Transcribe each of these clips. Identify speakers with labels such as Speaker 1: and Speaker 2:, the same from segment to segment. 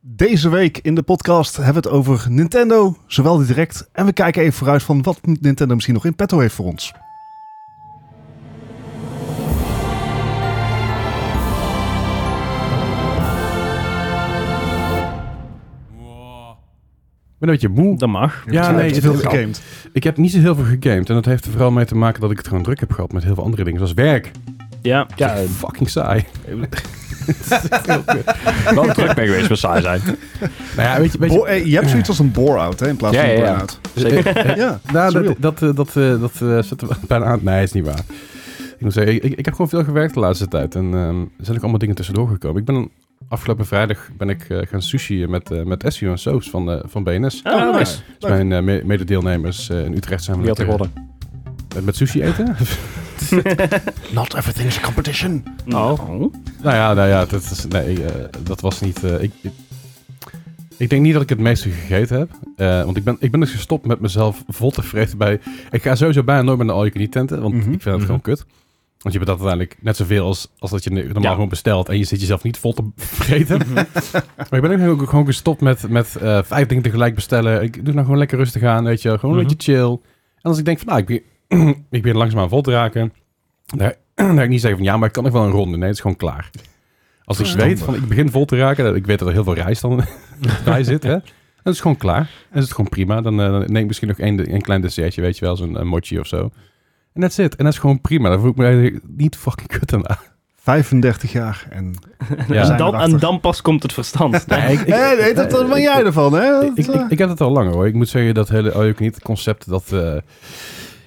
Speaker 1: Deze week in de podcast hebben we het over Nintendo, zowel direct. En we kijken even vooruit van wat Nintendo misschien nog in petto heeft voor ons.
Speaker 2: Ik ben een beetje moe.
Speaker 3: Dat mag.
Speaker 2: Ja, nee,
Speaker 1: te
Speaker 2: het
Speaker 1: veel
Speaker 2: is ook-
Speaker 1: gegamed.
Speaker 2: Ik heb niet zo heel veel gegamed. En dat heeft er vooral mee te maken dat ik het gewoon druk heb gehad met heel veel andere dingen. Zoals werk.
Speaker 3: Ja.
Speaker 2: Ja, eh, fucking saai.
Speaker 3: Wel druk mee geweest met saai zijn.
Speaker 2: Nou ja, weet je... Weet je
Speaker 1: Bo- eh, je hebt zoiets als een bore-out hè, in plaats van
Speaker 3: Ja,
Speaker 1: een
Speaker 3: ja, ja.
Speaker 1: burn-out.
Speaker 3: Zeker.
Speaker 1: Ja,
Speaker 2: nou,
Speaker 1: surreal.
Speaker 2: dat, dat, eh, dat, eh, dat eh, zet er wel bijna aan. Nee, is niet waar. Ik moet zeggen, ik, ik heb gewoon veel gewerkt de laatste tijd. En ehm, er zijn ook allemaal dingen tussendoor gekomen. Ik ben afgelopen vrijdag ben ik eh, gaan sushi met, eh met Essio en Soos van, eh, van BNS.
Speaker 3: Ah,
Speaker 1: Oh,
Speaker 3: nice.
Speaker 2: Dus mijn eh, me- mededeelnemers eh, in Utrecht zijn we
Speaker 3: Wie had er
Speaker 2: lekker-
Speaker 3: gewonnen?
Speaker 2: met, met sushi eten.
Speaker 1: Not everything is a competition.
Speaker 3: Oh.
Speaker 2: Nou ja, nou ja, dat, is, nee, eh, dat was niet. eh, ik, ik, ik denk niet dat ik het meeste gegeten heb. Eh, want ik ben, ik ben dus gestopt met mezelf vol te vreten bij. Ik ga sowieso bijna nooit meer naar all you can eat tenten. Want
Speaker 1: Mhm.
Speaker 2: ik vind het gewoon kut. Want je betaalt uiteindelijk net zoveel als, als dat je normaal
Speaker 3: Ja.
Speaker 2: gewoon bestelt. En je zit jezelf niet vol te vreten. maar ik ben ook gewoon- gewoon gestopt met, met eh, vijf dingen tegelijk bestellen. Ik doe nou gewoon lekker rustig aan, weet je. wel. Gewoon
Speaker 3: Mhm.
Speaker 2: een beetje chill. En als ik denk van, nou, ik ben, ik ben langzaam aan vol te raken. Dan dan ga ik niet zeggen van, ja, maar ik kan nog wel een ronde. Nee, het is gewoon klaar. Als ik
Speaker 1: Verstandig.
Speaker 2: weet van, ik begin vol te raken. dan- Ik weet dat er heel veel rijst dan bij zit, hè. En het is gewoon klaar. En is het gewoon prima. Dan, eh, dan neem ik misschien nog één, een klein dessertje, weet je wel. Zo'n een mochi of zo. En that's it. En dat is gewoon prima. Daar voel ik me eigenlijk niet fucking kut aan.
Speaker 1: 35 jaar en...
Speaker 2: Ja.
Speaker 3: En,
Speaker 1: zijn
Speaker 3: dan,
Speaker 1: erachter.
Speaker 3: en dan pas komt het verstand. Nee.
Speaker 2: Nee, ik- ik-
Speaker 1: nee, nee, dat, dat ben jij ervan, hè? Dat,
Speaker 2: Ik, ik,
Speaker 1: eh,
Speaker 2: ik, ik heb het al langer hoor. Ik moet zeggen dat hele oh, ik niet concept dat. eh,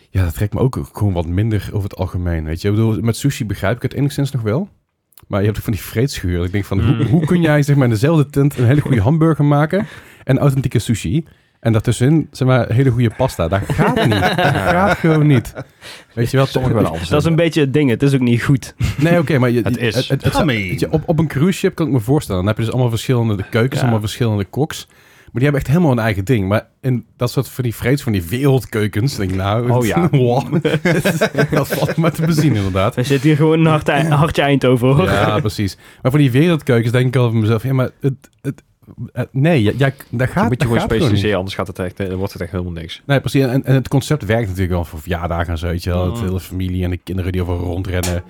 Speaker 2: ja, dat trekt me ook gewoon wat minder over het algemeen. Weet je, ik bedoel, met sushi begrijp ik het enigszins nog wel. Maar je hebt ook van die vreedschuur. Ik denk van, hoe,
Speaker 3: Mm.
Speaker 2: hoe kun jij zeg maar, in dezelfde tent een hele goede hamburger maken en authentieke sushi? En daartussenin, zeg maar, hele goede pasta. Dat gaat niet. Dat gaat gewoon niet. Weet je wel?
Speaker 4: Sommigen wel anders.
Speaker 3: Dat is een beetje het ding. Het is ook niet goed.
Speaker 2: Nee, oké, maar... Je,
Speaker 3: Het is.
Speaker 2: Het, het- het-
Speaker 1: Ameen.
Speaker 2: weet je, op, op een cruise ship kan ik me voorstellen. Dan heb je dus allemaal verschillende keukens,
Speaker 3: Ja.
Speaker 2: allemaal verschillende koks. Maar die hebben echt helemaal hun eigen ding. Maar in dat soort van die vreeds, van die wereldkeukens, denk ik nou...
Speaker 3: Oh ja.
Speaker 2: wow. dat valt maar te bezien, inderdaad.
Speaker 3: We zitten hier gewoon een hard, ei- hartje eind over, hoor.
Speaker 2: Ja, precies. Maar voor die wereldkeukens denk ik al van mezelf... Ja, maar het... het eh, nee, ja, ja, dat gaat,
Speaker 4: Dan moet je
Speaker 2: dat
Speaker 4: gewoon
Speaker 2: gaat gewoon niet.
Speaker 4: specialiseren, anders Ah, gaat het echt, eh, dan wordt het echt helemaal niks.
Speaker 2: Nee, precies. En, en het concept werkt natuurlijk wel voor verjaardagen en zo, weet je wel.
Speaker 3: Mm.
Speaker 2: Het hele familie en de kinderen die over rondrennen.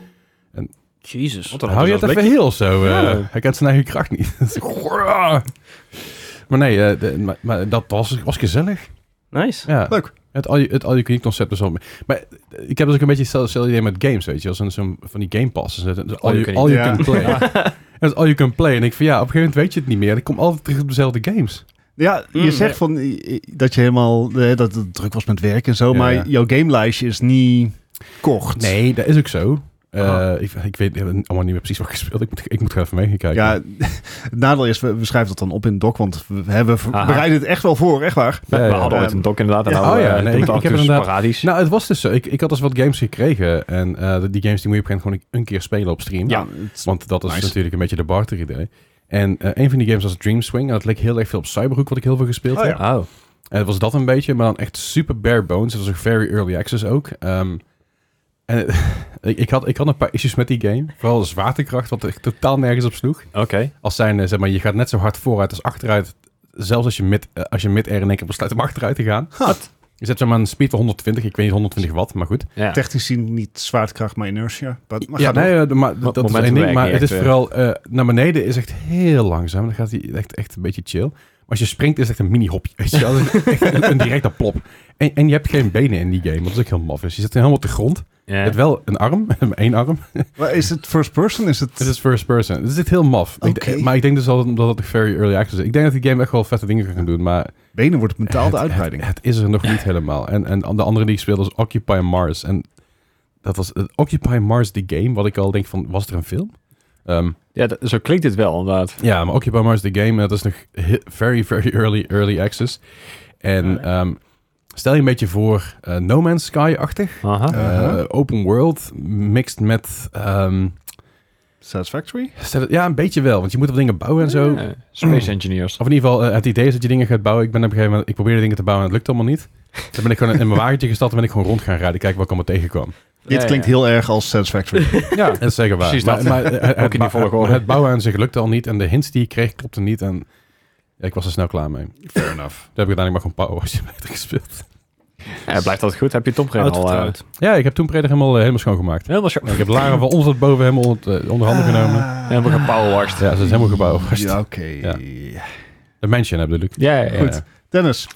Speaker 3: Jezus.
Speaker 4: Want dan
Speaker 2: Hou je
Speaker 4: hadden
Speaker 2: het
Speaker 4: ze
Speaker 2: even
Speaker 4: zelfs
Speaker 2: heel of zo? eh?
Speaker 4: Ja.
Speaker 2: Hij kent zijn eigen kracht niet. maar nee, eh, de- maar, maar dat was, was gezellig.
Speaker 3: Nice.
Speaker 2: Ja.
Speaker 1: Leuk.
Speaker 2: Het al, het al concept is wel... Maar ik heb dus ook een beetje hetzelfde idee met games, weet je. Als een, zo'n- van die game passes. Dus All,
Speaker 4: All
Speaker 2: you,
Speaker 4: you can
Speaker 2: all you
Speaker 1: eat.
Speaker 2: can play. En dat is all you can play. En ik van ja, op een gegeven moment weet je het niet meer. Ik kom altijd terug op dezelfde games.
Speaker 1: Ja, je
Speaker 3: Mm,
Speaker 1: zegt van eh, dat je helemaal eh, dat het druk was met werk en zo,
Speaker 2: Ja.
Speaker 1: maar jouw gamelijstje is niet kort.
Speaker 2: Nee, dat is ook zo. Eh,
Speaker 1: Ah.
Speaker 2: ik, ik weet allemaal niet meer precies wat ik gespeeld. Ik moet, ik moet gaan even meegekijken.
Speaker 1: Ja, het nadeel is, we, we schrijven dat dan op in het doc, want we, hè, we ver-
Speaker 4: Aha.
Speaker 1: bereiden het echt wel voor, echt waar.
Speaker 4: We
Speaker 2: Ja, ja.
Speaker 4: hadden ooit een doc inderdaad. En
Speaker 1: Ja.
Speaker 4: nou,
Speaker 2: Oh ja,
Speaker 4: eh,
Speaker 2: nee,
Speaker 4: komt
Speaker 2: ik-
Speaker 4: af
Speaker 2: ik
Speaker 4: en
Speaker 2: heb
Speaker 4: toe
Speaker 2: inderdaad-
Speaker 4: sporadisch.
Speaker 2: Nou, het was dus zo. Ik, ik had dus wat games gekregen. En eh, die games die moet je op een gegeven moment gewoon een keer spelen op stream.
Speaker 1: Ja, het-
Speaker 2: Want dat is
Speaker 1: Nice.
Speaker 2: natuurlijk een beetje de barter idee. En eh, een van die games was Dream Swing. En dat leek heel erg veel op Cyberhook, wat ik heel veel gespeeld
Speaker 1: Oh ja.
Speaker 2: heb.
Speaker 4: Oh,
Speaker 2: En het was dat een beetje, maar dan echt super bare bones. Het was ook very early access ook. Ehm, en eh, ik, ik, had, ik had een paar issues met die game. Vooral de zwaartekracht, wat ik totaal nergens op sloeg.
Speaker 4: Oh, oké.
Speaker 2: Als zijn, eh, zeg maar, je gaat net zo hard vooruit als achteruit. Zelfs als je mid, eh, als je mid air in één keer besluit om achteruit te gaan. Je zet zeg maar een speed van 120, ik weet niet 120 watt, maar goed.
Speaker 4: Ja.
Speaker 1: technisch zien niet zwaartekracht, maar inertia. Dat, maar
Speaker 2: ja,
Speaker 1: ga door.
Speaker 2: nee, eh, maar
Speaker 4: Mo-
Speaker 2: dat is één
Speaker 4: momentum
Speaker 2: ding.
Speaker 4: werkt
Speaker 2: Maar
Speaker 4: niet
Speaker 2: het is
Speaker 4: echt, eh.
Speaker 2: vooral eh, naar beneden is echt heel langzaam. Dan gaat hij echt, echt een beetje chill. Maar als je springt is het echt een mini-hopje. Weet je wel? Dat is echt een, een directe plop. En, en je hebt geen benen in die game. Dat is ook heel maf. Dus je zit helemaal op de grond.
Speaker 4: Ja.
Speaker 2: Je hebt wel een arm, één arm.
Speaker 1: Maar is het first person? Is het...
Speaker 2: Het is first person. Het is echt heel maf. Ik d-
Speaker 1: Oké.
Speaker 2: maar ik denk dus al dat het very early access is. Ik denk dat die game echt wel vette dingen gaat gaan doen. Maar
Speaker 1: Benen wordt mentaal de
Speaker 2: het-
Speaker 1: uitbreiding.
Speaker 2: Het, het is er nog niet helemaal. En, en de andere die ik speelde was Occupy Mars. En dat was eh, Occupy Mars, die game, wat ik al denk van, was er een film? Ehm,
Speaker 4: ja, dat- zo klinkt het wel inderdaad.
Speaker 2: ja, maar Occupy Mars, de game, dat is nog he- very, very early, early access. En
Speaker 3: Ja.
Speaker 2: ehm, stel je een beetje voor eh, No Man's Sky-achtig.
Speaker 4: Aha.
Speaker 1: Ja.
Speaker 4: Ja.
Speaker 1: Uh-huh.
Speaker 2: Eh, open world, mixed met... ehm,
Speaker 1: Satisfactory?
Speaker 2: stel- ja, een beetje wel, want je moet wel dingen bouwen en zo.
Speaker 4: Space Engineers.
Speaker 2: Of in ieder geval, eh, het idee is dat je dingen gaat bouwen. Ik ben op een gegeven moment, ik probeerde dingen te bouwen en het lukt allemaal niet. Toen ben ik gewoon in mijn wagentje gestapt en ben ik gewoon rond gaan rijden. Kijken wat ik allemaal tegenkwam.
Speaker 1: Dit
Speaker 4: Ja,
Speaker 1: klinkt
Speaker 4: ja.
Speaker 1: heel erg als Satisfactory.
Speaker 2: Ja, dat is zeker waar.
Speaker 4: Precies
Speaker 2: maar,
Speaker 4: dat.
Speaker 2: maar, eh, het,
Speaker 4: Ook in die
Speaker 2: bou-
Speaker 4: volgorde.
Speaker 2: het bouwen aan zich lukte al niet. En de hints die ik kreeg klopte niet. En Ja, ik was er snel klaar mee. Fair enough. Toen heb ik uiteindelijk maar gewoon Power Wash Simulator gespeeld.
Speaker 4: Ja, het blijft altijd goed. Heb je Tom Green al? eh,
Speaker 3: Uitvertrouwd.
Speaker 2: Ja, ik heb toen Predig helemaal, eh, helemaal schoongemaakt.
Speaker 4: helemaal schoon.
Speaker 2: Ik heb Lara van ons tot boven hem onder, eh, onder handen genomen.
Speaker 4: Helemaal gepowerwashed.
Speaker 2: Ja, ze is helemaal gebouwd.
Speaker 1: Ah. Ja, oké.
Speaker 2: De mansion hebben natuurlijk.
Speaker 4: Ja, ja, ja.
Speaker 1: Goed. Dennis,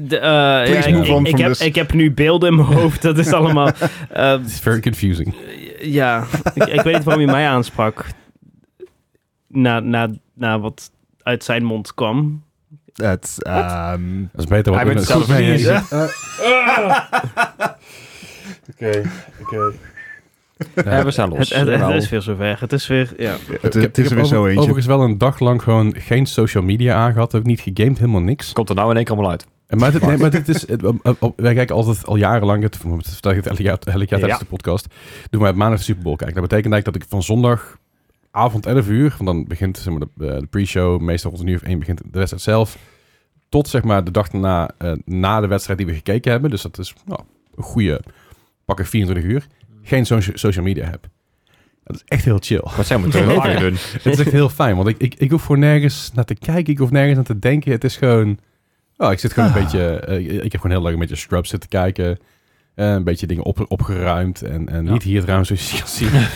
Speaker 3: De, eh, ja, ik,
Speaker 1: Please move on
Speaker 3: ik- ik
Speaker 1: from
Speaker 3: heb,
Speaker 1: this.
Speaker 3: ik heb nu beelden in mijn hoofd. Dat is allemaal... eh,
Speaker 2: It's very confusing.
Speaker 3: ja, ik, ik weet niet waarom je mij aansprak. Na, na, na wat uit zijn mond kwam.
Speaker 1: het, ehm,
Speaker 2: Dat is beter wat
Speaker 4: Hij
Speaker 2: we-
Speaker 4: bent
Speaker 2: Goed,
Speaker 4: zelf
Speaker 2: nee,
Speaker 4: niet
Speaker 2: nee,
Speaker 4: Ja, we staan los.
Speaker 3: Het, het, het
Speaker 4: Nou,
Speaker 3: is weer zover. Het is weer... Ja.
Speaker 1: het,
Speaker 2: Ik heb-
Speaker 1: het is
Speaker 2: ik
Speaker 1: er
Speaker 2: heb
Speaker 1: weer zo
Speaker 2: over-
Speaker 1: eentje.
Speaker 2: Overigens wel een dag lang gewoon geen social media aangehad. Ook niet gegamed, helemaal niks.
Speaker 4: Komt er nou in één keer allemaal uit.
Speaker 2: En Maar dit, nee, maar dit is... het- op- op- op- wij kijken altijd al jarenlang... Het, dat vertel ik het elk jaar, elk jaar tijdens
Speaker 4: Ja.
Speaker 2: de podcast. Doen wij op maandag de Super Bowl kijken. Dat betekent eigenlijk dat ik van zondagavond 11 uur... Want dan begint zeg maar, de, eh, de pre-show. Meestal rond een uur of één begint de wedstrijd zelf. Tot zeg maar de dag na, na de wedstrijd die we gekeken hebben. Dus dat is nou, een goede pakken 24 uur. Geen socia- social media heb. Dat is echt heel chill.
Speaker 4: Wat zijn we toch
Speaker 3: Ja.
Speaker 4: vaker doen?
Speaker 2: Het is echt heel fijn, want ik, ik, ik hoef voor nergens naar te kijken. Ik hoef nergens aan te denken. Het is gewoon... Oh, ik zit gewoon een
Speaker 1: Ah.
Speaker 2: beetje... eh, ik heb gewoon heel lang een beetje Scrubs zitten kijken. Eh, een beetje dingen op, opgeruimd. En, en
Speaker 4: Ja.
Speaker 2: niet hier trouwens, zoals je kan zien.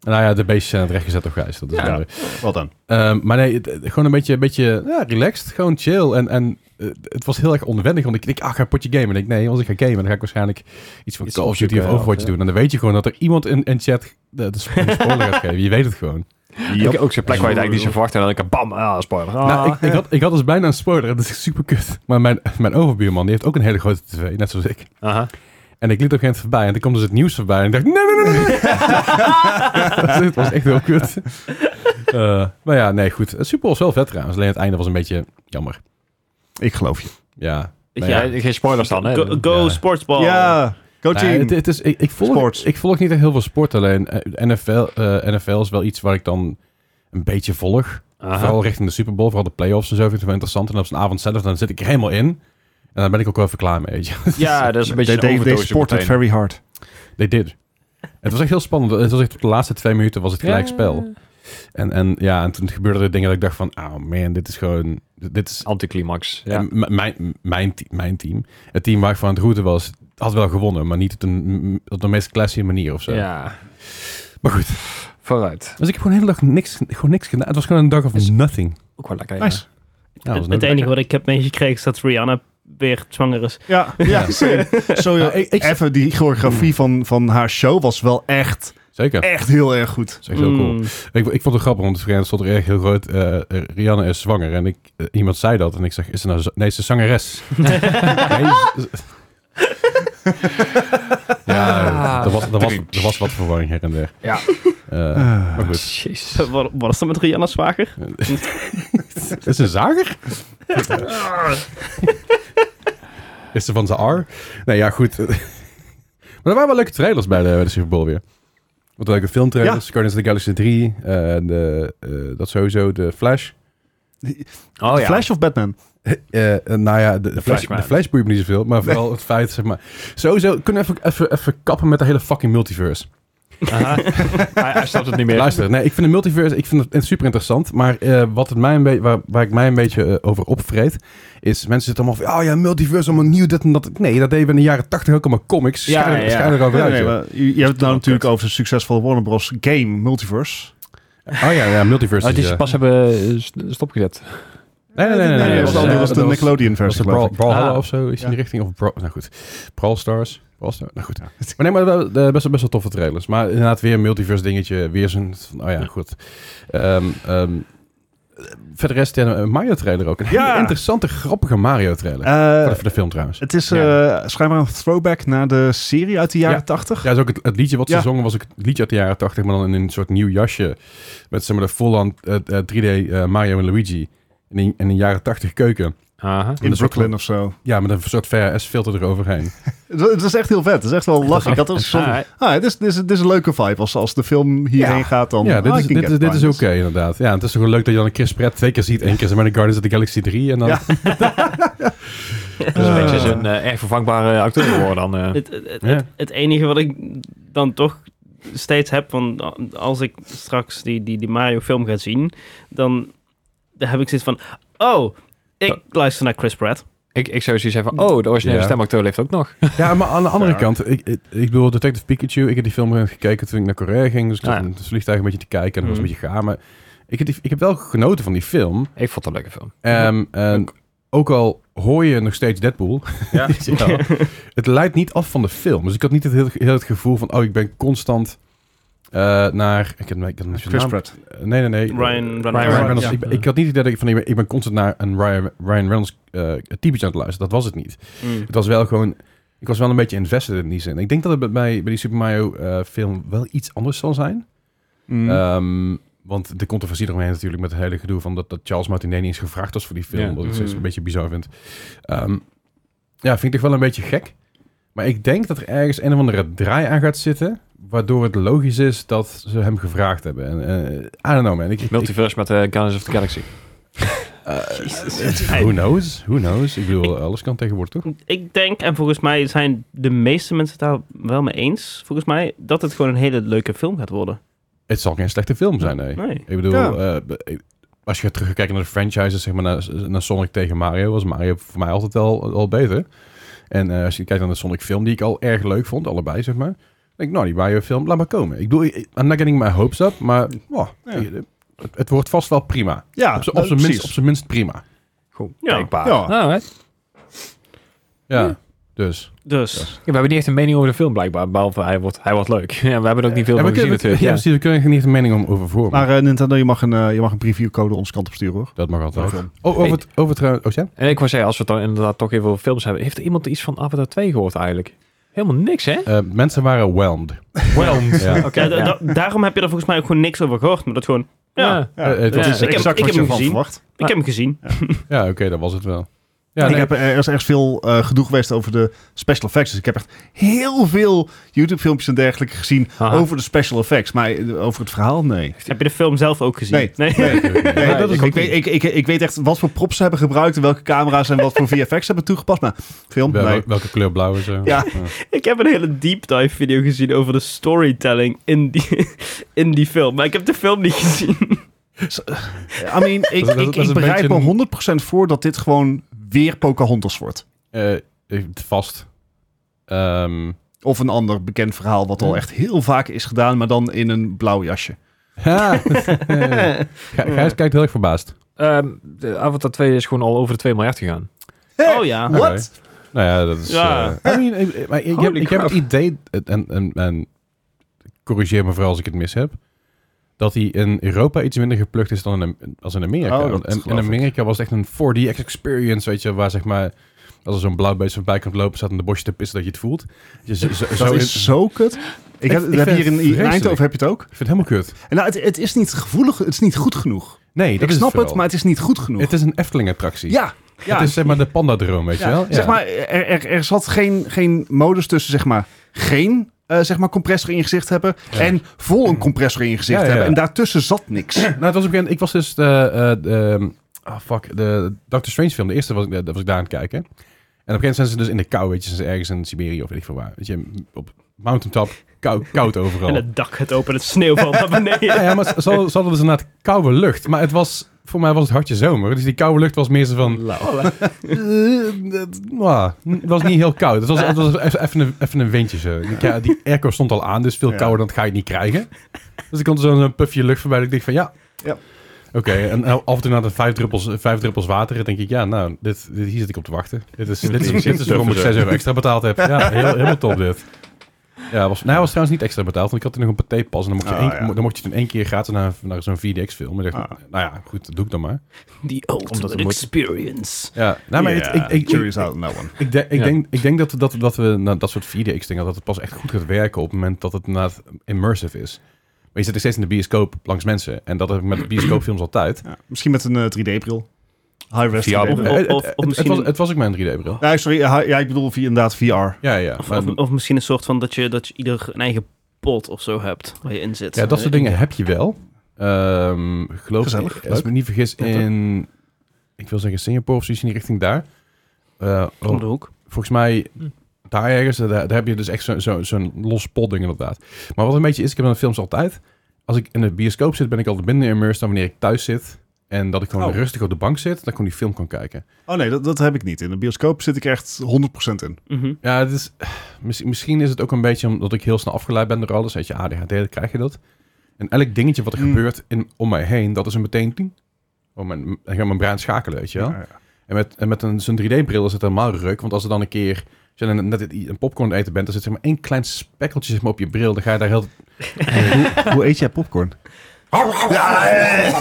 Speaker 2: nou ja, de beestjes zijn aan het rechtgezet toch gijs. Dat is
Speaker 1: Ja.
Speaker 2: mooi.
Speaker 1: Wel dan.
Speaker 2: Ehm, maar nee, het- het- gewoon een beetje, een beetje ja, relaxed. Gewoon chill. En, en eh, het was heel erg onwennig. Want ik denk, ah, ik ga een potje gamen. En ik denk, nee, als ik ga gamen, dan ga ik waarschijnlijk iets van
Speaker 4: Iets
Speaker 2: Call of Duty of
Speaker 4: opzoeken,
Speaker 2: Overwatch
Speaker 4: of,
Speaker 2: doen. En dan weet je gewoon dat er iemand in, in chat de, de spo- een spoiler gaat geven. Je weet het gewoon.
Speaker 4: Ik, ook zo'n plek waar je het eigenlijk niet zo verwacht. En dan denk ik, bam, ah, spoiler. Ah.
Speaker 2: Nou, ik, ik, had, ik had dus bijna een spoiler. Dat is super kut. Maar mijn, mijn overbuurman, die heeft ook een hele grote tv. Net zoals ik.
Speaker 4: Aha.
Speaker 2: En ik liep op een gegeven moment voorbij. En toen kwam dus het nieuws voorbij. En ik dacht, nee, nee, nee, nee. Dus het was echt heel kut. Eh, maar ja, nee, goed. Het Super Bowl was wel vet trouwens. Alleen het einde was een beetje jammer.
Speaker 1: Ik geloof je.
Speaker 2: Ja,
Speaker 3: Ja.
Speaker 2: Nee,
Speaker 4: Ja, geen spoilers dan, hè?
Speaker 3: Go, go
Speaker 2: Ja.
Speaker 3: sportsball.
Speaker 1: Ja, go
Speaker 2: Nee,
Speaker 1: team.
Speaker 2: het, het is, ik, ik, volg,
Speaker 1: Sports.
Speaker 2: ik volg niet echt heel veel sport. Alleen eh, NFL, eh, NFL is wel iets waar ik dan een beetje volg.
Speaker 4: Aha.
Speaker 2: Vooral richting de Super Bowl, vooral de playoffs en zo. Vind ik het wel interessant. En op zijn avond zelf, dan zit ik er helemaal in. En dan ben ik ook wel even klaar mee. Weet je.
Speaker 4: Ja, dat is een
Speaker 1: They,
Speaker 4: beetje een
Speaker 1: they, they
Speaker 4: overdosis
Speaker 1: sported
Speaker 4: meteen.
Speaker 1: very hard.
Speaker 2: They did. Het was echt heel spannend. Het was echt op de laatste twee minuten was het gelijk spel. En, en ja, en toen gebeurden er dingen dat ik dacht van, oh man, dit is gewoon, dit is
Speaker 4: Anticlimax.
Speaker 2: En m- mijn, m- mijn, te- mijn team, het team waar ik van aan het route was, had wel gewonnen, maar niet op de, m- op de meest classy manier of zo.
Speaker 4: Ja.
Speaker 2: Maar goed,
Speaker 4: Vooruit.
Speaker 2: dus ik heb gewoon de hele dag niks, gewoon niks gedaan. Het was gewoon een dag of nothing.
Speaker 4: Ook wel lekker.
Speaker 1: Nice.
Speaker 2: Ja, dat was
Speaker 3: het, het
Speaker 2: leuk.
Speaker 3: Dus enige wat ik heb meegekregen is dat Rihanna weer zwanger is.
Speaker 1: Ja,
Speaker 2: Ja.
Speaker 1: ja, same. Zo,
Speaker 2: Ja, ik- ik-
Speaker 1: even die choreografie van, van haar show was wel echt,
Speaker 2: Zeker. Dat
Speaker 1: echt heel erg goed.
Speaker 2: is echt heel cool.
Speaker 3: Mm.
Speaker 2: Ik, ik vond het grappig, want het stond er echt heel groot. eh, eh, Rihanna is zwanger. En ik, eh, iemand zei dat. En ik zeg, is ze nou... z- Nee, ze is zangeres. Nee, ze- ja, er was, er, was, er was wat verwarring her en der.
Speaker 4: Ja.
Speaker 2: Eh, maar goed.
Speaker 4: Jezus.
Speaker 3: Wat, wat is dat met Rihanna's zwager?
Speaker 2: Is ze een zager? is ze van zijn R? Nee, ja, goed. maar er waren wel leuke trailers bij de, bij de Super Bowl weer. Wat leuke filmtrailers. Guardians of the Galaxy 3. eh, de, eh, dat sowieso. De Flash.
Speaker 4: Oh ja.
Speaker 1: Flash of Batman?
Speaker 2: Eh, eh, nou ja, de, de, flash,
Speaker 4: Flashman.
Speaker 2: de Flash boeit me niet zoveel, maar vooral het feit, zeg maar... Sowieso, kunnen we even, even, even kappen met de hele fucking multiverse.
Speaker 4: Aha. hij, hij snapt het niet meer.
Speaker 2: Luister, nee, ik vind de multiverse ik vind het super interessant, maar eh, wat het mij een beetje waar, waar ik mij een beetje eh, over opvreet, is mensen zitten allemaal van, oh ja, multiverse, allemaal nieuw, dit en dat. Nee, dat deden we in de jaren tachtig ook allemaal comics.
Speaker 4: Ja,
Speaker 2: Schijn er-
Speaker 4: ja, ja.
Speaker 2: schijn er over
Speaker 1: Nee,
Speaker 2: uit,
Speaker 1: nee,
Speaker 2: Oh, joh.
Speaker 1: maar je, je hebt het nou natuurlijk over de succesvolle Warner Bros. game Multiverse.
Speaker 2: Oh ja, ja, multiverse.
Speaker 4: Oh,
Speaker 2: is,
Speaker 4: die ze
Speaker 2: eh,
Speaker 4: pas hebben eh, st- stopgezet.
Speaker 2: nee, nee, nee, nee.
Speaker 1: dat
Speaker 2: nee,
Speaker 1: was de
Speaker 2: eh,
Speaker 1: andere, was de
Speaker 2: dat was-
Speaker 1: Nickelodeon
Speaker 2: Was
Speaker 1: versie,
Speaker 2: het
Speaker 1: geloof
Speaker 2: Brawl,
Speaker 1: ik.
Speaker 2: Brawlhalla
Speaker 4: Ah.
Speaker 2: of zo? Is die in de
Speaker 1: Ja.
Speaker 2: richting? Of Brawl, nou goed, Brawl Stars. Brawl Stars? Nou goed. Maar nee, maar wel, eh, best, wel- best wel toffe trailers. Maar inderdaad weer een multiverse dingetje. Weer zo'n... van, Oh ja, goed. Ehm, ehm, verder rest ja, een Mario trailer ook. Een
Speaker 1: Ja.
Speaker 2: hele interessante, grappige Mario trailer.
Speaker 1: Eh,
Speaker 2: Voor de- voor de film trouwens.
Speaker 1: het is eh
Speaker 4: Ja.
Speaker 1: schijnbaar een throwback naar de serie uit de
Speaker 2: Ja.
Speaker 1: jaren tachtig.
Speaker 2: Ja, is ook het, het liedje wat ze
Speaker 1: Ja.
Speaker 2: zongen was ook het liedje uit de jaren 80, maar dan in een soort nieuw jasje. Met zeg maar de full-on eh, eh, 3D eh, Mario en Luigi. In een, in een jaren 80 keuken.
Speaker 4: Aha.
Speaker 1: In
Speaker 2: dat is ook
Speaker 1: Brooklyn of zo.
Speaker 2: Ja, met een soort VHS-filter eroverheen.
Speaker 1: Het is- het is echt heel vet. Het is echt wel lachen. Ik had er soms-
Speaker 4: Ah,
Speaker 1: Ah, het, is, het, is, het is een leuke vibe. Als, als de film hierheen
Speaker 2: Ja.
Speaker 1: gaat, dan...
Speaker 2: Ja, dit
Speaker 1: Ah,
Speaker 2: is,
Speaker 1: I can
Speaker 2: dit,
Speaker 1: get
Speaker 2: is- dit is
Speaker 1: behind
Speaker 2: oké,
Speaker 1: this.
Speaker 2: inderdaad. Ja, het is toch wel leuk dat je dan een Chris Pratt twee keer ziet. Eén keer zijn met de Guardians of the Galaxy 3 en dan...
Speaker 1: Ja.
Speaker 4: dat is een beetje zo'n eh, erg vervangbare acteur geworden dan. eh.
Speaker 3: Het, het, het-
Speaker 2: Ja.
Speaker 3: het enige wat ik dan toch steeds heb, want als ik straks die, die, die Mario film ga zien, dan daar heb ik zoiets van, oh, ik luister naar Chris Pratt.
Speaker 4: Ik, ik zou zoiets hebben van, oh, de originele
Speaker 2: Ja.
Speaker 4: stemacteur leeft ook nog.
Speaker 2: Ja, maar aan de andere
Speaker 3: Fair.
Speaker 2: kant, ik, ik, ik bedoel, Detective Pikachu, ik heb die film gekeken toen ik naar Korea ging, dus ik
Speaker 4: Ja.
Speaker 2: zat in het vliegtuig een beetje te kijken en dat was
Speaker 3: Mhm.
Speaker 2: een beetje gaar, maar ik heb, die- ik heb wel genoten van die film.
Speaker 4: Ik vond het een leuke film.
Speaker 2: Ehm, en ook al hoor je nog steeds Deadpool,
Speaker 4: Ja.
Speaker 2: Ja. het leidt niet af van de film. Dus ik had niet het heel, heel het gevoel van, oh, ik ben constant eh, naar... Ik heb, ik heb
Speaker 1: Chris Pratt.
Speaker 2: Nee, nee, nee.
Speaker 3: Ryan Reynolds.
Speaker 2: Ryan Reynolds.
Speaker 1: Ja.
Speaker 2: Ik, ben- ik had niet het idee dat ik van, ik ben, ik ben constant naar een Ryan, Ryan Reynolds eh typetje aan het luisteren. Dat was het niet.
Speaker 3: Mm.
Speaker 2: Het was wel gewoon... Ik was wel een beetje invested in die zin. Ik denk dat het bij, mij- bij die Super Mario eh, film wel iets anders zal zijn.
Speaker 1: Mm.
Speaker 2: Ehm, want de controversie eromheen natuurlijk met het hele gedoe van dat, dat Charles Martinet niet eens gevraagd was voor die film.
Speaker 4: Ja.
Speaker 2: Wat ik steeds
Speaker 3: Mhm.
Speaker 2: een beetje bizar vind. Ehm, ja, vind ik toch wel een beetje gek. Maar ik denk dat er ergens een of andere draai aan gaat zitten. Waardoor het logisch is dat ze hem gevraagd hebben. En, eh, I don't know man. Ik, ik, ik-
Speaker 4: Multiverse met eh, Guardians of the Galaxy.
Speaker 2: eh, who knows? Who knows? Ik bedoel, alles kan tegenwoordig toch?
Speaker 3: Ik denk, en volgens mij zijn de meeste mensen het daar wel mee eens, volgens mij, dat het gewoon een hele leuke film gaat worden.
Speaker 2: Het zal geen slechte film zijn, nee.
Speaker 3: Nee.
Speaker 2: Ik bedoel,
Speaker 1: Ja.
Speaker 2: eh, ik- als je terug gaat kijken naar de franchises, zeg maar naar, naar Sonic tegen Mario, was Mario voor mij altijd wel, wel beter. En eh, als je kijkt naar de Sonic film, die ik al erg leuk vond, allebei zeg maar. Dan denk ik, nou, die Mario film, laat maar komen. Ik bedoel, ik- I'm not getting my hopes up, maar oh,
Speaker 1: Ja.
Speaker 2: eh, het, het wordt vast wel prima.
Speaker 1: ja,
Speaker 2: op z'n- op
Speaker 1: nou,
Speaker 2: zijn minst, op
Speaker 1: precies.
Speaker 2: zijn minst prima.
Speaker 4: Goed,
Speaker 3: Ja.
Speaker 4: kijkbaar.
Speaker 1: Ja.
Speaker 4: Alright.
Speaker 2: Ja, dus.
Speaker 3: Dus,
Speaker 4: Ja, we hebben niet echt een mening over de film blijkbaar, behalve hij wordt, hij wordt leuk. Ja, we hebben er ook niet veel
Speaker 2: Ja,
Speaker 4: van
Speaker 2: we
Speaker 4: gezien
Speaker 2: kunnen,
Speaker 4: natuurlijk.
Speaker 2: ja,
Speaker 4: Ja.
Speaker 2: precies, we kunnen er niet echt een mening om over vormen.
Speaker 1: Maar eh, Nintendo, je mag een, eh, je mag een previewcode onze kant op sturen hoor.
Speaker 2: dat mag altijd.
Speaker 1: Film.
Speaker 2: Oh, over, het, over trouwens, oh ja?
Speaker 4: En ik wou zeggen, als we het dan inderdaad toch even over films hebben, heeft er iemand iets van Avatar 2 gehoord eigenlijk? Helemaal niks, hè?
Speaker 2: Eh, mensen waren whelmed.
Speaker 4: Whelmed.
Speaker 2: Ja.
Speaker 4: Oké.
Speaker 3: ja, da-
Speaker 4: ja.
Speaker 3: da- daarom heb je er volgens mij ook gewoon niks over gehoord, maar dat gewoon, ja,
Speaker 4: Ja.
Speaker 1: Ja.
Speaker 2: Eh, het
Speaker 3: Ja,
Speaker 2: was-
Speaker 3: ik heb- ik heb
Speaker 1: je
Speaker 3: hem
Speaker 1: ervan
Speaker 3: gezien.
Speaker 1: verwacht.
Speaker 3: ik heb hem gezien.
Speaker 2: Ja, oké, dat was het wel. Ja,
Speaker 1: ik
Speaker 2: nee,
Speaker 1: heb, er is echt veel eh gedoe geweest over de special effects. Dus ik heb echt heel veel YouTube-filmpjes en dergelijke gezien
Speaker 4: Aha.
Speaker 1: over de special effects. Maar eh, over het verhaal, nee.
Speaker 3: Heb je de film zelf ook gezien?
Speaker 1: Nee.
Speaker 2: nee, natuurlijk niet.
Speaker 1: Nee,
Speaker 2: Maar dat is
Speaker 1: ik,
Speaker 2: ook
Speaker 1: ik, weet,
Speaker 2: niet.
Speaker 1: ik, ik, ik weet echt wat voor props ze hebben gebruikt en welke camera's en wat voor VFX ze hebben toegepast. Maar film,
Speaker 2: Wel-
Speaker 1: nee.
Speaker 2: Welke kleur blauw is er?
Speaker 1: Ja.
Speaker 3: Ik heb een hele deep dive video gezien over de storytelling in die, in die film. Maar ik heb de film niet
Speaker 1: I
Speaker 3: gezien.
Speaker 1: mean, ik,
Speaker 2: dat- dat
Speaker 1: ik,
Speaker 2: is een
Speaker 1: ik bereid
Speaker 2: beetje
Speaker 1: me 100% voor dat dit gewoon weer Pocahontas wordt.
Speaker 2: Eh, eh, vast. Ehm,
Speaker 1: Of een ander bekend verhaal wat al echt heel vaak is gedaan, maar dan in een blauw jasje.
Speaker 2: ha. Gij- Gijs kijkt heel erg verbaasd.
Speaker 4: Ehm, de Avatar 2 is gewoon al over de 2 miljard gegaan.
Speaker 3: Oh ja.
Speaker 2: Oké.
Speaker 1: What?
Speaker 2: Nou ja, dat is...
Speaker 3: Ja.
Speaker 2: eh, I mean, eh, eh, maar ik, heb,
Speaker 4: Holy
Speaker 2: ik heb het
Speaker 4: crap.
Speaker 2: idee, en, en, en corrigeer me vooral als ik het mis heb, dat hij in Europa iets minder geplukt is dan in, als in Amerika.
Speaker 1: Oh, dat
Speaker 2: en, in
Speaker 1: geloof ik.
Speaker 2: Amerika was het echt een 4DX experience, weet je, waar zeg maar... Als er zo'n blauw beest voorbij komt lopen, staat in de bosje te pissen dat je het voelt. Je, zo, zo, zo
Speaker 1: dat
Speaker 2: in-
Speaker 1: is zo kut. Ik heb,
Speaker 2: ik
Speaker 1: heb hier in,
Speaker 2: vind het
Speaker 1: in
Speaker 2: vreselijk.
Speaker 1: Eindhoven heb je het ook.
Speaker 2: ik vind het helemaal kut.
Speaker 1: En nou, het, het is niet gevoelig, het is niet goed genoeg.
Speaker 2: Nee, dat
Speaker 1: Ik
Speaker 2: is
Speaker 1: snap het,
Speaker 2: vooral.
Speaker 1: maar het is niet goed genoeg.
Speaker 2: Het is een Efteling-attractie.
Speaker 1: ja, ja.
Speaker 2: Het is zeg maar de panda-droom, weet
Speaker 1: Ja,
Speaker 2: je wel? Ja.
Speaker 1: Zeg maar, er, er, er zat geen, geen modus tussen, zeg maar, geen eh, zeg maar, compressor in je gezicht hebben
Speaker 2: Ja.
Speaker 1: en vol een compressor in je gezicht
Speaker 2: Ja, ja, ja.
Speaker 1: hebben. En daartussen zat niks.
Speaker 2: Nou, het was op een gegeven moment- Ik was dus... de, eh, de, ah, fuck. De Doctor Strange film. De eerste was, ik- dat was ik daar aan het kijken. En op een gegeven moment zijn ze dus in de kou, weet je. Zijn ze ergens in Siberië of weet ik veel waar. Weet je, op mountaintop. Kou, koud overal.
Speaker 3: En het dak gaat open, het sneeuw valt naar beneden.
Speaker 2: Ja, ja, maar ze, ze hadden- ze hadden dus inderdaad koude lucht. Maar het was... Voor mij was het hartje zomer. Dus die koude lucht was meer zo van... "Oh, eh, dat- nou, Het was niet heel koud. Het was, het was even, even, een, even een windje zo. Ik denk, Ja, die airco stond al aan, dus veel
Speaker 1: Ja.
Speaker 2: kouder dan ga je het niet krijgen. Dus ik kon zo'n zo'n pufje lucht voorbij. dat Ik denk van ja.
Speaker 1: Ja.
Speaker 2: Oké, en af en toe na de vijf druppels, vijf druppels water, dan denk ik, ja, nou, dit, dit, hier zit ik op te wachten. Dit is, dit is, dit is waarom ik 6 euro extra betaald heb. Ja, heel, helemaal top dit. Ja, was, nou, hij was trouwens niet extra betaald, want ik had er nog een patépas en dan mocht je,
Speaker 1: Ah,
Speaker 2: één,
Speaker 1: ja.
Speaker 2: dan mocht je toen één keer gratis naar, naar zo'n 4DX-film. En ik dacht,
Speaker 1: Ah.
Speaker 2: nou ja, goed, dat doe ik dan maar.
Speaker 3: The
Speaker 4: Omdat het
Speaker 3: ultimate
Speaker 4: moet.
Speaker 3: experience.
Speaker 2: Ja, nou, maar het- ik, ik, ik,
Speaker 1: jury's out on that one.
Speaker 2: Ik, denk- ik,
Speaker 4: Ja.
Speaker 2: denk, ik denk dat, we- dat, we- dat we nou, dat soort 4DX-dingen, dat het pas echt goed gaat werken op het moment dat het inderdaad immersive is. Maar je zit nog steeds in de bioscoop langs mensen. En dat heb ik met bioscoopfilms altijd.
Speaker 1: Ja, misschien met een eh, 3D-bril. High-res
Speaker 4: VR
Speaker 1: 3D-bril.
Speaker 3: Of-
Speaker 2: Eh, het-
Speaker 3: of
Speaker 2: het- het,
Speaker 3: misschien-
Speaker 2: was, het was ook mijn 3D-bril.
Speaker 1: Nee, sorry, hi- ja, ik bedoel via, inderdaad VR.
Speaker 2: Ja, ja.
Speaker 3: Of,
Speaker 2: maar-
Speaker 3: of, of misschien een soort van dat je, dat je ieder een eigen pot of zo hebt waar je in zit.
Speaker 2: ja, dat soort dingen heb je wel. Ehm geloof
Speaker 1: Gezellig,
Speaker 2: ik, als ik me niet vergis,
Speaker 1: Ja, toch?
Speaker 2: in... Ik wil zeggen Singapore of zoiets in die richting daar. Eh,
Speaker 3: Om de hoek.
Speaker 2: volgens mij
Speaker 4: Hm.
Speaker 2: daar ergens, daar, daar heb je dus echt zo- zo- zo'n los potding inderdaad. Maar wat een beetje is, ik heb aan films altijd, als ik in de bioscoop zit, ben ik altijd minder immersed dan wanneer ik thuis zit. En dat ik gewoon
Speaker 1: Oh.
Speaker 2: rustig op de bank zit, dat ik gewoon die film kan kijken.
Speaker 1: Oh nee, dat, dat heb ik niet. In de bioscoop zit ik echt 100% in.
Speaker 3: Mhm.
Speaker 2: Ja, het is, misschien, misschien is het ook een beetje omdat ik heel snel afgeleid ben door alles. Weet je, ADHD, dan krijg je dat. En elk dingetje wat er
Speaker 1: Mm.
Speaker 2: gebeurt in, om mij heen, dat is een meteen... ting. Oh, mijn, dan gaat mijn brein schakelen, weet je wel.
Speaker 1: Ja,
Speaker 2: En met, en met een, zo'n 3D-bril is het helemaal ruk. Want als er dan een keer... Als je dan net i- een popcorn eten bent, dan zit zeg maar één klein spekkeltje zeg maar, op je bril. Dan ga je daar heel...
Speaker 1: hoe, hoe eet jij popcorn? Ja, eh,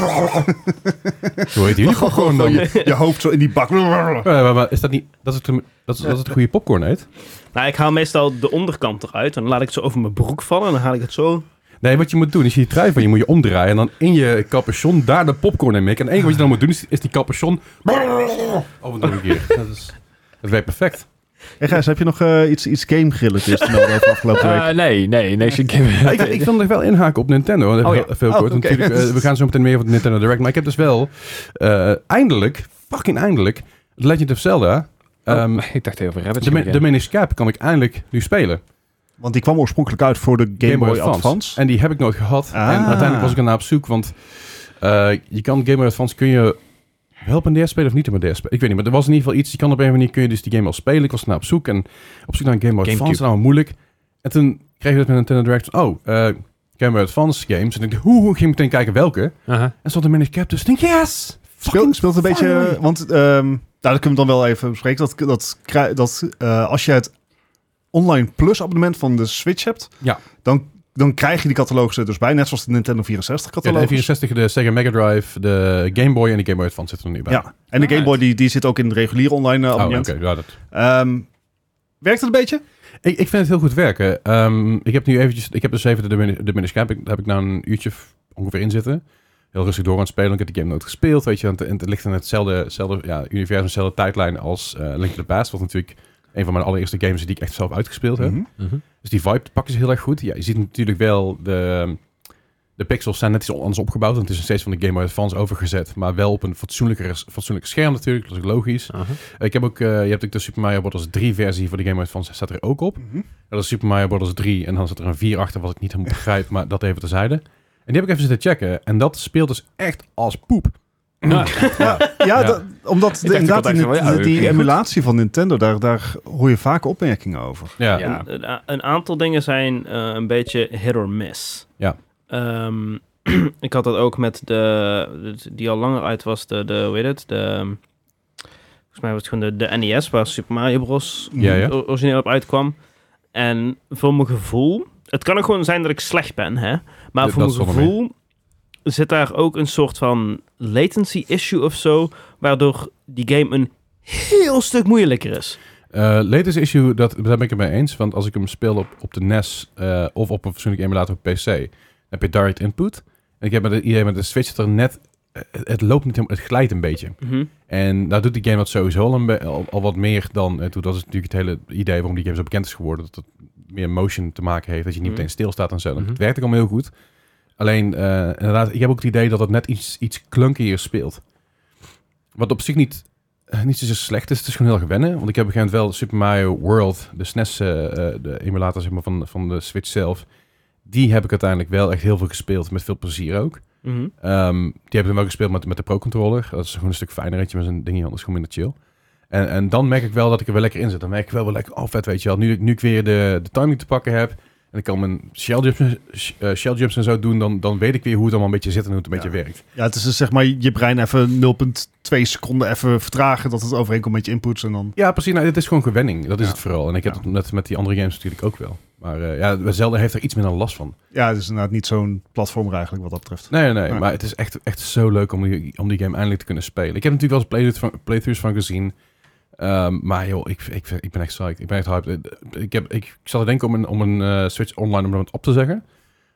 Speaker 2: Hoe heet jullie popcorn dan?
Speaker 1: Oh, je, je hoofd zo in die bak.
Speaker 2: Eh, maar- maar Is dat niet... Dat is het, dat is, dat is het goede popcorn eet?
Speaker 3: Nou, ik haal meestal de onderkant eruit en dan laat ik het zo over mijn broek vallen en dan haal ik het zo.
Speaker 2: Nee, wat je moet doen is je trui van je moet je omdraaien. En dan in je capuchon daar de popcorn in mikken. En het enige wat je dan moet doen is, is die capuchon... Oh, nog een keer. Dat, is, dat werkt perfect.
Speaker 1: Hey Gijs, heb je nog eh, iets, iets game-gerelateerd te melden over afgelopen week?
Speaker 4: Eh, nee, nee, niks. Ik heb-
Speaker 2: ik, ik wil nog wel inhaken op Nintendo. want
Speaker 1: Oh,
Speaker 2: heel,
Speaker 1: ja.
Speaker 2: veel
Speaker 1: Oh,
Speaker 2: kort.
Speaker 1: oké.
Speaker 2: Natuurlijk, eh, we gaan zo meteen meer over de Nintendo Direct. Maar ik heb dus wel eh, eindelijk, fucking eindelijk, The Legend of Zelda... ehm,
Speaker 4: Oh, ik dacht heel veel rabbits.
Speaker 2: de, Ma- de Minish Cap kan ik eindelijk nu spelen.
Speaker 1: Want die kwam oorspronkelijk uit voor de Game, Boy, Advance.
Speaker 2: En die heb ik nooit gehad.
Speaker 1: Ah.
Speaker 2: En uiteindelijk was ik ernaar op zoek, want eh, je kan Game Boy Advance kun je wel op een DS spelen of niet op een DS spelen. Ik weet niet, maar er was in ieder geval iets. Je kan op een manier kun je dus die game al spelen. Ik was ernaar op zoek en op zoek naar een Game Boy
Speaker 4: Gamecube.
Speaker 2: Advance. Nou, moeilijk. En toen kreeg ik dat met Nintendo Direct. Oh, eh, Game Boy Advance games. En ik dacht, hoe, hoe ging ik meteen kijken welke? En stond er Minish Cap dus. Ik denk, yes!
Speaker 1: Speel,
Speaker 2: Fucking
Speaker 1: speelt een beetje...
Speaker 2: finally.
Speaker 1: Want ehm nou, dat kunnen we dan wel even bespreken. Dat, dat, krij- dat eh, als je het online plus abonnement van de Switch hebt...
Speaker 2: Ja.
Speaker 1: Dan, dan krijg je die catalogus er dus bij. Net zoals de Nintendo 64
Speaker 2: Ja,
Speaker 1: catalogus.
Speaker 2: de 64, de Sega Mega Drive, de Game Boy en de Game Boy Advance zitten er nu bij.
Speaker 1: Ja. En de Game Boy die, die zit ook in het reguliere online eh,
Speaker 2: Oh, oké.
Speaker 1: abonnement.
Speaker 2: ja, dat-
Speaker 1: Ehm, werkt het een beetje?
Speaker 2: Ik, ik vind het heel goed werken. Ehm, ik heb nu eventjes, ik heb dus even de, mini- de miniscap, ik- daar heb ik nou een uurtje f- ongeveer in zitten. Heel rustig door aan het spelen. Ik heb die game nooit gespeeld, weet je. want het- en het ligt in hetzelfde, hetzelfde ja, universum, dezelfde tijdlijn als eh, Link to the Past. Wat natuurlijk een van mijn allereerste games is die ik echt zelf uitgespeeld heb.
Speaker 1: Mhm.
Speaker 2: Dus die vibe pakken ze heel erg goed. Ja, je ziet natuurlijk wel de, de pixels zijn net iets anders opgebouwd. Want het is nog steeds van de Game Boy Advance overgezet. Maar wel op een fatsoenlijker, fatsoenlijk scherm natuurlijk. Dat is ook logisch. Ik heb ook, eh, je hebt ook de Super Mario Bros. 3 versie voor de Game Boy Advance. Staat er ook op.
Speaker 1: Mhm.
Speaker 2: Dat is Super Mario Bros. 3 en dan zit er een 4 achter, wat ik niet helemaal begrijp, maar dat even terzijde. En die heb ik even zitten checken en dat speelt dus echt als poep.
Speaker 1: Ja, ja, dat- omdat de-
Speaker 4: ook
Speaker 1: inderdaad
Speaker 4: altijd
Speaker 1: die,
Speaker 4: zo van, ja,
Speaker 1: die- die
Speaker 4: oké.
Speaker 1: emulatie van Nintendo, daar, daar hoor je vaak opmerkingen over.
Speaker 2: Ja,
Speaker 4: Ja.
Speaker 3: Een, een a- een aantal dingen zijn eh, een beetje hit or miss.
Speaker 2: Ja.
Speaker 3: Ehm, ik had dat ook met de, die al langer uit was, de, de hoe heet het, de, volgens mij was het gewoon de, de NES, waar Super Mario Bros.
Speaker 2: Ja, ja.
Speaker 3: o- origineel op uitkwam. En voor mijn gevoel, het kan ook gewoon zijn dat ik slecht ben, hè. Maar
Speaker 2: Dat-
Speaker 3: voor
Speaker 2: dat
Speaker 3: mijn
Speaker 2: zal wel
Speaker 3: gevoel zit daar ook een soort van latency issue of zo, waardoor die game een heel stuk moeilijker is.
Speaker 2: Eh, latest issue, dat, daar ben ik het mee eens. Want als ik hem speel op, op de NES eh, of op een fatsoenlijke emulator op PC, dan heb je direct input. En ik heb met het idee met de Switch dat er net, eh, het, het loopt niet helemaal, het glijdt een beetje.
Speaker 3: Mhm.
Speaker 2: En nou doet die game dat sowieso al, een be- al, al wat meer dan... eh, toen dat is natuurlijk het hele idee waarom die game zo bekend is geworden. Dat het meer motion te maken heeft. Dat je niet
Speaker 3: Mhm.
Speaker 2: meteen stilstaat en zo.
Speaker 4: Mhm.
Speaker 2: Het werkt ook allemaal heel goed. Alleen, eh, inderdaad, ik heb ook het idee dat het net iets, iets klunkier speelt. Wat op zich niet, eh, niet zozeer slecht is. Het is gewoon heel erg wennen. Want ik heb op een gegeven moment wel Super Mario World, de SNES, eh, eh, de emulator zeg maar, van, van de Switch zelf. Die heb ik uiteindelijk wel echt heel veel gespeeld. Met veel plezier ook.
Speaker 3: Mhm.
Speaker 2: Ehm, die hebben we wel gespeeld met, met de Pro Controller. Dat is gewoon een stuk fijner, weet je, met zo'n dingetje anders gewoon minder chill. En, en dan merk ik wel dat ik er wel lekker in zit. Dan merk ik wel wel lekker, oh vet, weet je wel. Nu, ik- nu ik weer de, de timing te pakken heb en ik kan mijn shell jumps, sh- eh, shell jumps en zo doen, dan, dan weet ik weer hoe het allemaal een beetje zit en hoe het een
Speaker 1: Ja.
Speaker 2: beetje werkt.
Speaker 1: Ja, het is dus zeg maar je brein even 0,2 seconden even vertragen dat het overeenkomt met je inputs en dan...
Speaker 2: Ja, precies. Nou, dit is gewoon gewenning. Dat is
Speaker 1: Ja.
Speaker 2: het vooral. En ik heb
Speaker 1: Ja.
Speaker 2: het net met die andere games natuurlijk ook wel. Maar eh, ja, Zelda heeft er iets minder last van.
Speaker 1: Ja, het is inderdaad niet zo'n platformer eigenlijk wat dat betreft.
Speaker 2: Nee, nee, nee,
Speaker 1: Ja.
Speaker 2: maar het is echt, echt zo leuk om die, om die game eindelijk te kunnen spelen. Ik heb natuurlijk wel eens playthroughs van, playthroughs van gezien. Ehm, maar joh, ik, ik, ik ben echt psyched. Ik ben echt hyped. Eh, Ik, heb, ik, ik zat te denken om een, om een eh, Switch Online om dat op te zeggen.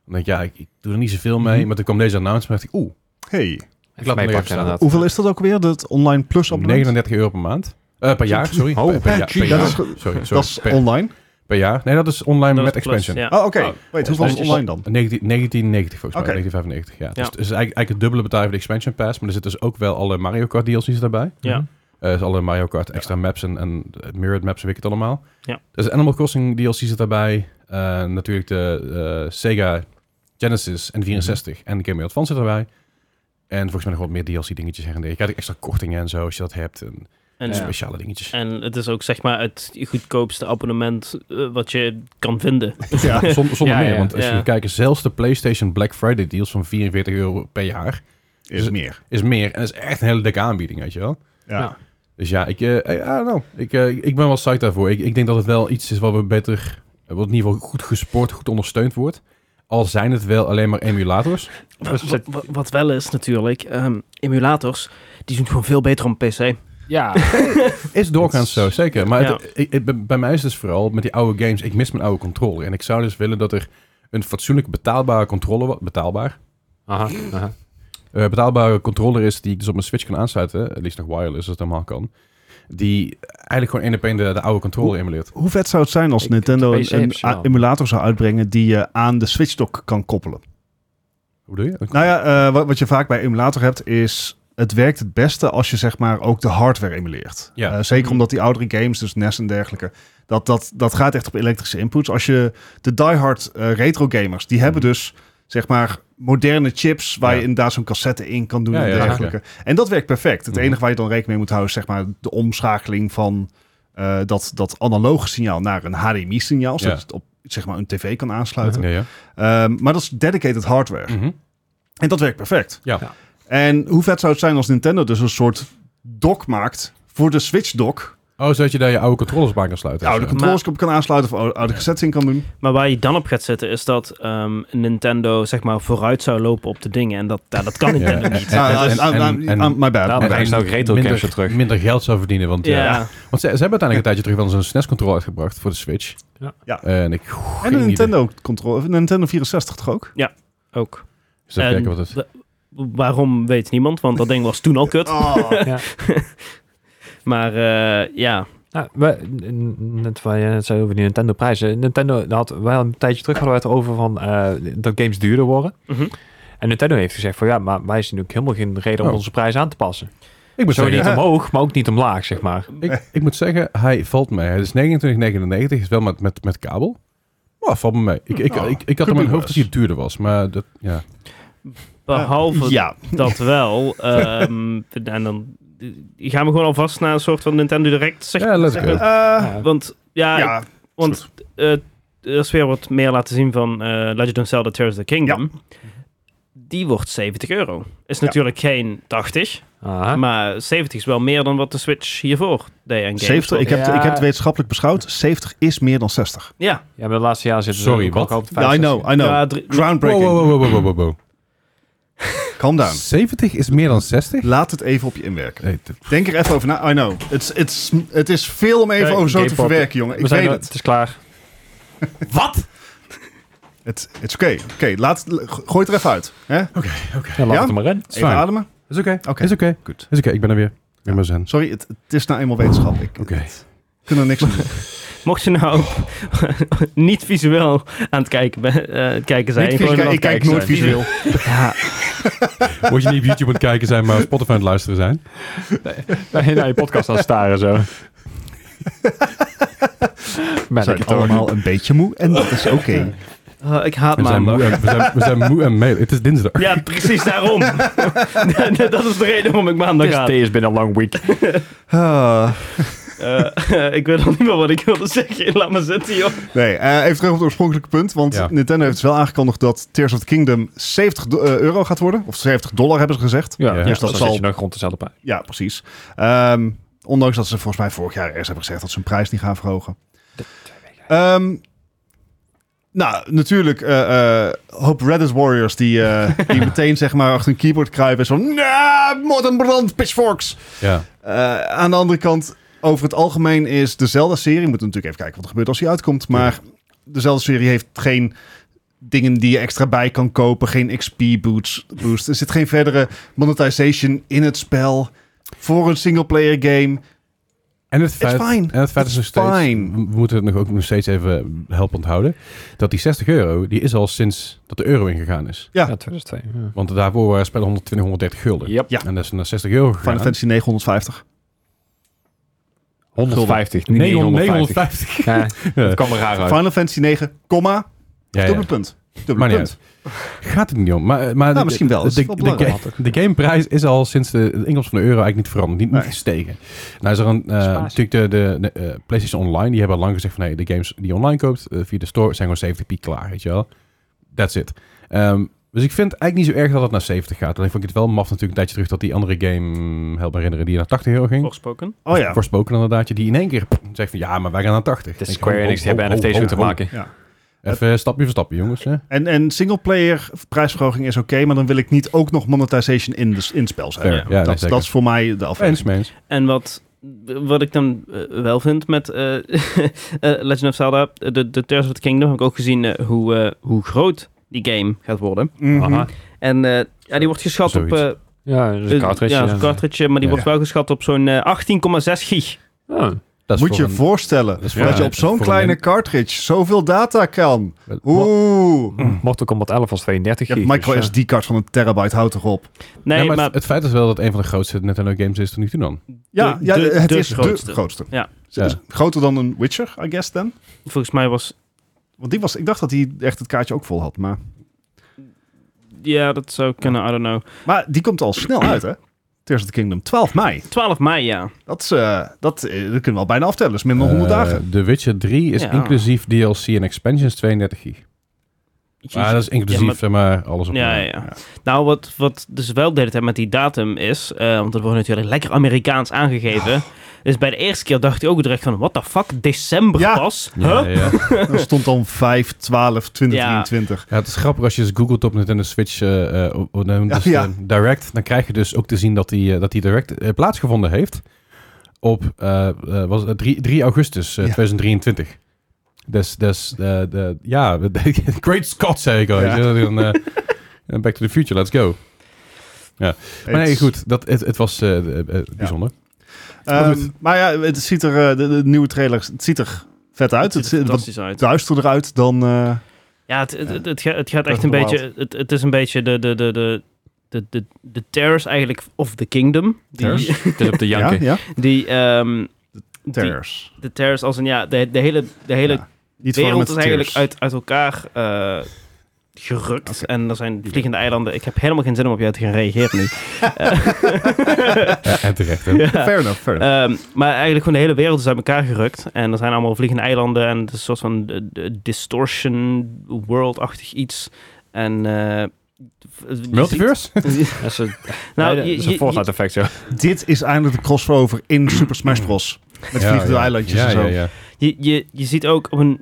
Speaker 2: Dan denk ik, ja, ik, ik doe er niet zoveel mee.
Speaker 1: Mhm.
Speaker 2: Maar toen kwam deze announcement en dacht ik, oeh,
Speaker 1: Hey,
Speaker 2: ik laat het nog even
Speaker 4: meepakken
Speaker 2: staan.
Speaker 4: inderdaad.
Speaker 1: hoeveel is dat ook weer, dat online plus abonnement?
Speaker 2: 39 euro per maand. Eh, per jaar, sorry.
Speaker 4: Oh,
Speaker 2: per, per jaar, per
Speaker 4: gee,
Speaker 2: jaar.
Speaker 1: dat is
Speaker 2: Sorry, sorry.
Speaker 1: Dat is
Speaker 2: per,
Speaker 1: online?
Speaker 2: per jaar. Nee, dat is online
Speaker 3: Dat
Speaker 2: met
Speaker 3: is plus,
Speaker 2: expansion.
Speaker 3: ja.
Speaker 1: Oh, oké.
Speaker 3: Oh.
Speaker 1: Weet, hoeveel is het online dan?
Speaker 2: 19, 1990 volgens mij,
Speaker 1: Oké.
Speaker 2: 1995, ja. Dus
Speaker 3: Ja.
Speaker 2: het is eigenlijk, eigenlijk het dubbele betaal voor de expansion pass, maar er zitten dus ook wel alle Mario Kart DLC's daarbij.
Speaker 3: Ja.
Speaker 2: Eh, dus alle Mario Kart extra maps en, en eh, mirrored maps, weet ik het allemaal.
Speaker 3: Ja.
Speaker 2: Dus Animal Crossing DLC zit daarbij. Eh,
Speaker 4: Mhm.
Speaker 2: natuurlijk de eh, Sega Genesis en 64 en de Game Boy Advance zit daarbij. En volgens mij nog wat meer DLC-dingetjes her en der. Je krijgt ook extra kortingen en zo als je dat hebt. En
Speaker 3: En,
Speaker 4: Ja.
Speaker 2: speciale dingetjes.
Speaker 3: en het is ook zeg maar het goedkoopste abonnement eh, wat je kan vinden.
Speaker 1: Ja.
Speaker 2: Zon- Zonder,
Speaker 4: Ja,
Speaker 2: meer,
Speaker 4: ja.
Speaker 2: want als je
Speaker 3: Ja.
Speaker 2: gaat kijken, zelfs de PlayStation Black Friday deals van 44 euro per jaar
Speaker 1: Is meer.
Speaker 2: is meer. En dat is echt een hele dikke aanbieding, weet je wel.
Speaker 1: Ja.
Speaker 4: Ja.
Speaker 2: Dus ja, ik, eh I don't know. ik, eh, ik ben wel psyched daarvoor. Ik, ik denk dat het wel iets is wat we beter, wat in ieder geval goed gesport, goed ondersteund wordt. Al zijn het wel alleen maar emulators.
Speaker 3: Wa- wa- wa- wat wel is natuurlijk, ehm, emulators, die doen het gewoon veel beter op PC.
Speaker 4: Ja,
Speaker 2: Is doorgaans zo, zeker. Maar het-
Speaker 3: Ja.
Speaker 2: ik- ik- bij- bij mij is dus vooral met die oude games, ik mis mijn oude controller. En ik zou dus willen dat er een fatsoenlijk betaalbare controller, wa- betaalbaar,
Speaker 4: aha, aha.
Speaker 2: Eh, betaalbare controller is die ik dus op mijn Switch kan aansluiten. Het liefst nog wireless, als het normaal kan. Die eigenlijk gewoon één op één de, de oude controller emuleert.
Speaker 1: Hoe vet zou het zijn als
Speaker 4: Ik-
Speaker 1: Nintendo
Speaker 4: de PC
Speaker 1: een,
Speaker 4: heb ze
Speaker 1: a-
Speaker 4: wel.
Speaker 1: emulator zou uitbrengen die je aan de Switch dock kan koppelen?
Speaker 2: Hoe doe je?
Speaker 1: Nou ja, eh, wat, wat je vaak bij emulator hebt is... Het werkt het beste als je zeg maar ook de hardware emuleert.
Speaker 2: Ja. Mhm.
Speaker 1: Eh, zeker omdat die oudere games, dus NES en dergelijke... Dat, dat, dat gaat echt op elektrische inputs. Als je de diehard eh retro gamers, die hebben dus zeg maar moderne chips... waar
Speaker 2: Mhm. Ja.
Speaker 1: je inderdaad zo'n cassette in kan doen
Speaker 2: Ja,
Speaker 1: en
Speaker 2: ja,
Speaker 1: dergelijke. En dat werkt perfect. Het
Speaker 2: Mhm.
Speaker 1: enige waar je dan rekening mee moet houden... is zeg maar de omschakeling van eh, dat, dat analoge signaal naar een HDMI-signaal... zodat
Speaker 2: Ja.
Speaker 1: je het op zeg maar een tv kan aansluiten.
Speaker 2: Ja, ja.
Speaker 1: Ehm, maar dat is dedicated hardware.
Speaker 2: Mhm.
Speaker 1: En dat werkt perfect.
Speaker 2: Ja.
Speaker 4: Ja.
Speaker 1: En hoe vet zou het zijn als Nintendo dus een soort dock maakt voor de Switch dock.
Speaker 2: Oh, zodat je daar je oude controllers bij kan sluiten.
Speaker 1: De oude
Speaker 2: Zo.
Speaker 1: controllers op kan aansluiten of oude, oude cassettes in kan doen.
Speaker 3: Maar waar je dan op gaat zitten is dat ehm, Nintendo zeg maar vooruit zou lopen op de dingen. En dat, ja, dat kan
Speaker 2: Ja,
Speaker 3: Nintendo
Speaker 2: en-
Speaker 3: niet.
Speaker 2: en-
Speaker 1: Ah,
Speaker 2: en-
Speaker 1: ah, ah, ah,
Speaker 2: en- en-
Speaker 1: ah, My bad. my
Speaker 4: Nou, dan
Speaker 1: bad.
Speaker 4: ga ik- zou retro games
Speaker 2: minder,
Speaker 4: weer terug.
Speaker 2: minder geld zou verdienen. Want, ja.
Speaker 3: Ja.
Speaker 2: want ze, ze hebben uiteindelijk een tijdje terug wel zo'n SNES-controller uitgebracht voor de Switch.
Speaker 4: Ja.
Speaker 1: Ja.
Speaker 2: En ik oeh,
Speaker 1: En
Speaker 2: geen
Speaker 1: een Nintendo, control, een Nintendo 64 toch ook?
Speaker 3: ook.
Speaker 2: idee. Dus even
Speaker 3: En
Speaker 2: kijken wat het...
Speaker 3: wa- Waarom weet niemand, want dat ding was toen al kut.
Speaker 1: Oh.
Speaker 3: Maar eh, ja,
Speaker 4: Nou, we, n- n- net waar je net zei over die Nintendo prijzen. Nintendo had wel een tijdje terug hadden we het over van eh, dat games duurder worden.
Speaker 3: Mhm.
Speaker 4: En Nintendo heeft gezegd van ja, maar wij zien ook helemaal geen reden om
Speaker 2: Oh.
Speaker 4: onze prijs aan te passen.
Speaker 2: Ik moet,
Speaker 4: Zo
Speaker 2: zeggen,
Speaker 4: niet omhoog, maar ook niet omlaag, zeg maar.
Speaker 2: ik, ik moet zeggen, hij valt mee. Het is 29,99, is wel met, met, met kabel. Maar valt me mee. Ik, ik,
Speaker 1: Nou,
Speaker 2: ik, ik had
Speaker 1: could
Speaker 2: in mijn
Speaker 1: be
Speaker 2: hoofd dat
Speaker 1: worse.
Speaker 2: hij duurder Ah, was, maar dat... Ja.
Speaker 3: behalve
Speaker 1: Ja.
Speaker 3: dat wel. ehm, en dan die gaan we gewoon alvast naar een soort van Nintendo Direct. Zeg,
Speaker 2: Ja, let's
Speaker 3: zeg-
Speaker 2: go.
Speaker 1: Eh,
Speaker 3: Want ja, ik-
Speaker 1: ja,
Speaker 3: want eh, er is weer wat meer laten zien van eh, Legend of Zelda Tears of the Kingdom. Die wordt 70 euro. Is
Speaker 1: Ja.
Speaker 3: natuurlijk geen 80,
Speaker 4: Aha.
Speaker 3: maar 70 is wel meer dan wat de Switch hiervoor deed. aan games.
Speaker 1: 70, ik heb,
Speaker 4: Ja.
Speaker 1: ik heb het wetenschappelijk beschouwd. 70 is meer dan 60.
Speaker 3: Ja,
Speaker 4: ja, maar de laatste jaar zitten
Speaker 2: Sorry,
Speaker 4: ook al
Speaker 2: wat?
Speaker 4: op de
Speaker 1: I
Speaker 4: 65.
Speaker 1: know, I know.
Speaker 3: Ja, drie-
Speaker 1: Groundbreaking.
Speaker 2: Wow, wow, wow, wow, wow, wow, wow.
Speaker 1: Calm down.
Speaker 2: 70 is meer dan 60?
Speaker 1: Laat het even op je inwerken.
Speaker 2: Nee, dat-
Speaker 1: Denk er even over na. I know. It's, it's, het is veel om even
Speaker 4: Kijk,
Speaker 1: over zo te
Speaker 4: Gamepop.
Speaker 1: verwerken, jongen.
Speaker 4: We
Speaker 1: Ik
Speaker 4: zijn
Speaker 1: weet
Speaker 4: er-
Speaker 1: het.
Speaker 4: Het is klaar.
Speaker 2: Wat?
Speaker 1: Het is oké. Oké, laat- gooi het er even uit. Hè? Even
Speaker 4: Ja, laat
Speaker 1: Ja?
Speaker 4: het er maar in.
Speaker 2: fijn.
Speaker 1: ademen.
Speaker 2: Is oké.
Speaker 1: Oké.
Speaker 2: Is oké.
Speaker 1: Goed.
Speaker 2: Is oké, ik ben er weer. Weer maar zen.
Speaker 1: Sorry, het, het is nou eenmaal wetenschap. Ik
Speaker 2: Oké.
Speaker 1: kan er niks aan doen.
Speaker 3: Mocht je nou niet visueel aan het kijken, ben- eh, aan het kijken zijn.
Speaker 1: Niet
Speaker 3: gewoon
Speaker 1: visueel,
Speaker 3: aan
Speaker 1: ik
Speaker 3: het
Speaker 1: kijk
Speaker 3: kijken
Speaker 1: nooit
Speaker 3: zijn.
Speaker 1: visueel.
Speaker 3: Ja,
Speaker 2: Moet je niet op YouTube aan het kijken zijn, maar op Spotify aan het luisteren zijn.
Speaker 4: Nee, naar je podcast aan staren zo.
Speaker 1: We
Speaker 4: Merk
Speaker 1: zijn
Speaker 4: ik toch.
Speaker 1: allemaal een beetje moe en dat is oké.
Speaker 3: Eh, ik haat
Speaker 2: We zijn, moe
Speaker 3: maandag.
Speaker 2: en, we, zijn, we zijn moe en mailen. Het is dinsdag.
Speaker 3: Ja, precies daarom. dat is de reden waarom ik maandag haat.
Speaker 4: Het is been a long week.
Speaker 1: Ah.
Speaker 3: Eh, ik weet al niet meer wat ik wilde zeggen. Laat maar zitten, joh.
Speaker 1: Nee, eh, even terug op het oorspronkelijke punt. Want
Speaker 2: Ja.
Speaker 1: Nintendo heeft dus wel aangekondigd dat Tears of the Kingdom 70 do- eh, euro gaat worden. Of 70 dollar hebben ze gezegd.
Speaker 4: Ja,
Speaker 2: Ja.
Speaker 4: dus
Speaker 1: dat
Speaker 4: dat
Speaker 1: zal-
Speaker 4: zit je nog rond dezelfde prijs.
Speaker 1: Ja, precies. Ehm, ondanks dat ze volgens mij vorig jaar eerst hebben gezegd dat ze hun prijs niet gaan verhogen. Ehm, nou, natuurlijk, eh, eh, hoop Reddit Warriors die, eh, die meteen zeg maar achter een keyboard kruipen. Zo, nah, modern brand, pitchforks.
Speaker 2: Ja.
Speaker 1: Eh, aan de andere kant, over het algemeen is de Zelda-serie... We moeten natuurlijk even kijken wat er gebeurt als die uitkomt. Maar de Zelda-serie heeft geen dingen die je extra bij kan kopen. Geen XP-boost. Er zit geen verdere monetization in het spel. Voor een singleplayer game.
Speaker 2: En het feit,
Speaker 1: fine.
Speaker 2: En het feit is nog
Speaker 1: It's
Speaker 2: steeds,
Speaker 1: fine.
Speaker 2: we moeten het nog ook nog steeds even helpend houden, dat die 60 euro, die is al sinds dat de euro ingegaan is.
Speaker 1: Ja.
Speaker 4: Ja, 2002. ja.
Speaker 2: Want daarvoor waren spellen 120, 130 gulden.
Speaker 4: Yep.
Speaker 1: Ja.
Speaker 2: En dat is naar 60 euro gegaan.
Speaker 1: Final Fantasy 950.
Speaker 4: 150, niet
Speaker 2: Nee,
Speaker 4: 950.
Speaker 2: 950.
Speaker 4: Ja, dat kwam er raar uit.
Speaker 1: Final Fantasy 9, komma,
Speaker 2: Ja, ja.
Speaker 1: dubbele punt. Dubbele
Speaker 2: Maar niet
Speaker 1: punt.
Speaker 2: Gaat het niet om. Maar, eh, maar
Speaker 1: Nou,
Speaker 2: de-
Speaker 1: misschien wel. Dat
Speaker 2: De,
Speaker 1: is wel
Speaker 2: de-
Speaker 1: belangrijk.
Speaker 2: de ga- de gameprijs is al sinds de, de inkomst van de euro eigenlijk niet veranderd. Niet, niet
Speaker 1: Nee.
Speaker 2: gestegen. Nou is er een, eh,
Speaker 4: Spatie.
Speaker 2: natuurlijk de, de, de, eh, PlayStation Online. Die hebben al lang gezegd van... Hey, de games die je online koopt eh, via de store zijn gewoon 70p klaar. Weet je wel. That's it. Ehm, dus ik vind het eigenlijk niet zo erg dat het naar 70 gaat. Alleen vond ik het wel maf natuurlijk een tijdje terug dat die andere game, help me herinneren, die naar 80 euro ging.
Speaker 3: Voorspoken.
Speaker 1: Oh ja.
Speaker 2: Voorspoken inderdaad, je die in één keer pff, zegt van ja, maar wij gaan naar 80.
Speaker 4: Het is
Speaker 2: Ik
Speaker 4: Square
Speaker 2: denk,
Speaker 4: Enix, die
Speaker 2: ho, ho,
Speaker 4: hebben
Speaker 2: ho,
Speaker 4: NFT's
Speaker 2: ho,
Speaker 4: moeten
Speaker 2: ho.
Speaker 4: maken.
Speaker 2: Even eh, stapje voor stapje, jongens. Hè?
Speaker 1: En, en singleplayer prijsverhoging is oké, maar dan wil ik niet ook nog monetization in, de, in het spel zijn.
Speaker 2: Fair.
Speaker 3: ja,
Speaker 2: Ja, nee,
Speaker 1: dat,
Speaker 2: zeker.
Speaker 1: dat is voor mij de afweging.
Speaker 2: Eens, mens.
Speaker 3: En wat, wat ik dan eh, wel vind met eh, eh, Legend of Zelda, eh, de, de Tears of the Kingdom, heb ik ook gezien eh, hoe, eh, hoe groot die game gaat worden.
Speaker 1: Mhm.
Speaker 4: Aha.
Speaker 3: En eh, ja, die wordt geschat op...
Speaker 2: Zoiets.
Speaker 3: eh,
Speaker 4: Ja, dus een
Speaker 3: eh,
Speaker 4: cartridge.
Speaker 3: Ja,
Speaker 4: ja.
Speaker 3: een cartridge, maar
Speaker 2: Ja.
Speaker 3: die wordt wel geschat op zo'n eh, 18,6 gig.
Speaker 4: Oh.
Speaker 2: Dat is
Speaker 1: Moet je
Speaker 2: voor
Speaker 1: je
Speaker 2: een-
Speaker 1: voorstellen
Speaker 2: dat is
Speaker 1: dat,
Speaker 2: voor
Speaker 1: je
Speaker 2: een-
Speaker 1: op zo'n
Speaker 2: voor een
Speaker 1: kleine
Speaker 2: in-
Speaker 1: cartridge zoveel data kan.
Speaker 2: Wat-
Speaker 1: Oeh.
Speaker 3: Mm.
Speaker 4: Mortal Kombat 11 was 32
Speaker 1: Je
Speaker 4: gig.
Speaker 1: hebt micro
Speaker 4: dus, eh,
Speaker 1: SD-card van een terabyte, houd toch op.
Speaker 3: Nee,
Speaker 2: Ja, maar,
Speaker 3: maar...
Speaker 2: het, het feit is wel dat een van de grootste Nintendo games is tot nu toe dan.
Speaker 1: Ja,
Speaker 3: de-
Speaker 1: ja
Speaker 3: de-
Speaker 1: het
Speaker 3: de
Speaker 1: is
Speaker 3: grootste.
Speaker 1: de grootste.
Speaker 3: Ja.
Speaker 1: Dus
Speaker 2: Ja.
Speaker 1: groter dan een Witcher, I guess then.
Speaker 3: Volgens mij was...
Speaker 1: Want die was, ik dacht dat hij echt het kaartje ook vol had. Maar,
Speaker 3: Ja, dat zou kunnen, I don't know.
Speaker 1: maar die komt al snel uit, hè? Tears of the Kingdom, 12 mei.
Speaker 3: 12 mei, ja.
Speaker 1: Dat, is, eh, dat, eh, dat kunnen we al bijna aftellen. Dat is minder dan 100
Speaker 2: Eh,
Speaker 1: dagen.
Speaker 2: The Witcher 3 is
Speaker 3: Ja.
Speaker 2: inclusief DLC en expansions 32 gig. Ah, dat is inclusief,
Speaker 3: Ja, maar-
Speaker 2: zeg maar, alles op
Speaker 3: Ja, ja,
Speaker 2: elkaar.
Speaker 3: ja. Nou, wat, wat dus wel deed het met die datum is, eh, want dat wordt natuurlijk lekker Amerikaans aangegeven. Dus bij de eerste keer dacht ik ook direct van, what the fuck, december
Speaker 1: Ja.
Speaker 3: pas?
Speaker 2: Ja,
Speaker 3: Huh?
Speaker 2: ja.
Speaker 1: Er stond dan 5, 12, 20,
Speaker 3: Ja.
Speaker 1: 23.
Speaker 2: Ja, het is grappig als je eens googelt op Nintendo Switch eh, eh, op- op- eh, dus,
Speaker 1: Ja.
Speaker 2: eh, Direct, dan krijg je dus ook te zien dat die, eh, dat die Direct eh, plaatsgevonden heeft op eh, eh, was, het 3, 3 augustus eh,
Speaker 1: Ja.
Speaker 2: 2023. Dus, dus eh, de, ja, de- Great Scott, zei ik al.
Speaker 1: Ja.
Speaker 2: weet je. Dan, eh, dan back to the future, let's go. Maar nee,
Speaker 1: It's-
Speaker 2: goed, dat, het, het was eh, eh, eh, bijzonder.
Speaker 1: Ehm,
Speaker 2: Maar goed.
Speaker 1: maar ja, het ziet er, eh, de, de nieuwe trailer, het ziet er vet uit. Het
Speaker 3: Het ziet
Speaker 1: ziet
Speaker 3: er
Speaker 1: wat
Speaker 3: fantastisch uit.
Speaker 1: duister eruit dan... eh,
Speaker 3: Ja, het, het, het, het ga- het gaat echt
Speaker 1: Breath
Speaker 3: een
Speaker 1: of the
Speaker 3: beetje, het, het is een beetje de, de, de, de, de, de, de terrors eigenlijk of the kingdom. Die,
Speaker 2: Terrors?
Speaker 4: het is op de
Speaker 1: ja,
Speaker 4: janken.
Speaker 1: ja,
Speaker 3: die, ehm, die-
Speaker 1: terrors.
Speaker 3: de terrors als een, ja, de, de hele, de hele
Speaker 1: Ja, Niet
Speaker 3: wereld
Speaker 1: verwarren
Speaker 3: is
Speaker 1: met
Speaker 3: eigenlijk
Speaker 1: tears.
Speaker 3: uit, uit elkaar eh, gerukt.
Speaker 1: Oké.
Speaker 3: En er zijn vliegende eilanden. Ik heb helemaal geen zin om op jou te gaan reageren nu. Eh,
Speaker 2: Ja, Eh, en terecht. Hè.
Speaker 3: Ja.
Speaker 1: Fair enough, fair enough.
Speaker 3: Ehm, maar eigenlijk gewoon de hele wereld is uit elkaar gerukt. En er zijn allemaal vliegende eilanden. En het is een soort van eh, eh, distortion world-achtig iets. En... eh, je
Speaker 2: Multiverse?
Speaker 3: ziet-
Speaker 4: Dat is een,
Speaker 3: nou,
Speaker 4: nee, dat
Speaker 3: je-
Speaker 4: is
Speaker 3: je-
Speaker 4: een
Speaker 3: je-
Speaker 4: Fortnite effect, zo.
Speaker 3: Eh.
Speaker 1: Dit is eindelijk de crossover in Super Smash Bros. Met
Speaker 2: Ja,
Speaker 1: vliegende
Speaker 2: ja.
Speaker 1: eilandjes
Speaker 2: Ja,
Speaker 1: en zo.
Speaker 2: ja, ja.
Speaker 3: Je, je, je ziet ook op een,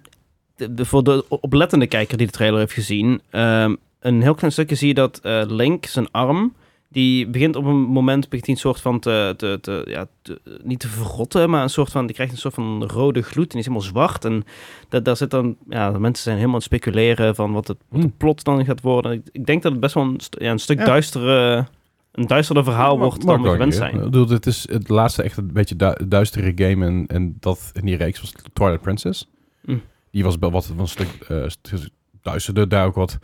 Speaker 3: de, de- voor de oplettende kijker die de trailer heeft gezien, ehm, een heel klein stukje zie je dat eh, Link, zijn arm, die begint op een moment, begint hij een soort van te, te, te, ja, te- niet te verrotten, maar een soort van, die krijgt een soort van rode gloed en die is helemaal zwart. En dat, daar zit dan, ja, de mensen zijn helemaal aan het speculeren van wat het
Speaker 2: Hm.
Speaker 3: plot dan gaat worden. Ik, ik denk dat het best wel een, st- ja, een stuk
Speaker 1: Ja.
Speaker 3: duistere, een duisterder verhaal
Speaker 2: Ja,
Speaker 3: wordt
Speaker 2: mag
Speaker 3: dan we
Speaker 2: wel een
Speaker 3: gewend
Speaker 2: keer.
Speaker 3: zijn.
Speaker 2: Ik bedoel, dit is het laatste echt een beetje du- duistere game en, en dat in die reeks was Twilight Princess.
Speaker 3: Mm.
Speaker 2: Die was wel wat wel een stuk eh, st- duisterder, daar ook wat,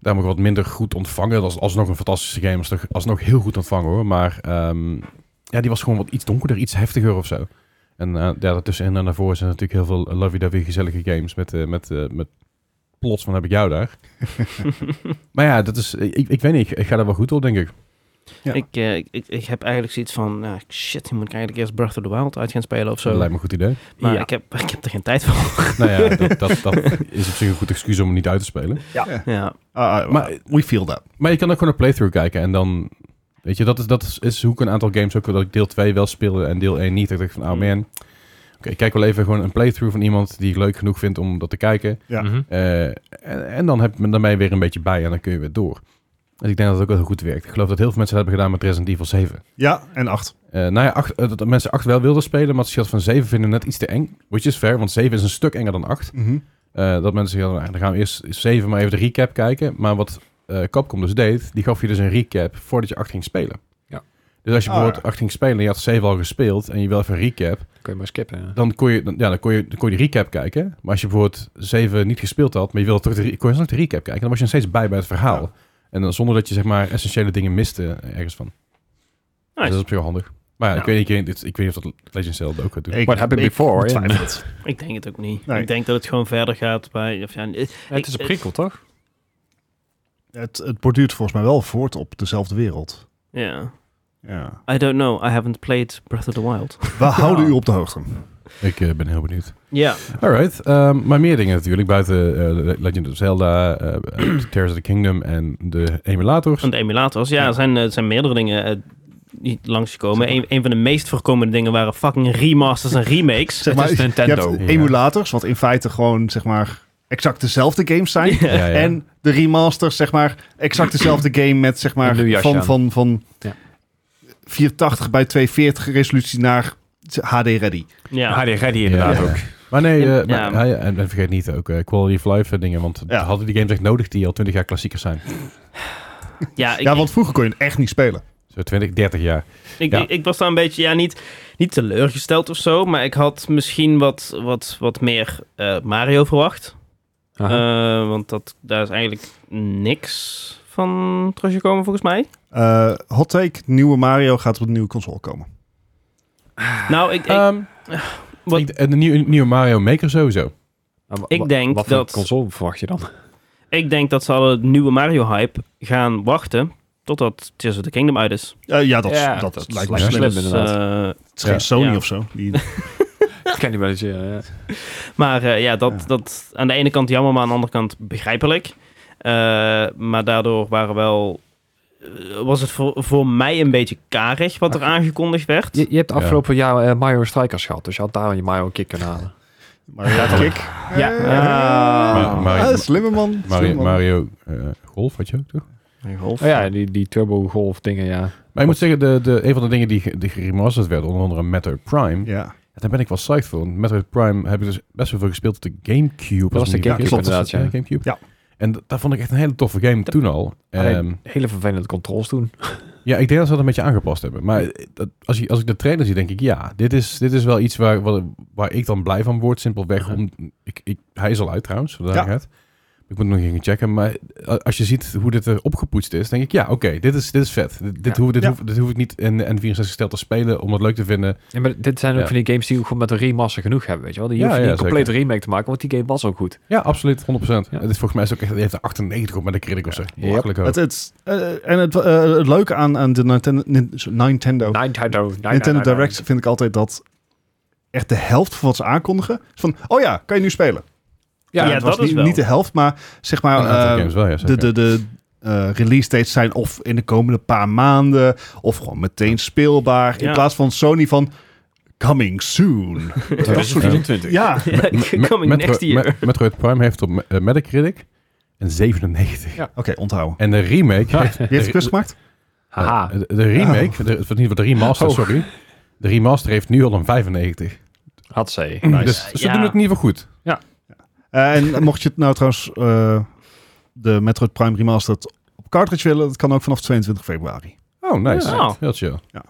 Speaker 2: daar ook wat minder goed ontvangen. Dat was alsnog een fantastische game, alsnog, alsnog heel goed ontvangen hoor. Maar ehm, ja, die was gewoon wat iets donkerder, iets heftiger of zo. En eh ja, daartussenin en daarvoor zijn natuurlijk heel veel lovey-dovey gezellige games met, eh, met, eh, met plots van heb ik jou daar. maar ja, dat is, ik, ik weet niet, ik, ik ga daar wel goed op denk ik.
Speaker 1: Ja.
Speaker 3: Ik, eh, ik- ik, ik heb eigenlijk zoiets van, nou, shit, die moet ik eigenlijk eerst Breath of the Wild uit gaan spelen of
Speaker 2: Dat
Speaker 3: zo.
Speaker 2: lijkt me een goed idee.
Speaker 3: Maar
Speaker 4: Ja.
Speaker 3: ik, heb, ik heb er geen tijd voor.
Speaker 2: Nou ja, dat, dat, dat is op zich een goed excuus om hem niet uit te spelen.
Speaker 3: Ja.
Speaker 1: Ah, ah,
Speaker 2: Maar-
Speaker 1: we feel that.
Speaker 2: Maar je kan ook gewoon een playthrough kijken en dan... Weet je, dat is, dat is, is hoe ik een aantal games ook... dat ik deel 2 wel speelde en deel 1 niet. Dat ik dacht van, oh
Speaker 3: Mm.
Speaker 2: man... Oké, ik kijk wel even gewoon een playthrough van iemand... die ik leuk genoeg vind om dat te kijken.
Speaker 1: Ja.
Speaker 4: Mhm.
Speaker 2: Eh, en, en dan heb je me daarmee weer een beetje bij en dan kun je weer door. Dus ik denk dat het ook wel heel goed werkt. Ik geloof dat heel veel mensen dat hebben gedaan met Resident Evil 7.
Speaker 1: Ja, en acht.
Speaker 2: Eh, nou ja, acht, eh, dat mensen 8 wel wilden spelen... maar het schat van 7 vinden net iets te eng. Which is fair, want 7 is een stuk enger dan 8.
Speaker 1: Mhm.
Speaker 2: Eh, dat mensen zeggen, nou, dan gaan we eerst 7 maar even de recap kijken. Maar wat eh Capcom dus deed, die gaf je dus een recap voordat je 8 ging spelen.
Speaker 4: Ja.
Speaker 2: Dus als je
Speaker 1: Ah,
Speaker 2: bijvoorbeeld
Speaker 1: ja.
Speaker 2: 8 ging spelen en je had 7 al gespeeld en je wil even een recap,
Speaker 4: Kun je maar skippen. ja.
Speaker 2: dan kon je, dan, ja, dan kon je, dan kon je die recap kijken. Maar als je bijvoorbeeld 7 niet gespeeld had, maar je wilde toch de, re- kon je nog de recap kijken, dan was je nog steeds bij bij het verhaal.
Speaker 1: Ja.
Speaker 2: En dan zonder dat je zeg maar essentiële dingen miste eh, ergens van. Dus dat is op zich wel handig. Maar ja,
Speaker 4: Ja.
Speaker 2: Ik, weet, niet- ik, weet, ik weet niet of dat Legend Zelda ook gaat doen.
Speaker 1: Ik-
Speaker 4: What happened
Speaker 1: ik
Speaker 4: before,
Speaker 1: betwijfel
Speaker 4: yeah.
Speaker 1: het.
Speaker 3: Ik denk het ook niet.
Speaker 1: Nee.
Speaker 3: Ik denk dat het gewoon verder gaat bij... Of ja, eh,
Speaker 4: Ja, het is een prikkel, toch?
Speaker 1: het, het borduurt volgens mij wel voort op dezelfde wereld.
Speaker 3: Ja.
Speaker 1: Ja.
Speaker 3: I don't know. I haven't played Breath of the Wild.
Speaker 1: We houden u op de hoogte.
Speaker 2: Ik eh, ben heel benieuwd.
Speaker 3: Ja.
Speaker 2: Alright, ehm, maar meer dingen natuurlijk. Buiten eh, Legend of Zelda, eh, Tears of the Kingdom en de emulators.
Speaker 3: Van de emulators. Ja, er zijn, eh, er zijn meerdere dingen eh, die langsgekomen. Een, een van de meest voorkomende dingen waren fucking remasters en remakes.
Speaker 1: Zeg maar,
Speaker 4: is Nintendo.
Speaker 1: Je hebt
Speaker 2: Ja.
Speaker 1: emulators, wat in feite gewoon zeg maar exact dezelfde games zijn.
Speaker 2: Ja, ja.
Speaker 1: En de remasters, zeg maar, exact dezelfde game met zeg maar
Speaker 4: Een nieuw jasje
Speaker 1: van,
Speaker 4: aan.
Speaker 1: van, van
Speaker 4: Ja.
Speaker 1: 480 bij 240 resolutie naar HD ready.
Speaker 3: Ja.
Speaker 4: HD Ready inderdaad
Speaker 2: Ja.
Speaker 4: ook.
Speaker 2: Maar nee, eh,
Speaker 3: Ja.
Speaker 2: maar- ja, en, en vergeet niet ook eh, quality of life eh, dingen. Want
Speaker 1: Ja.
Speaker 2: hadden die games echt nodig die al 20 jaar klassiekers zijn?
Speaker 3: Ja, ik,
Speaker 1: ja, want vroeger kon je het echt niet spelen.
Speaker 2: Zo 20, 30 jaar.
Speaker 3: ik,
Speaker 2: ja.
Speaker 3: ik, ik was daar een beetje, ja, niet, niet teleurgesteld of zo. Maar ik had misschien wat, wat, wat meer eh, Mario verwacht.
Speaker 4: Aha.
Speaker 3: Eh, want dat, daar is eigenlijk niks van teruggekomen volgens mij.
Speaker 1: Eh, hot take, nieuwe Mario gaat op een nieuwe console komen.
Speaker 3: Nou, ik, ik,
Speaker 4: Eh,
Speaker 2: Ehm,
Speaker 3: wat-
Speaker 2: ik- en de nieuwe, nieuwe Mario Maker sowieso.
Speaker 4: Maar wa-
Speaker 3: ik
Speaker 4: wa-
Speaker 3: denk
Speaker 4: wat voor
Speaker 3: dat-
Speaker 4: console verwacht je dan?
Speaker 3: ik denk dat ze alle nieuwe Mario-hype gaan wachten totdat Tears of the Kingdom uit is.
Speaker 1: Eh, ja, dat,
Speaker 4: Ja,
Speaker 1: dat,
Speaker 4: dat
Speaker 1: lijkt me
Speaker 4: lijkt me
Speaker 1: slim.
Speaker 4: slim.
Speaker 3: Dus,
Speaker 4: inderdaad.
Speaker 3: eh,
Speaker 1: Het is geen
Speaker 2: Ja.
Speaker 1: Sony
Speaker 3: Ja.
Speaker 1: of zo. Die, ja,
Speaker 4: Ik ken die wel eens, ja. ja.
Speaker 3: Maar eh, ja, dat,
Speaker 1: Ja.
Speaker 3: dat aan de ene kant jammer, maar aan de andere kant begrijpelijk. Eh, maar daardoor waren wel, eh, was het voor, voor mij een beetje karig wat
Speaker 1: Ah.
Speaker 3: er aangekondigd werd.
Speaker 4: Je, je hebt
Speaker 2: Ja.
Speaker 4: afgelopen jaar eh, Mario Strikers gehad, dus je had daar je Mario een kick kunnen halen.
Speaker 1: maar ja, kick.
Speaker 4: Ja.
Speaker 1: Eh,
Speaker 3: Ah.
Speaker 2: Maar- maar-
Speaker 1: eh, slimme man. slimme
Speaker 2: Mario,
Speaker 1: man.
Speaker 2: Mario eh, Golf had je ook, toch?
Speaker 4: Oh ja, die, die Turbo Golf dingen, ja.
Speaker 2: Maar ik moet zeggen, de, de, een van de dingen die, ge- die geremasterd werden, onder andere Metroid Prime,
Speaker 1: Ja,
Speaker 2: daar ben ik wel psyched voor. Want Metroid Prime heb ik dus best wel veel gespeeld op de Gamecube.
Speaker 4: Dat
Speaker 2: als
Speaker 4: was
Speaker 2: ik
Speaker 4: de
Speaker 2: me niet
Speaker 1: Gamecube
Speaker 2: vergis. Was dat
Speaker 4: inderdaad,
Speaker 2: de Gamecube?
Speaker 1: Ja.
Speaker 2: En dat- daar vond ik echt een hele toffe game toen al.
Speaker 4: Alleen,
Speaker 2: Ehm,
Speaker 4: hele vervelende controls toen.
Speaker 2: Ja, ik denk dat ze dat een beetje aangepast hebben. Maar eh, dat, als, je, als ik de trailer zie, denk ik, ja, dit is, dit is wel iets waar, waar, waar ik dan blij van word. Simpelweg
Speaker 4: Aha.
Speaker 2: om... Ik, ik, hij is al uit trouwens, voor de
Speaker 1: Ja.
Speaker 2: duidelijkheid. Ik moet nog even checken. Maar a- als je ziet hoe dit er opgepoetst is, denk ik, ja, oké, dit, is, dit is vet. Dit, dit,
Speaker 4: Ja.
Speaker 2: hoef, dit,
Speaker 1: Ja.
Speaker 2: hoef, dit hoef ik niet in N64-stijl te spelen om het leuk te vinden.
Speaker 4: Ja, maar dit zijn ook
Speaker 2: Ja.
Speaker 4: van die games die we gewoon met een remaster genoeg hebben, weet je wel. Die
Speaker 2: Ja,
Speaker 4: hoef je
Speaker 2: ja,
Speaker 4: niet een complete
Speaker 2: zeker.
Speaker 4: remake te maken, want die game was ook goed.
Speaker 2: Ja, absoluut, 100%.
Speaker 4: Ja.
Speaker 2: Het is volgens mij is ook echt, die heeft een 98 op met de critic of zo.
Speaker 4: Ja.
Speaker 2: Belachelijk hoog.
Speaker 1: Het, het, eh, en het, eh, het leuke aan, aan de Nintendo, Nin- Nintendo,
Speaker 4: Nintendo,
Speaker 1: Nintendo Direct vind ik altijd dat echt de helft van wat ze aankondigen is van, oh ja, kan je nu spelen?
Speaker 4: Ja,
Speaker 3: Ja,
Speaker 1: het
Speaker 3: dat
Speaker 1: was
Speaker 3: is
Speaker 1: niet,
Speaker 3: wel.
Speaker 1: niet de helft, maar zeg maar
Speaker 2: Een aantal
Speaker 1: eh,
Speaker 2: games wel, ja, nou,
Speaker 1: de,
Speaker 2: zeker.
Speaker 1: de, de eh, release dates zijn of in de komende paar maanden of gewoon meteen speelbaar.
Speaker 3: Ja.
Speaker 1: In plaats van Sony van coming soon.
Speaker 4: 2024.
Speaker 1: ja, oké.
Speaker 2: Me-
Speaker 3: Coming
Speaker 2: Metro-
Speaker 3: next year.
Speaker 2: Me- Metroid Prime heeft op me- eh, Metacritic een 97.
Speaker 4: Ja.
Speaker 1: onthouden.
Speaker 2: En de remake heeft
Speaker 1: Wie heeft de kust gemaakt?
Speaker 4: Haha.
Speaker 2: Eh, De, de remake, de, of in ieder geval de remaster,
Speaker 4: Oh.
Speaker 2: sorry. De remaster heeft nu al een 95.
Speaker 4: Had zij.
Speaker 2: Dus ze
Speaker 3: Ja.
Speaker 2: doen het in ieder geval goed.
Speaker 1: Eh, en mocht je het nou trouwens eh, de Metroid Prime Remastered op cartridge willen, dat kan ook vanaf 22 februari.
Speaker 2: Oh, nice.
Speaker 3: Ja.
Speaker 2: Heel chill.
Speaker 1: Ja.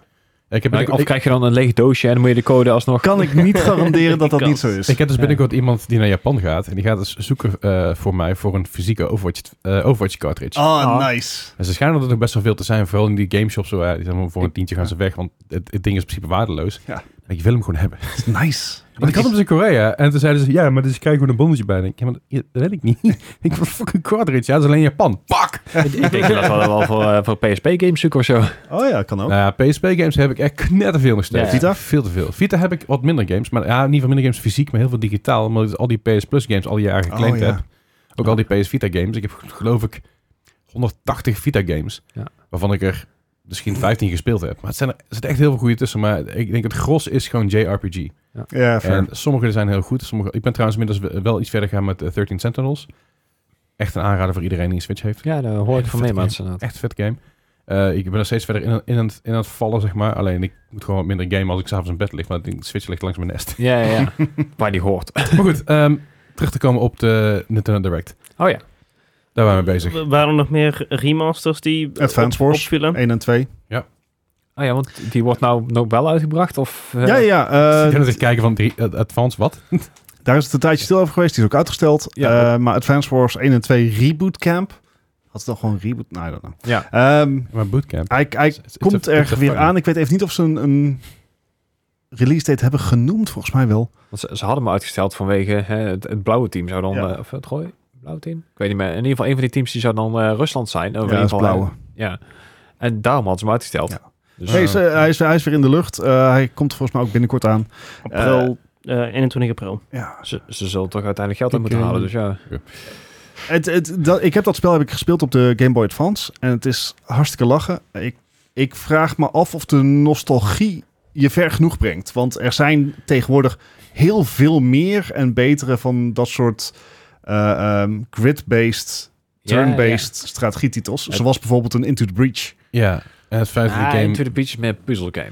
Speaker 2: Ik heb,
Speaker 4: Maar
Speaker 2: binnenkort-
Speaker 4: of krijg je dan een leeg doosje en dan moet je de code alsnog...
Speaker 1: Kan ik niet garanderen dat dat
Speaker 3: Kans.
Speaker 1: niet zo is.
Speaker 2: ik, ik heb dus binnenkort iemand die naar Japan gaat. En die gaat dus zoeken eh, voor mij voor een fysieke Overwatch, eh, Overwatch cartridge.
Speaker 1: Ah, nice.
Speaker 2: En ze schijnen dat er nog best wel veel te zijn. Vooral in die gameshops. Waar, die zijn maar voor een tientje gaan ze weg. Want het, het ding is in principe waardeloos.
Speaker 1: Ja.
Speaker 2: Maar je wil hem gewoon hebben.
Speaker 1: Nice.
Speaker 2: Want ik had hem dus in Korea. En toen zeiden ze, ja, maar dus krijg je gewoon een bonnetje bij. En ik, ja, maar dat dat weet ik niet. ik wil fucking cartridge. Ja, dat is alleen Japan. Pak!
Speaker 4: ik, ik denk dat we dat wel voor, eh, voor PSP-games zoeken of zo.
Speaker 1: Oh ja, kan ook.
Speaker 2: Nou ja, PSP-games heb ik echt knetterveel nog steeds.
Speaker 4: Ja.
Speaker 1: Vita?
Speaker 2: Veel te veel. Vita heb ik wat minder games. Maar ja, niet van minder games fysiek, maar heel veel digitaal. Omdat ik dus al die PS Plus games al die jaren geclaimd
Speaker 1: Oh, ja. Oh.
Speaker 2: heb. Ook al die PS Vita games. Ik heb geloof ik 180 Vita games.
Speaker 4: Ja.
Speaker 2: Waarvan ik er misschien 15 gespeeld heb. Maar het zijn er, er zitten echt heel veel goede tussen. Maar ik denk het gros is gewoon JRPG.
Speaker 1: Ja, fair.
Speaker 2: En sommige zijn heel goed. Sommige, ik ben trouwens inmiddels wel iets verder gegaan met eh, 13 Sentinels. Echt een aanrader voor iedereen die een Switch heeft.
Speaker 4: Ja, daar hoor ik van mee,
Speaker 2: Vette
Speaker 4: mensen. inderdaad.
Speaker 2: Echt vet game. Eh, ik ben nog steeds verder in, in, aan het, in aan het vallen, zeg maar. Alleen ik moet gewoon wat minder game als ik s'avonds in bed lig. Maar de Switch ligt langs mijn nest.
Speaker 4: Ja, ja, ja. Waar die hoort.
Speaker 2: maar goed, ehm, terug te komen op de Nintendo Direct.
Speaker 4: Oh ja.
Speaker 2: Daar waren
Speaker 1: Eh,
Speaker 2: we bezig.
Speaker 3: W- Waren er nog meer remasters die
Speaker 1: Advance
Speaker 3: op-
Speaker 1: Wars. Eh,
Speaker 3: opvielen?
Speaker 1: 1 en 2.
Speaker 4: Oh ja, want die wordt nou nog wel uitgebracht? Of, eh,
Speaker 1: Ja, ja. eh,
Speaker 2: ik ben het kijken van drie, eh, Advance wat?
Speaker 1: daar is het een tijdje stil over geweest. Die is ook uitgesteld.
Speaker 4: Ja.
Speaker 1: Eh, maar Advance Wars 1 en 2 Reboot Camp. Had ze dan gewoon Reboot? Nee, I don't know.
Speaker 4: Ja.
Speaker 1: Ehm,
Speaker 2: Maar Bootcamp.
Speaker 1: hij hij
Speaker 2: It's- it's a-
Speaker 1: komt
Speaker 2: it's a
Speaker 1: er weer
Speaker 2: fun.
Speaker 1: aan. Ik weet even niet of ze een, een release date hebben genoemd. Volgens mij wel.
Speaker 4: Want ze, ze hadden me uitgesteld vanwege hè, het, het blauwe team zou dan...
Speaker 1: Ja.
Speaker 4: eh, of het gooi, blauw team? Ik weet niet meer. In ieder geval, een van die teams die zou dan eh, Rusland zijn.
Speaker 1: Ja,
Speaker 4: Of in ieder
Speaker 1: dat is
Speaker 4: geval,
Speaker 1: blauwe.
Speaker 4: eh, ja. En daarom hadden ze hem uitgesteld.
Speaker 1: Ja.
Speaker 4: Dus,
Speaker 1: Nee, is, eh, hij, is, hij is weer in de lucht. Eh, hij komt volgens mij ook binnenkort aan.
Speaker 3: April, eh 21 april.
Speaker 1: Ja.
Speaker 4: ze, ze zullen toch uiteindelijk geld uit moeten
Speaker 1: eh,
Speaker 2: Oké.
Speaker 4: halen. Dus ja.
Speaker 1: Het, het, dat, ik heb dat spel heb ik gespeeld op de Game Boy Advance. En het is hartstikke lachen. Ik, ik vraag me af of de nostalgie je ver genoeg brengt. Want er zijn tegenwoordig heel veel meer en betere van dat soort eh, ehm, grid-based, turn-based strategietitels.
Speaker 4: Het-
Speaker 1: Zoals bijvoorbeeld een Into the Breach.
Speaker 2: Ja, en het feit dat
Speaker 4: Ah,
Speaker 2: die game,
Speaker 4: Into the Beach met puzzle game.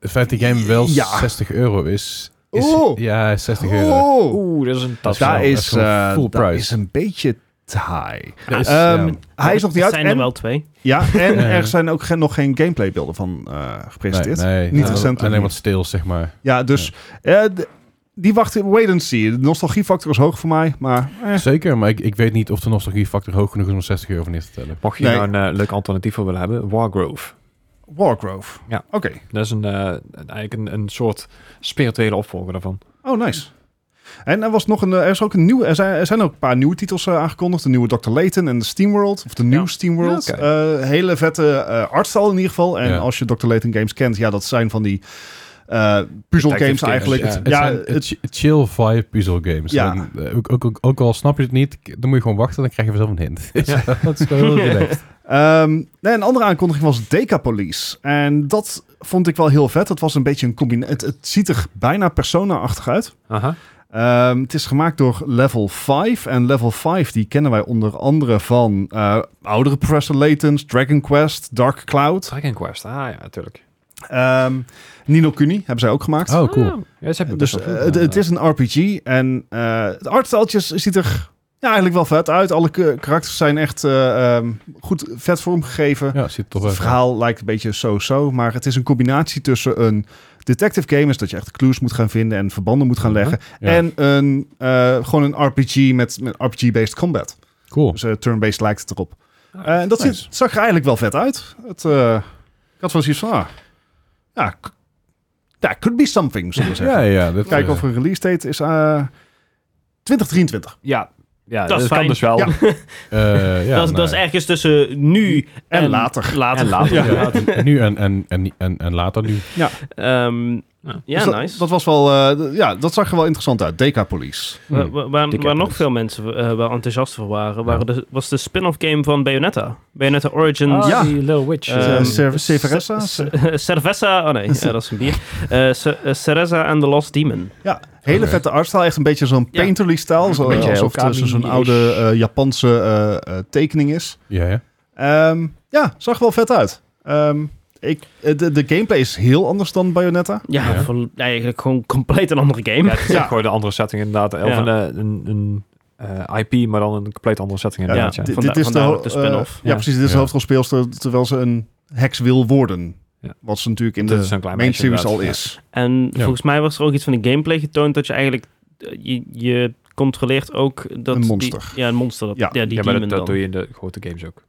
Speaker 2: het feit dat die game wel
Speaker 1: Ja. Oh.
Speaker 2: 60 euro is. is
Speaker 1: Oeh.
Speaker 2: Ja, 60 euro.
Speaker 4: Oeh, Oh! dat is een tas.
Speaker 2: wel-
Speaker 1: Dus Daar
Speaker 2: dat
Speaker 1: is,
Speaker 2: is gewoon
Speaker 1: eh,
Speaker 2: full
Speaker 1: dat
Speaker 2: price.
Speaker 1: is een beetje te high.
Speaker 2: Dat is,
Speaker 1: Ehm,
Speaker 2: ja.
Speaker 1: Hij is nog niet
Speaker 3: Er
Speaker 1: uit.
Speaker 3: zijn
Speaker 1: en-
Speaker 3: er wel twee.
Speaker 1: Ja, en
Speaker 2: Ja.
Speaker 1: er zijn ook geen, nog geen gameplaybeelden van eh, gepresenteerd. Niet
Speaker 2: ja,
Speaker 1: recentelijk
Speaker 2: Alleen
Speaker 1: niet.
Speaker 2: wat stils, zeg maar.
Speaker 1: Ja, dus eh, d- die wacht, wait and see. De nostalgiefactor is hoog voor mij, maar eh,
Speaker 2: Zeker, maar ik, ik weet niet of de nostalgiefactor hoog genoeg is om 60 euro voor neer te tellen.
Speaker 4: Mocht je
Speaker 1: Nee.
Speaker 4: nou een eh, leuk alternatief voor willen hebben, Wargrove.
Speaker 1: Wargrove.
Speaker 4: Ja.
Speaker 1: Oké.
Speaker 4: Dat is een, eh, eigenlijk een, een soort spirituele opvolger daarvan.
Speaker 1: Oh, nice. En er, was nog een, eh, er, is ook een nieuwe, er, zijn, er zijn ook een paar nieuwe titels eh, aangekondigd. De nieuwe Dr. Layton en de SteamWorld. Of de nieuwe SteamWorld.
Speaker 4: Ja, oké.
Speaker 1: Eh, hele vette eh artstyle in ieder geval. En
Speaker 2: Ja.
Speaker 1: als je Dr. Layton games kent, ja, dat zijn van die eh
Speaker 4: Detective
Speaker 1: puzzelgames
Speaker 4: games,
Speaker 1: eigenlijk.
Speaker 4: ja.
Speaker 1: Het-
Speaker 2: Het zijn
Speaker 1: het-
Speaker 2: ch- chill vibe puzzle games.
Speaker 1: Ja.
Speaker 2: En, eh, ook, ook, ook, ook al snap je het niet, k- dan moet je gewoon wachten, dan krijg je vanzelf een hint. dat is gewoon heel relaxed.
Speaker 1: Ehm, nee, een andere aankondiging was Decapolis. En dat vond ik wel heel vet. Het was een beetje een combinatie. Het, het ziet er bijna persona-achtig uit.
Speaker 4: Aha.
Speaker 1: Ehm, het is gemaakt door Level 5. En Level 5 die kennen wij onder andere van eh, oudere Professor Layton's, Dragon Quest, Dark Cloud.
Speaker 4: Dragon Quest. Ah ja, natuurlijk.
Speaker 1: Ehm Nino Kuni hebben zij ook gemaakt.
Speaker 2: Oh, cool.
Speaker 4: Ja, ze hebben
Speaker 1: Dus
Speaker 4: best
Speaker 1: eh,
Speaker 4: wel veel
Speaker 1: het,
Speaker 4: gedaan.
Speaker 1: het is een RPG. En eh het artstyltje ziet er ja, eigenlijk wel vet uit. Alle k- karakters zijn echt eh, ehm, goed vet vormgegeven.
Speaker 2: Ja, zit toch wel.
Speaker 1: Het verhaal lijkt een beetje zo-zo, maar het is een combinatie tussen een detective game, is dat je echt clues moet gaan vinden en verbanden moet gaan leggen,
Speaker 2: Ja.
Speaker 1: en een, eh, gewoon een RPG met, met RPG-based combat.
Speaker 2: Cool.
Speaker 1: Dus eh, turn-based lijkt het erop.
Speaker 4: Ah,
Speaker 1: Eh, en dat
Speaker 2: nice.
Speaker 1: ziet- zag er eigenlijk wel vet uit. Het, eh, ik had wel zoiets van, ah, ja, k- daar could be something, zullen we
Speaker 2: Ja,
Speaker 1: zeggen.
Speaker 2: ja. Dat,
Speaker 1: Kijken
Speaker 2: eh,
Speaker 1: of er een release date is. eh 2023.
Speaker 4: Ja, ja
Speaker 3: Dat
Speaker 4: dat,
Speaker 3: is
Speaker 4: kan
Speaker 3: fijn.
Speaker 4: dus wel.
Speaker 1: Ja.
Speaker 2: eh, ja,
Speaker 3: dat,
Speaker 2: nou,
Speaker 3: is- dat is ergens tussen nu en,
Speaker 1: En, later.
Speaker 3: later.
Speaker 4: En later. dus.
Speaker 2: ja, het- nu en, en, en, en, en later nu.
Speaker 3: Ehm,
Speaker 4: Ja.
Speaker 3: ja,
Speaker 1: Dus dat,
Speaker 3: nice.
Speaker 1: Dat was wel, eh, d- ja, dat zag er wel interessant uit. Deca Police.
Speaker 3: Wa- wa-
Speaker 2: Hmm.
Speaker 3: waar
Speaker 4: dikke
Speaker 3: waar nog
Speaker 4: appels.
Speaker 3: veel mensen eh, wel enthousiast voor waren, waren de, was de spin-off game van Bayonetta. Bayonetta Origins.
Speaker 1: Ah, ja.
Speaker 4: die Little Witch.
Speaker 3: Ehm,
Speaker 1: Eh,
Speaker 4: ehm,
Speaker 1: Cer- Cerveressa?
Speaker 3: S- eh, Cerveza, oh nee, eh, dat is een bier. Eh, Ce- eh, Cereza and the Lost Demon.
Speaker 1: Ja, hele
Speaker 2: Oké.
Speaker 1: vette artstyle. Echt een beetje zo'n
Speaker 3: Ja.
Speaker 1: painterly stijl. Zo,
Speaker 4: Beetje
Speaker 1: alsof het
Speaker 4: Okami-ish.
Speaker 1: zo- zo'n oude eh, Japanse eh, eh, tekening is.
Speaker 2: Ja, ja.
Speaker 1: Ehm, ja, zag wel vet uit. Ehm, ik, eh, de, de gameplay is heel anders dan Bayonetta.
Speaker 3: Ja,
Speaker 2: Ja.
Speaker 3: vol- eigenlijk gewoon compleet een andere game.
Speaker 4: ja, het is
Speaker 1: Ja.
Speaker 4: echt gewoon een andere setting inderdaad. Of
Speaker 3: Ja.
Speaker 4: een, eh, een, een eh, IP, maar dan een compleet andere setting inderdaad. Ja,
Speaker 1: Eh, dit-
Speaker 3: Vanda-
Speaker 1: dit is de,
Speaker 3: vandaar
Speaker 1: ho-
Speaker 3: ook de spin-off.
Speaker 1: eh, ja,
Speaker 4: Ja.
Speaker 1: precies. Dit is
Speaker 2: Ja.
Speaker 1: de hoofdrolspeelster terwijl ze een heks wil worden.
Speaker 4: Ja.
Speaker 1: Wat ze natuurlijk in
Speaker 4: Dat
Speaker 1: de
Speaker 4: is een klein
Speaker 1: main
Speaker 4: meisje
Speaker 1: series al
Speaker 4: inderdaad,
Speaker 1: is.
Speaker 3: En
Speaker 2: Ja.
Speaker 3: volgens mij was er ook iets van de gameplay getoond dat je eigenlijk eh, je, je controleert ook dat
Speaker 1: Een
Speaker 3: die-
Speaker 1: monster.
Speaker 3: ja, een monster. Dat,
Speaker 1: Ja.
Speaker 3: ja. die
Speaker 4: Ja, maar
Speaker 3: demon
Speaker 4: dat,
Speaker 3: dan.
Speaker 4: dat doe je in de grote games ook.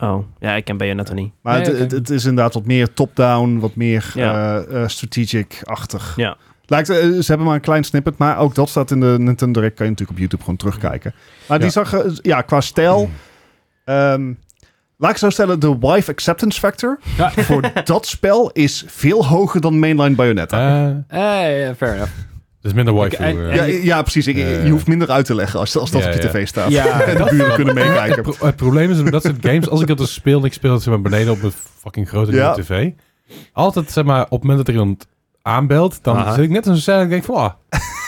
Speaker 3: Oh, ja, ik ken Bayonetta niet.
Speaker 1: Maar
Speaker 4: Nee,
Speaker 1: het,
Speaker 4: oké.
Speaker 1: het, het is inderdaad wat meer top-down, wat meer
Speaker 3: Ja.
Speaker 1: eh, eh, strategic-achtig.
Speaker 3: Ja.
Speaker 1: Lijkt, eh, ze hebben maar een klein snippet, maar ook dat staat in de Nintendo Direct. Kan je natuurlijk op YouTube gewoon terugkijken. Maar die
Speaker 2: Ja.
Speaker 1: zag, eh, ja, qua stijl...
Speaker 2: Hmm.
Speaker 1: ehm, laat ik zo stellen, de wife acceptance factor
Speaker 4: Ja.
Speaker 1: voor dat spel is veel hoger dan mainline Bayonetta.
Speaker 2: Eh,
Speaker 4: Eh, ja, fair enough.
Speaker 2: dus minder waifu.
Speaker 4: en-
Speaker 2: eh.
Speaker 1: ja, ja, precies. Ik-
Speaker 2: Ja, ja.
Speaker 1: Je hoeft minder uit te leggen als, als dat
Speaker 2: Ja,
Speaker 1: op je
Speaker 2: ja.
Speaker 1: tv staat.
Speaker 4: Ja.
Speaker 1: en de buren kunnen meekijken.
Speaker 2: Pro- het probleem is dat soort games, als ik dat dus speel, en ik speel het zeg maar beneden op een fucking grote
Speaker 1: Ja.
Speaker 2: tv. Altijd zeg maar op het moment dat er iemand aanbelt, dan
Speaker 4: Aha.
Speaker 2: zit ik net als een scène en denk ik van, ah,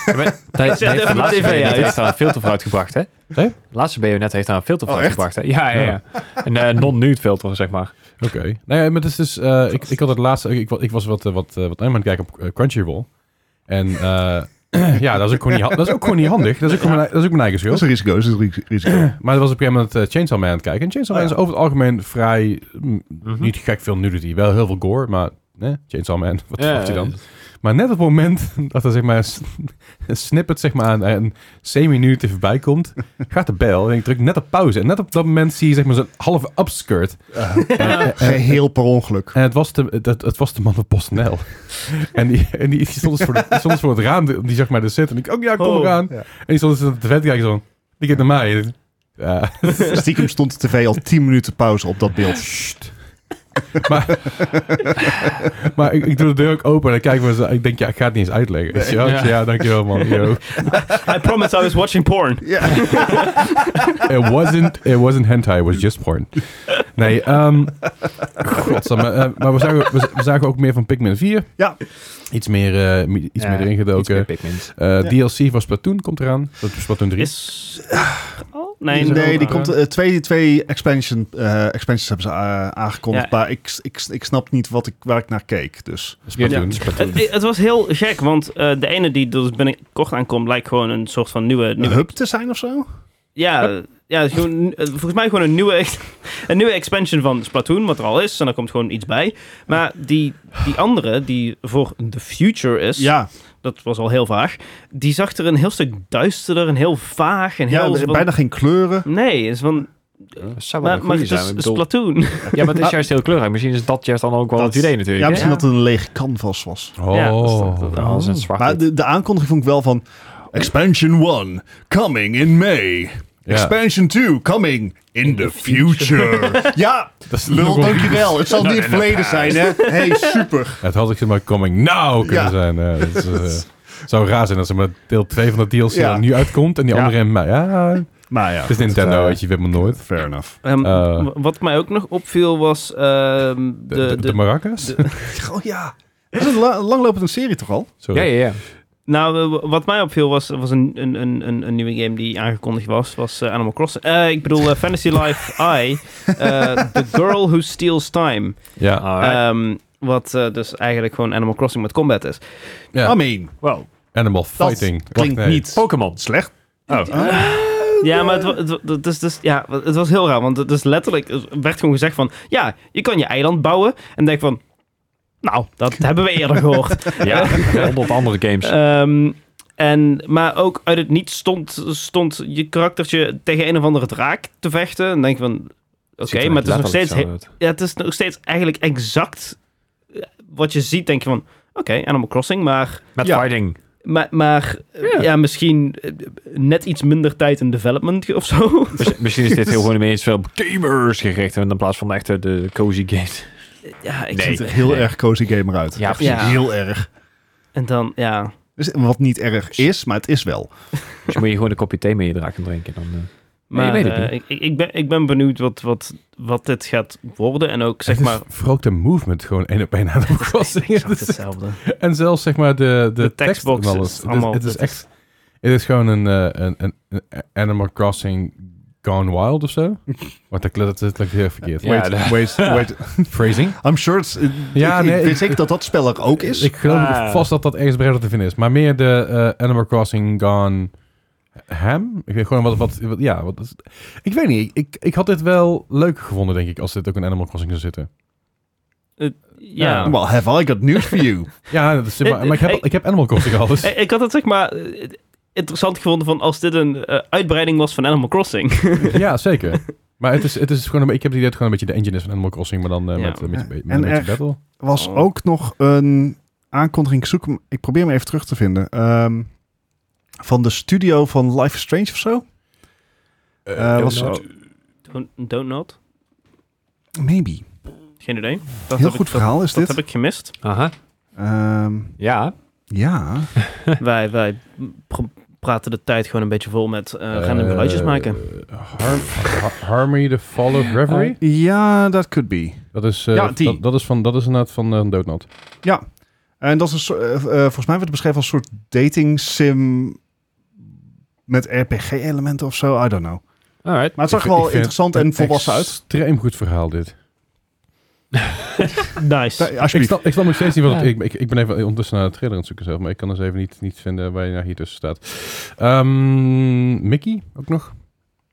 Speaker 4: Tijd-
Speaker 3: Zet
Speaker 4: tijd-
Speaker 3: even
Speaker 4: de
Speaker 3: de
Speaker 4: laatste
Speaker 3: TV
Speaker 4: Bayonetta
Speaker 3: uit.
Speaker 4: heeft daar een filter voor uitgebracht, hè?
Speaker 2: Hé?
Speaker 4: De laatste Bayonetta heeft daar een filter voor
Speaker 1: Oh, echt?
Speaker 4: uitgebracht, hè? Ja, ja, ja. Een eh, non-nude filter, zeg maar.
Speaker 2: oké. Nou ja, maar het is dus, eh, ik, ik had het laatste, ik, wa- ik was wat, eh, wat, eh, wat anime aan het kijken op eh, Crunchyroll. En eh, ja, dat is, ook gewoon niet, ha- dat is ook gewoon niet handig. Dat is ook, gewoon mijn, dat is ook mijn eigen
Speaker 1: Dat is
Speaker 2: schuld.
Speaker 1: een risico. Dat is een risico.
Speaker 2: Maar er was op een gegeven moment eh, Chainsaw Man aan het kijken. En Chainsaw
Speaker 1: Oh,
Speaker 2: Man
Speaker 1: ja.
Speaker 2: is over het algemeen vrij, mm,
Speaker 4: Mhm.
Speaker 2: niet gek veel nudity. Wel heel veel gore, maar eh, Chainsaw Man, wat
Speaker 4: Ja,
Speaker 2: verwacht je dan? Maar net op het moment dat er zeg maar, een snippet zeg maar, aan een semi-minuutje voorbij komt, gaat de bel en ik druk net op pauze. En net op dat moment zie je zeg maar, zo'n halve upskirt.
Speaker 1: Eh,
Speaker 2: En- en-
Speaker 1: geheel per ongeluk.
Speaker 2: En het was de, het, het was de man van PostNL. en die, en die, die stond, dus voor de, die stond dus voor het raam, die zag mij dus zitten. En ik, oh ja, kom
Speaker 3: Oh.
Speaker 2: eraan.
Speaker 1: Ja.
Speaker 2: En die stond dus aan de vent kijken zo van, Die gaat naar mij. Ja.
Speaker 1: Stiekem stond de tv al 10 minuten pauze op dat beeld.
Speaker 2: maar maar ik, ik doe de deur ook open en ik kijk maar zo- Ik denk, ja, ik ga het niet eens uitleggen. Weet je wel?
Speaker 4: Nee.
Speaker 2: Ik zeg, Ja, dankjewel man. Yo.
Speaker 3: I promise I was watching porn.
Speaker 1: Ja.
Speaker 2: It wasn't, it wasn't hentai, it was just porn. Nee, ehm godsamme, eh, maar we zagen, we, we zagen ook meer van Pikmin 4.
Speaker 1: Ja.
Speaker 2: Iets meer, eh, mi- iets
Speaker 4: Ja,
Speaker 2: meer erin
Speaker 4: Iets meer
Speaker 2: gedoken.
Speaker 4: Pikmin's.
Speaker 2: Eh, DLC van Splatoon komt eraan. Dat is Splatoon 3.
Speaker 3: Is... Oh, nee,
Speaker 1: Nee,
Speaker 2: is er
Speaker 3: nee,
Speaker 2: ook
Speaker 1: die
Speaker 2: maar,
Speaker 1: komt,
Speaker 2: eh.
Speaker 1: eh, twee, twee expansion, eh, expansions hebben ze eh, aangekondigd.
Speaker 3: Ja.
Speaker 1: Maar ik, ik, ik snap niet wat ik, waar ik naar keek. Dus
Speaker 2: Splatoon.
Speaker 3: Ja.
Speaker 2: Splatoon.
Speaker 3: Het, het was heel gek, want eh, de ene die er dus binnenkort aankomt lijkt gewoon een soort van nieuwe...
Speaker 1: een
Speaker 3: nieuwe
Speaker 1: hub te zijn of zo?
Speaker 3: Ja, ja gewoon, eh, volgens mij gewoon een nieuwe, een nieuwe expansion van Splatoon, wat er al is. En daar komt gewoon iets bij. Maar die, die andere, die voor The Future is,
Speaker 1: Ja,
Speaker 3: dat was al heel vaag. Die zag er een heel stuk duisterder en heel vaag. En
Speaker 1: ja
Speaker 3: heel,
Speaker 1: de-
Speaker 3: van-
Speaker 1: bijna geen kleuren.
Speaker 3: Nee, is van,
Speaker 4: Dat zou
Speaker 3: maar,
Speaker 4: wel
Speaker 3: dus
Speaker 4: een
Speaker 3: maar
Speaker 4: goeie
Speaker 3: het
Speaker 4: zijn.
Speaker 3: is
Speaker 4: ik bedoel-
Speaker 3: Splatoon.
Speaker 4: Ja, maar het is juist heel kleurrijk. Misschien is dat juist dan ook wel
Speaker 1: Dat-
Speaker 4: het idee natuurlijk.
Speaker 1: Ja,
Speaker 4: hè?
Speaker 1: misschien dat het een lege canvas was.
Speaker 2: Oh.
Speaker 3: Ja, dat is
Speaker 4: Dat alles in zwart.
Speaker 1: Maar
Speaker 4: is.
Speaker 1: de, de aankondiging vond ik wel van... Expansion 1, coming in May.
Speaker 2: Ja.
Speaker 1: Expansion 2, coming in the future. ja,
Speaker 2: Dat is
Speaker 1: lul,
Speaker 2: nog wel-
Speaker 1: dankjewel. Het zal niet het verleden zijn, hè? hey, super.
Speaker 2: Het had ik ze maar coming now kunnen
Speaker 1: Ja.
Speaker 2: zijn. eh, dat is, eh, het zou raar zijn als er maar deel 2 van dat DLC
Speaker 1: Ja.
Speaker 2: dan nu uitkomt en die
Speaker 1: Ja.
Speaker 2: andere in mei. Ja, het
Speaker 1: Maar ja,
Speaker 2: is Nintendo,
Speaker 4: eh,
Speaker 2: weet je, je weet maar nooit.
Speaker 1: fair enough.
Speaker 3: Ehm,
Speaker 2: Eh.
Speaker 3: w- wat mij ook nog opviel was ehm,
Speaker 2: De, de,
Speaker 3: de, de,
Speaker 2: maracas?
Speaker 1: Oh ja. Dat is een la- langlopende serie toch al?
Speaker 2: Sorry.
Speaker 4: Ja, ja, ja.
Speaker 3: Nou, eh, wat mij opviel was, was een, een, een, een, een nieuwe game die aangekondigd was. was eh, Animal Crossing. Eh, ik bedoel, eh, Fantasy Life I. eh, the Girl Who Steals Time.
Speaker 2: Ja.
Speaker 4: Alright.
Speaker 3: Ehm, wat eh, dus eigenlijk gewoon Animal Crossing met combat is.
Speaker 2: Ja.
Speaker 1: I mean,
Speaker 4: Wow.
Speaker 2: Animal fighting. Wacht,
Speaker 1: klinkt
Speaker 2: nee.
Speaker 1: niet
Speaker 4: Pokémon.
Speaker 1: slecht.
Speaker 4: Oh.
Speaker 3: Ja, maar het, wa- het, wa- het, is, dus, ja, het was heel raar. Want het is letterlijk, er werd gewoon gezegd van... Ja, je kan je eiland bouwen. En denk van... Nou, dat hebben we eerder gehoord. Eh,
Speaker 4: Ja, onder andere games.
Speaker 3: Ehm, en, maar ook uit het niet stond, stond je karaktertje tegen een of andere draak te vechten. En denk van... Oké, maar het is, nog steeds, he- ja, het is nog steeds eigenlijk exact eh, wat je ziet. Denk je van... Oké, Animal Crossing, maar...
Speaker 4: Met
Speaker 1: Ja.
Speaker 4: fighting.
Speaker 3: Maar, maar eh, ja. misschien eh, net iets minder tijd in development of zo.
Speaker 4: Miss- Misschien is dit heel gewoon ineens veel op gamers gericht. In plaats van echt eh, de cozy games.
Speaker 3: ja, ik
Speaker 4: Nee.
Speaker 3: zit
Speaker 1: Ziet
Speaker 3: er-
Speaker 1: er heel
Speaker 4: Nee.
Speaker 1: erg cozy gamer uit.
Speaker 4: Ja,
Speaker 3: precies. Ja.
Speaker 1: Heel erg.
Speaker 3: En dan, ja.
Speaker 1: Dus wat niet erg is, maar het is wel.
Speaker 4: Dus moet je gewoon een kopje thee mee drinken. drinken dan, eh.
Speaker 3: Maar
Speaker 4: weet het
Speaker 3: eh,
Speaker 4: niet.
Speaker 3: ik, ik, ik ben, ik ben benieuwd wat, wat, wat dit gaat worden. En ook, zeg
Speaker 2: Het is
Speaker 3: maar...
Speaker 2: Vooral ook de movement gewoon één op één aan de crossing.
Speaker 3: exact hetzelfde.
Speaker 2: en zelfs zeg maar de, de,
Speaker 3: De
Speaker 2: tekst en
Speaker 3: tekstbox
Speaker 2: alles.
Speaker 3: is
Speaker 2: Het is-
Speaker 3: allemaal-
Speaker 2: Het is,
Speaker 3: dat
Speaker 2: echt... Het is gewoon een, eh, een, een, een Animal Crossing Gone Wild of zo. Want dat klinkt dat klinkt heel verkeerd.
Speaker 4: Ja, dat-
Speaker 1: wait, wait.
Speaker 2: Phrasing.
Speaker 1: I'm sure it's,
Speaker 2: Ja,
Speaker 1: ja, ik,
Speaker 2: nee,
Speaker 1: ik weet
Speaker 2: ik-
Speaker 1: zeker dat dat spel er ook is.
Speaker 2: Ik geloof
Speaker 4: Ah.
Speaker 2: vast dat dat ergens breder te vinden is. Maar meer de eh, Animal Crossing Gone Ham. Ik weet gewoon wat... wat, wat- ja, wat, is- ik weet niet. Ik, ik had dit wel leuk gevonden, denk ik, als dit ook in Animal Crossing zou zitten.
Speaker 3: Ja.
Speaker 1: Oh, Well, have I got news for you?
Speaker 2: Ja, dat is,
Speaker 3: Eh,
Speaker 2: maar, maar ik, heb,
Speaker 3: Hey.
Speaker 2: ik heb Animal Crossing al, dus...
Speaker 3: Eh, Ik, ik had het, zeg maar... eh, Interessant gevonden van als dit een eh, uitbreiding was van Animal Crossing.
Speaker 2: ja, zeker. Maar het is, het is gewoon... Een, ik heb het idee dat het gewoon een beetje de engine is van Animal Crossing, maar dan eh,
Speaker 3: Ja.
Speaker 2: met, met, met, met
Speaker 1: En
Speaker 2: een beetje
Speaker 1: erg.
Speaker 2: battle.
Speaker 1: was
Speaker 3: Oh.
Speaker 1: ook nog een aankondiging. Ik, zoek hem, ik probeer hem even terug te vinden. Ehm, van de studio van Life is Strange of zo? Eh, was,
Speaker 2: Heel-
Speaker 3: Don't, don't not.
Speaker 1: maybe.
Speaker 3: Geen idee. Dat
Speaker 1: Heel
Speaker 3: heb
Speaker 1: goed
Speaker 3: ik, dat-
Speaker 1: verhaal is
Speaker 3: Dat
Speaker 1: dit.
Speaker 3: heb ik gemist.
Speaker 4: Aha.
Speaker 1: Ehm,
Speaker 4: Ja.
Speaker 1: ja.
Speaker 3: wij wij pro- praten de tijd gewoon een beetje vol met eh random
Speaker 2: Eh,
Speaker 3: geluidjes maken.
Speaker 2: Har- Har- Harmony, The Fall of Reverie.
Speaker 1: Ja, dat could be.
Speaker 2: dat, is, eh,
Speaker 1: Eh, ja,
Speaker 2: dat,
Speaker 1: die.
Speaker 2: dat, is van, dat is inderdaad van eh Doodnat.
Speaker 1: Ja. En dat is een soort, eh, eh, volgens mij wordt het beschreven als een soort dating sim met RPG-elementen of zo. I don't know.
Speaker 4: Alright.
Speaker 1: Maar het zag
Speaker 2: Ik-
Speaker 1: er
Speaker 2: ik
Speaker 1: wel
Speaker 2: vind
Speaker 1: interessant en
Speaker 2: een
Speaker 1: volwassen uit.
Speaker 2: Extreem goed verhaal dit.
Speaker 3: Nice.
Speaker 1: Eh,
Speaker 2: Ik
Speaker 1: Alsjeblieft.
Speaker 2: snap, ik snap nog steeds niet wat het-
Speaker 4: Ja.
Speaker 2: ik, ik, ik ben even ondertussen naar de trailer aan het zoeken zelf, maar ik kan dus even niet, niet vinden waar je nou hier tussen staat. Ehm, Mickey ook nog?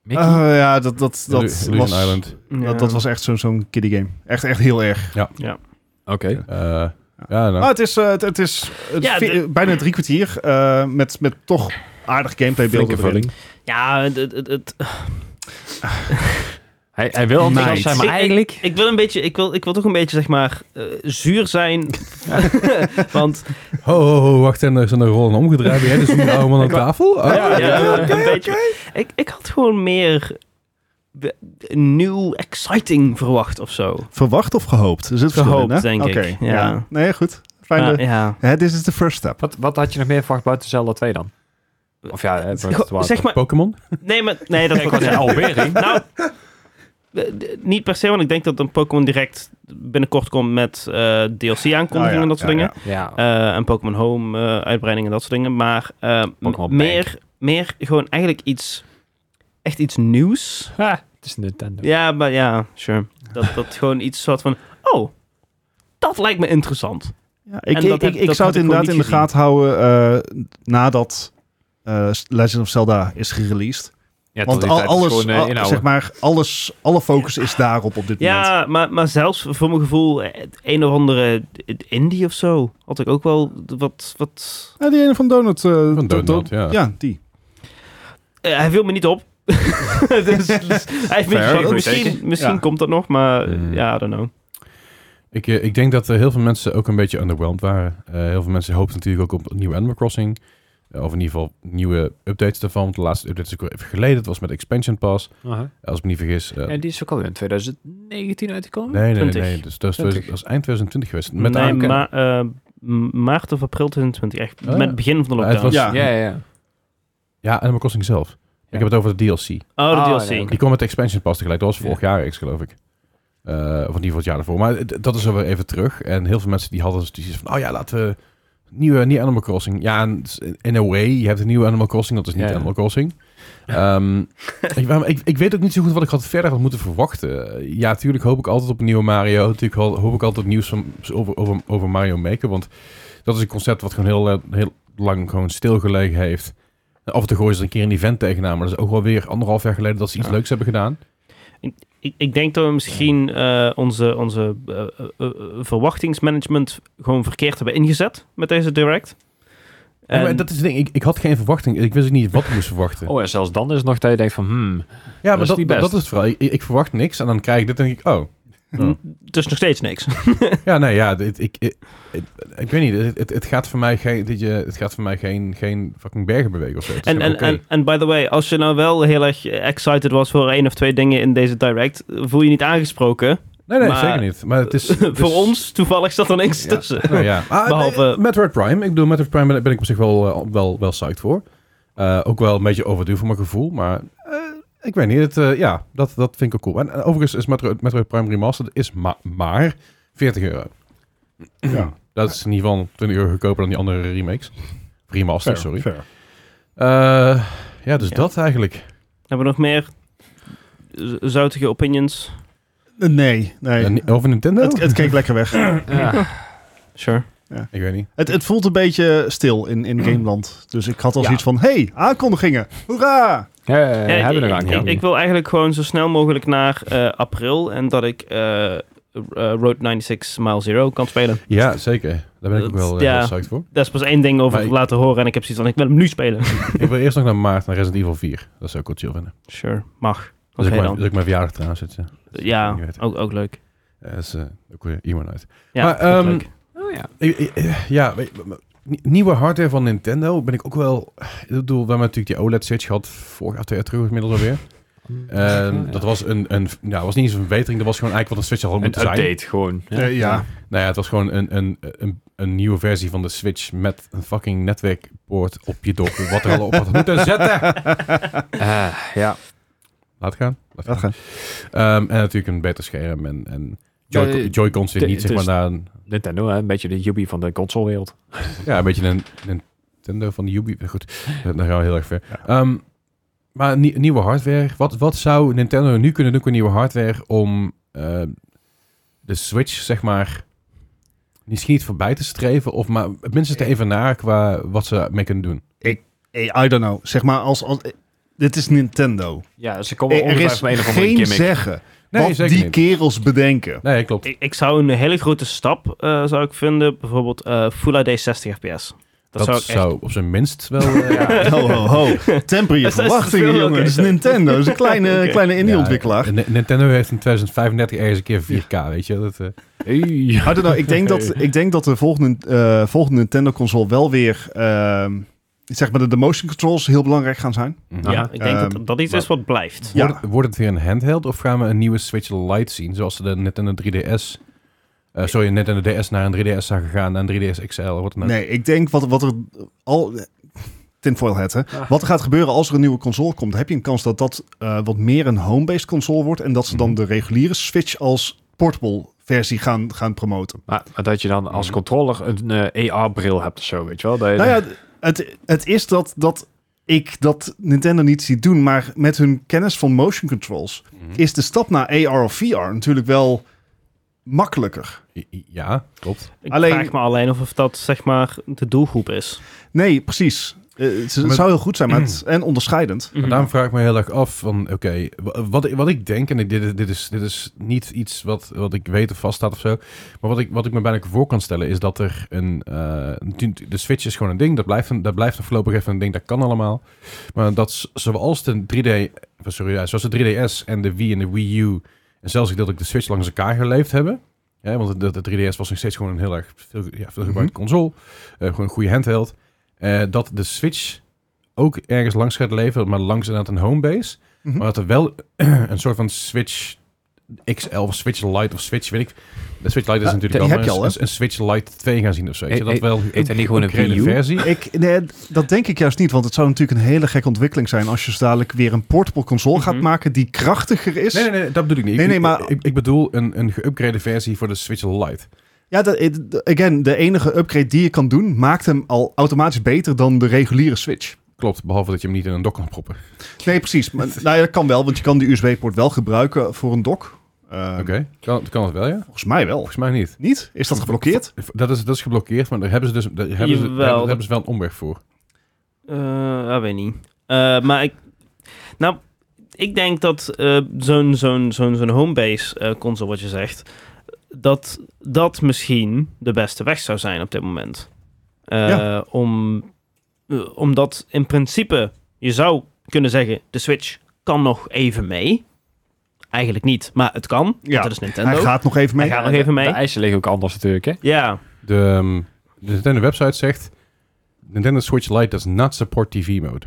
Speaker 4: Mickey?
Speaker 1: Eh, ja, dat, dat, dat,
Speaker 2: Illusion
Speaker 1: was,
Speaker 2: Island.
Speaker 3: Ja.
Speaker 1: dat, dat was echt zo'n zo'n kiddie game. Echt, echt heel erg.
Speaker 4: Oké.
Speaker 2: Eh, ja, nou.
Speaker 1: Maar het is, eh, het, het is het
Speaker 3: Ja,
Speaker 1: vi-
Speaker 3: de-
Speaker 1: bijna drie kwartier eh, met, met toch aardig gameplay beelden.
Speaker 4: Flinke vulling.
Speaker 3: Ja, het, het, het-
Speaker 4: Hij Hij, hij wil enthousiast
Speaker 1: Meid.
Speaker 4: zijn, maar
Speaker 3: Ik- ik-
Speaker 4: eigenlijk...
Speaker 3: Ik wil, een beetje, ik, wil, ik wil toch een beetje, zeg maar, eh, zuur zijn. Want
Speaker 2: Ho, ho, ho, wacht. En er zijn de rollen omgedraaid. Jij dus nu oude man aan tafel? Oh,
Speaker 3: ja, een beetje. Ik, ik had gewoon meer be- nieuw, exciting verwacht of zo.
Speaker 1: Verwacht of gehoopt? Er zit verschil in,
Speaker 3: Gehoopt,
Speaker 1: hè?
Speaker 3: denk ik,
Speaker 1: Oké,
Speaker 3: ja.
Speaker 1: Nee, goed. Fijn.
Speaker 3: Maar ja.
Speaker 1: Hè, This is the first step.
Speaker 4: Wat, wat had je nog meer verwacht buiten Zelda 2 dan? Of ja, eh, Breath of the Wild.
Speaker 3: Zeg maar,
Speaker 2: Pokémon?
Speaker 3: nee, maar, nee, dat
Speaker 4: Ik was er alweer in.
Speaker 3: Nou, eh, d- niet per se, want ik denk dat een Pokémon direct binnenkort komt met eh, DLC-aankondigingen
Speaker 1: Ah, ja,
Speaker 3: en dat soort
Speaker 1: ja,
Speaker 3: dingen.
Speaker 4: Ja,
Speaker 3: Eh, en Pokémon Home eh, uitbreiding en dat soort dingen. Maar eh, m-
Speaker 4: Pokémon Bank.
Speaker 3: meer, meer gewoon eigenlijk iets, echt iets nieuws.
Speaker 4: Ha, het is Nintendo.
Speaker 3: Ja, maar ja, sure. Dat, dat gewoon iets soort van, oh, dat lijkt me interessant.
Speaker 1: Ja, ik
Speaker 3: En
Speaker 1: ik,
Speaker 3: dat
Speaker 1: ik,
Speaker 3: heb-
Speaker 1: ik
Speaker 3: dat
Speaker 1: zou
Speaker 3: had
Speaker 1: het
Speaker 3: ik gewoon
Speaker 1: inderdaad in de
Speaker 3: niet
Speaker 1: gaten houden eh, nadat eh, Legend of Zelda is gereleasd.
Speaker 4: Ja, tot
Speaker 1: Want
Speaker 4: die
Speaker 1: al-
Speaker 4: tijd is
Speaker 1: alles,
Speaker 4: gewoon, eh,
Speaker 1: al-
Speaker 4: inhouden.
Speaker 1: zeg maar, alles, alle focus is daarop op dit moment.
Speaker 3: Ja, maar, maar zelfs voor mijn gevoel, eh, het een of andere eh, indie of zo, had ik ook wel wat... wat
Speaker 1: Ja, die ene van Donut. eh,
Speaker 2: Van
Speaker 1: do-
Speaker 2: Donut,
Speaker 1: do-
Speaker 2: ja.
Speaker 1: Ja, die.
Speaker 3: Eh, hij viel me niet op. dus, dus hij heeft me niet
Speaker 1: Fair,
Speaker 3: gevraagd.
Speaker 1: goed
Speaker 3: Misschien,
Speaker 1: teken.
Speaker 3: misschien
Speaker 1: Ja.
Speaker 3: komt dat nog, maar eh,
Speaker 2: Mm.
Speaker 3: ja, I don't know.
Speaker 2: Ik, eh, ik denk dat eh, heel veel mensen ook een beetje underwhelmed waren. Eh, heel veel mensen hoopten natuurlijk ook op een nieuwe Animal Crossing. Eh, of in ieder geval nieuwe updates daarvan. Want de laatste update is ook wel even geleden. Het was met Expansion Pass.
Speaker 4: Aha.
Speaker 2: Als ik me niet vergis. eh,
Speaker 4: Ja, die is ook al in 2019 uitgekomen.
Speaker 2: nee, nee, nee,
Speaker 3: 20.
Speaker 2: nee. Dus dat is,
Speaker 4: 20.
Speaker 2: dat is eind 2020 geweest. Met
Speaker 3: Met
Speaker 2: de
Speaker 3: nee,
Speaker 2: aankondiging.
Speaker 3: ma- eh, m- maart of april 2020, echt.
Speaker 2: Oh, ja.
Speaker 3: Met het begin van de lockdown.
Speaker 2: was-
Speaker 1: Ja.
Speaker 4: Ja, ja, ja.
Speaker 2: Ja, Animal Crossing zelf. Ik heb het over de DLC.
Speaker 3: Oh, de
Speaker 4: Ah,
Speaker 3: DLC.
Speaker 4: nee, oké.
Speaker 2: Die kwam met de expansion pas tegelijk. Dat was
Speaker 4: Ja.
Speaker 2: vorig jaar eens, geloof ik. Eh, of in ieder geval het jaar daarvoor. Maar d- dat is alweer even terug. En heel veel mensen die hadden dus die zoiets van... Oh ja, laten we... Nieuwe, nieuwe Animal Crossing. Ja, en s- in a way. Je hebt een nieuwe Animal Crossing. Dat is niet
Speaker 4: Ja, ja.
Speaker 2: Animal Crossing. Ehm, ik, waarom- ik, ik weet ook niet zo goed wat ik had verder had moeten verwachten. Eh, Ja, natuurlijk hoop ik altijd op een nieuwe Mario. Natuurlijk ho- hoop ik altijd nieuws van, over, over, over Mario Maker. Want dat is een concept wat gewoon heel, eh, heel lang gewoon stilgelegen heeft. Af en toe gooien ze er een keer een event tegenaan. Maar dat is ook wel weer anderhalf jaar geleden dat ze iets
Speaker 4: Ja.
Speaker 2: leuks hebben gedaan.
Speaker 3: Ik, ik denk dat we misschien eh, onze, onze eh, eh, eh, verwachtingsmanagement gewoon verkeerd hebben ingezet met deze direct.
Speaker 2: Ja, maar
Speaker 3: En-
Speaker 2: dat is het ding. Ik, ik had geen verwachting. Ik wist ook niet wat ik moest verwachten.
Speaker 4: Oh, en zelfs dan is het nog dat je denkt van, hmm,
Speaker 2: ja, maar
Speaker 4: is
Speaker 2: dat,
Speaker 4: niet
Speaker 2: dat,
Speaker 4: best.
Speaker 2: is het vooral. Ik, ik verwacht niks en dan krijg ik dit en denk ik, oh.
Speaker 3: N- Dus nog steeds niks.
Speaker 2: Ja, nee, ja. dit- ik, ik, ik, ik weet niet. Het, het, het gaat voor mij geen, dit, je, het gaat voor mij geen, geen fucking bergen bewegen of zo. Het is
Speaker 3: En, en,
Speaker 2: gewoon oké.
Speaker 3: en, en by the way, als je nou wel heel erg excited was voor één of twee dingen in deze direct, voel je niet aangesproken.
Speaker 2: nee, nee,
Speaker 3: maar-
Speaker 2: zeker niet. Maar het is... het
Speaker 3: voor
Speaker 2: is-
Speaker 3: ons toevallig zat er niks tussen.
Speaker 2: Nou Dus- ja. Ah,
Speaker 3: Behalve-
Speaker 2: nee, Metroid Prime. Ik bedoel, Metroid Prime ben, ik- ben ik op zich wel, eh, wel, wel psyched voor. Eh, ook wel een beetje overdue voor mijn gevoel, maar... eh, ik weet niet, het, eh, ja, dat, dat vind ik ook cool. En, eh, overigens is Metroid, Metroid Prime Remastered is ma- maar 40 euro.
Speaker 1: Ja.
Speaker 2: Dat is in ieder geval 20 euro goedkoper dan die andere remakes. Of Remasters, sorry.
Speaker 1: Fair.
Speaker 2: Eh, ja, dus
Speaker 3: Ja.
Speaker 2: dat eigenlijk.
Speaker 3: Hebben we nog meer z- zoutige opinions?
Speaker 1: Eh, Nee, nee.
Speaker 2: En over Nintendo?
Speaker 1: Het, het keek lekker weg.
Speaker 4: ja.
Speaker 3: Sure.
Speaker 2: ik weet niet.
Speaker 1: Het, het voelt een beetje stil in, in Gameland. Dus ik had al
Speaker 4: Ja.
Speaker 1: zoiets van, hey, aankondigingen. Hoera!
Speaker 4: Ja, ja, ja,
Speaker 3: Ja, ik-
Speaker 4: Eh, hebben we
Speaker 3: ik,
Speaker 4: er aan.
Speaker 3: ik,
Speaker 4: ja.
Speaker 3: ik wil eigenlijk gewoon zo snel mogelijk naar eh, april en dat ik eh, eh, Road 96 Mile Zero kan spelen.
Speaker 2: Ja, zeker. Daar ben ik ook wel eh,
Speaker 3: Ja.
Speaker 2: heel psyched voor.
Speaker 3: Dat is pas één ding over
Speaker 2: Maar ik-
Speaker 3: laten horen en ik heb zoiets van, ik wil hem nu spelen.
Speaker 2: ik wil eerst nog naar maart, naar Resident Evil 4. Dat zou ik wel chill vinden.
Speaker 3: Sure, mag.
Speaker 2: Dat
Speaker 3: Oké
Speaker 2: is ook mijn- dat
Speaker 3: dan.
Speaker 2: is ook mijn verjaardag trouwens. Het, eh,
Speaker 3: Ja,
Speaker 2: niet weten.
Speaker 3: ook, ook leuk.
Speaker 2: dat is eh, ook weer iemand uit.
Speaker 3: Ja,
Speaker 2: Maar,
Speaker 3: ook
Speaker 2: ehm,
Speaker 3: leuk.
Speaker 4: Oh, ja.
Speaker 2: Ik- ik- eh, Ja, weet je, maar- nie- nieuwe hardware van Nintendo ben ik ook wel... Ik bedoel, we hebben natuurlijk die OLED-switch gehad vorig jaar, twee jaar terug inmiddels alweer.
Speaker 1: Ehm,
Speaker 2: En
Speaker 4: Ja.
Speaker 2: dat was een, een... Nou, was niet eens een verbetering. Dat was gewoon eigenlijk wat een Switch al had
Speaker 4: Een
Speaker 2: moeten zijn.
Speaker 4: update gewoon.
Speaker 1: Ja. Eh, ja.
Speaker 2: Nou ja, het was gewoon een, een, een, een nieuwe versie van de Switch met een fucking netwerkpoort op je dock. Wat er al op had moeten zetten.
Speaker 4: Eh, ja.
Speaker 2: Laat gaan.
Speaker 1: Laat
Speaker 2: Laat gaan.
Speaker 1: gaan.
Speaker 2: Ehm, en natuurlijk een beter scherm en, en Joy-
Speaker 4: Ja, eh,
Speaker 2: Joy-Cons weer
Speaker 4: de-
Speaker 2: niet zeg
Speaker 4: het
Speaker 2: maar
Speaker 4: is-
Speaker 2: naar een,
Speaker 4: Nintendo, hè, een beetje de Yubi van de consolewereld.
Speaker 2: ja, een beetje een Nintendo van de Ubi. Goed, dan gaan we heel erg ver. Ehm, maar nie- nieuwe hardware. Wat, wat zou Nintendo nu kunnen doen met nieuwe hardware om eh, de Switch zeg maar misschien niet voorbij te streven of maar minstens te even naar qua wat ze mee kunnen doen?
Speaker 1: Hey, I don't know. Zeg maar, als, als, eh, dit is Nintendo.
Speaker 4: Ja, ze komen
Speaker 1: Er, er
Speaker 4: ongetwijfeld
Speaker 1: is
Speaker 4: met een of andere
Speaker 1: geen
Speaker 4: gimmick.
Speaker 1: zeggen
Speaker 2: Nee,
Speaker 1: wat
Speaker 2: zeker
Speaker 1: die
Speaker 2: niet.
Speaker 1: kerels bedenken.
Speaker 2: Nee, klopt.
Speaker 3: ik, ik zou een hele grote stap eh, zou ik vinden. Bijvoorbeeld eh Full HD 60 fps. Dat, zou ik echt...
Speaker 2: op zijn minst wel... eh,
Speaker 4: Ja.
Speaker 1: Ho, ho, ho. Temper je
Speaker 3: Dat is- dat is
Speaker 1: verwachtingen,
Speaker 3: veel,
Speaker 1: jongen.
Speaker 3: oké.
Speaker 1: Het is Nintendo. Het is een kleine,
Speaker 3: Oké.
Speaker 1: kleine indie-ontwikkelaar.
Speaker 2: Ja, N- Nintendo heeft in 2035 ergens een keer 4K, weet je. Dat, eh,
Speaker 4: Hey.
Speaker 1: I don't know, nou, ik, denk dat, ik denk dat de volgende, eh, volgende Nintendo-console wel weer... ehm, zeg maar de, de motion controls heel belangrijk gaan zijn.
Speaker 2: Mhm.
Speaker 3: Ja, ik denk
Speaker 1: Ehm,
Speaker 3: dat dat iets is wat blijft.
Speaker 1: Ja.
Speaker 2: Wordt, wordt het weer een handheld of gaan we een nieuwe Switch Lite zien? Zoals ze de Nintendo 3DS... eh sorry, Nintendo DS naar een 3DS zagen gaan, naar een 3DS XL. Wordt het een-
Speaker 1: Nee, ik denk wat, wat er al... Tinfoil hat, hè. Wat er gaat gebeuren als er een nieuwe console komt, heb je een kans dat dat eh, wat meer een home-based console wordt en dat ze dan
Speaker 2: Mhm.
Speaker 1: de reguliere Switch als portable versie gaan, gaan promoten.
Speaker 4: Maar, maar dat je dan als controller een AR-bril hebt of zo, weet je wel? Dat je-
Speaker 2: Eh,
Speaker 1: Nou ja, het, het is dat, dat ik dat Nintendo niet zie doen, maar met hun kennis van motion controls
Speaker 2: Mhm.
Speaker 1: is de stap naar AR of VR natuurlijk wel makkelijker.
Speaker 2: Ja, klopt.
Speaker 3: Ik
Speaker 1: alleen-
Speaker 3: vraag me alleen of, of dat zeg maar de doelgroep is.
Speaker 1: Nee, precies. Eh, het is- het
Speaker 2: Maar-
Speaker 1: zou heel goed zijn, maar het, en onderscheidend.
Speaker 2: Maar daarom vraag ik me heel erg af van, oké, wa- wat, ik- wat ik denk, en ik- dit, dit, is, dit is niet iets wat, wat ik weet of vaststaat of zo, maar wat ik, wat ik me bijna voor kan stellen is dat er een, eh, die- de Switch is gewoon een ding, dat blijft, een, dat blijft een voorlopig even een ding, dat kan allemaal. Maar dat z- zoals de 3D, of sorry, ja, zoals de 3DS en de Wii en de Wii U, en zelfs ik dat ik de Switch langs elkaar geleefd hebben, hè, want de, de 3DS was nog steeds gewoon een heel erg veel, ja, veel gebruikte
Speaker 1: Mhm.
Speaker 2: console, eh, gewoon een goede handheld, eh, dat de Switch ook ergens langs gaat leven, maar langs inderdaad een homebase.
Speaker 1: Mhm.
Speaker 2: Maar dat er wel een soort van Switch XL of Switch Lite of Switch, weet ik. De Switch Lite is
Speaker 1: Ja,
Speaker 2: natuurlijk
Speaker 1: die
Speaker 2: al, Eh,
Speaker 1: heb
Speaker 2: maar
Speaker 1: je al, hè?
Speaker 2: een, een Switch Lite 2 gaan zien of zo. Weet je,
Speaker 4: Eet-
Speaker 2: dat
Speaker 4: eet-
Speaker 2: wel
Speaker 4: eet er niet gewoon een
Speaker 2: upgrade
Speaker 4: Wii U?
Speaker 2: versie.
Speaker 1: Ik, nee, dat denk ik juist niet, want het zou natuurlijk een hele gekke ontwikkeling zijn als je zo dadelijk weer een portable console gaat
Speaker 3: Mhm.
Speaker 1: maken die krachtiger is.
Speaker 2: Nee, nee, nee, dat bedoel ik niet.
Speaker 1: Nee,
Speaker 2: ik,
Speaker 1: nee, maar-
Speaker 2: ik, ik bedoel een, een geüpgrade versie voor de Switch Lite.
Speaker 1: Ja, dat, it- again, de enige upgrade die je kan doen maakt hem al automatisch beter dan de reguliere Switch.
Speaker 2: Klopt, behalve dat je hem niet in een dock kan proppen.
Speaker 1: Nee, precies. Maar, nou ja, dat kan wel, want je kan die USB-poort wel gebruiken voor een dock. Eh,
Speaker 2: Oké, kan, kan het wel, ja?
Speaker 1: Volgens mij wel.
Speaker 2: Volgens mij niet.
Speaker 1: Niet? Is dat geblokkeerd?
Speaker 2: Dat is, dat is geblokkeerd, maar daar hebben ze dus daar hebben ze, daar
Speaker 3: Jawel.
Speaker 2: hebben ze dus wel een omweg voor.
Speaker 3: Eh, dat weet ik niet. Eh, maar ik... Nou, ik denk dat eh, zo'n zo'n zo'n zo'n homebase eh, console, wat je zegt, dat dat misschien de beste weg zou zijn op dit moment. Eh,
Speaker 1: Ja.
Speaker 3: om, eh, omdat in principe, je zou kunnen zeggen, de Switch kan nog even mee. Eigenlijk niet, maar het kan.
Speaker 1: Ja.
Speaker 3: Ja. Dat is Nintendo.
Speaker 1: Hij gaat nog even mee.
Speaker 3: Hij gaat nog even mee.
Speaker 4: De eisen liggen ook anders natuurlijk, hè?
Speaker 3: Ja,
Speaker 2: De, ehm, de Nintendo website zegt... Nintendo Switch Lite does not support TV mode.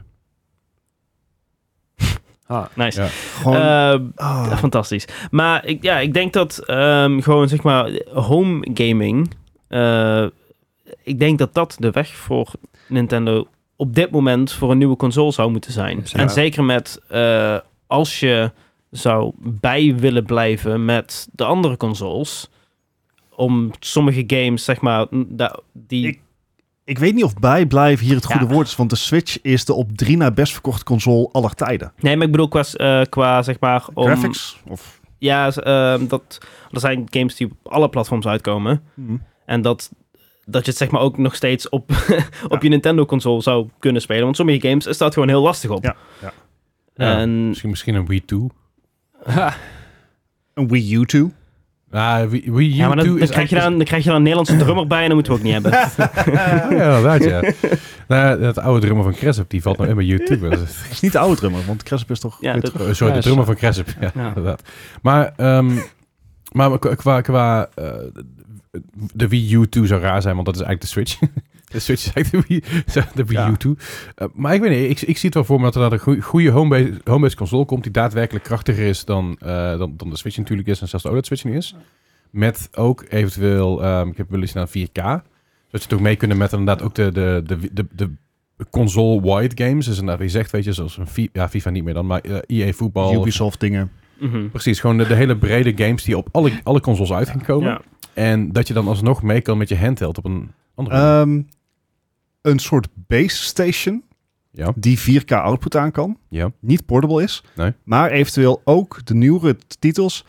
Speaker 4: Ah.
Speaker 3: nice.
Speaker 2: Ja.
Speaker 1: Gewoon,
Speaker 3: Eh,
Speaker 1: ah.
Speaker 3: Ja, fantastisch. Maar ik, ja, ik denk dat ehm, gewoon zeg maar home gaming. eh, ik denk dat dat de weg voor Nintendo op dit moment voor een nieuwe console zou moeten zijn.
Speaker 4: Zeker.
Speaker 3: En zeker met eh, als je zou bij willen blijven met de andere consoles. Om sommige games, zeg maar, n- da- die.
Speaker 1: Ik- Ik weet niet of bijblijven hier het goede
Speaker 3: Ja.
Speaker 1: woord is, want de Switch is de op drie na best verkochte console aller tijden.
Speaker 3: Nee, maar ik bedoel qua, s- eh, qua zeg maar. Om,
Speaker 1: Graphics? Of...
Speaker 3: Ja, s- ehm, dat, er zijn games die op alle platforms uitkomen.
Speaker 1: Hm.
Speaker 3: En dat, dat je het zeg maar ook nog steeds op, op je Nintendo-console zou kunnen spelen. Want sommige games staat gewoon heel lastig op.
Speaker 1: Ja, ja.
Speaker 2: Ja. Dus
Speaker 3: En
Speaker 2: Misschien, misschien een Wii 2.
Speaker 1: Een Wii U 2?
Speaker 2: Ah, Wii, Wii U
Speaker 3: ja, maar dan,
Speaker 2: 2
Speaker 3: dan
Speaker 2: is
Speaker 3: krijg je
Speaker 2: eigenlijk-
Speaker 3: dan, dan krijg je dan een Nederlandse drummer bij en dat moeten we ook niet hebben.
Speaker 2: Ja, inderdaad, ja. nou, ja, dat oude drummer van Cressup, die valt nou in bij YouTube. Dat is-
Speaker 1: Het is niet de oude drummer, want Cresp is toch
Speaker 3: Ja,
Speaker 1: weer
Speaker 3: dat-
Speaker 1: terug.
Speaker 2: Oh, Sorry,
Speaker 4: Ja,
Speaker 2: de
Speaker 4: is-
Speaker 2: drummer van Cressup. Ja,
Speaker 3: Ja.
Speaker 2: inderdaad. Maar, ehm, maar qua, qua, qua eh, de Wii U 2 zou raar zijn, want dat is eigenlijk de Switch. De Switch is eigenlijk de Wii, de Wii
Speaker 1: Ja.
Speaker 2: U 2. Eh, maar ik weet niet, ik, ik zie het wel voor me dat er inderdaad een goe- goede homebase, homebase console komt die daadwerkelijk krachtiger is dan, eh, dan, dan de Switch natuurlijk is en zelfs de OLED Switch nu is. Met ook eventueel, ehm, ik heb wel eens naar 4K. Dat ze toch mee kunnen met inderdaad ook de, de, de, de, de console-wide games. Dus inderdaad, wie zegt, weet je, zoals een FIFA, ja, FIFA niet meer dan, maar IE voetbal. of-
Speaker 1: Ubisoft dingen.
Speaker 3: Mhm.
Speaker 2: Precies, gewoon de, de hele brede games die op alle, alle consoles uit gaan komen.
Speaker 3: Ja.
Speaker 2: En dat je dan alsnog mee kan met je handheld op een andere manier.
Speaker 1: Ehm, een soort base station
Speaker 2: Ja,
Speaker 1: die 4K output aan kan.
Speaker 2: ja.
Speaker 1: Niet portable is.
Speaker 2: Nee.
Speaker 1: Maar eventueel ook de nieuwere titels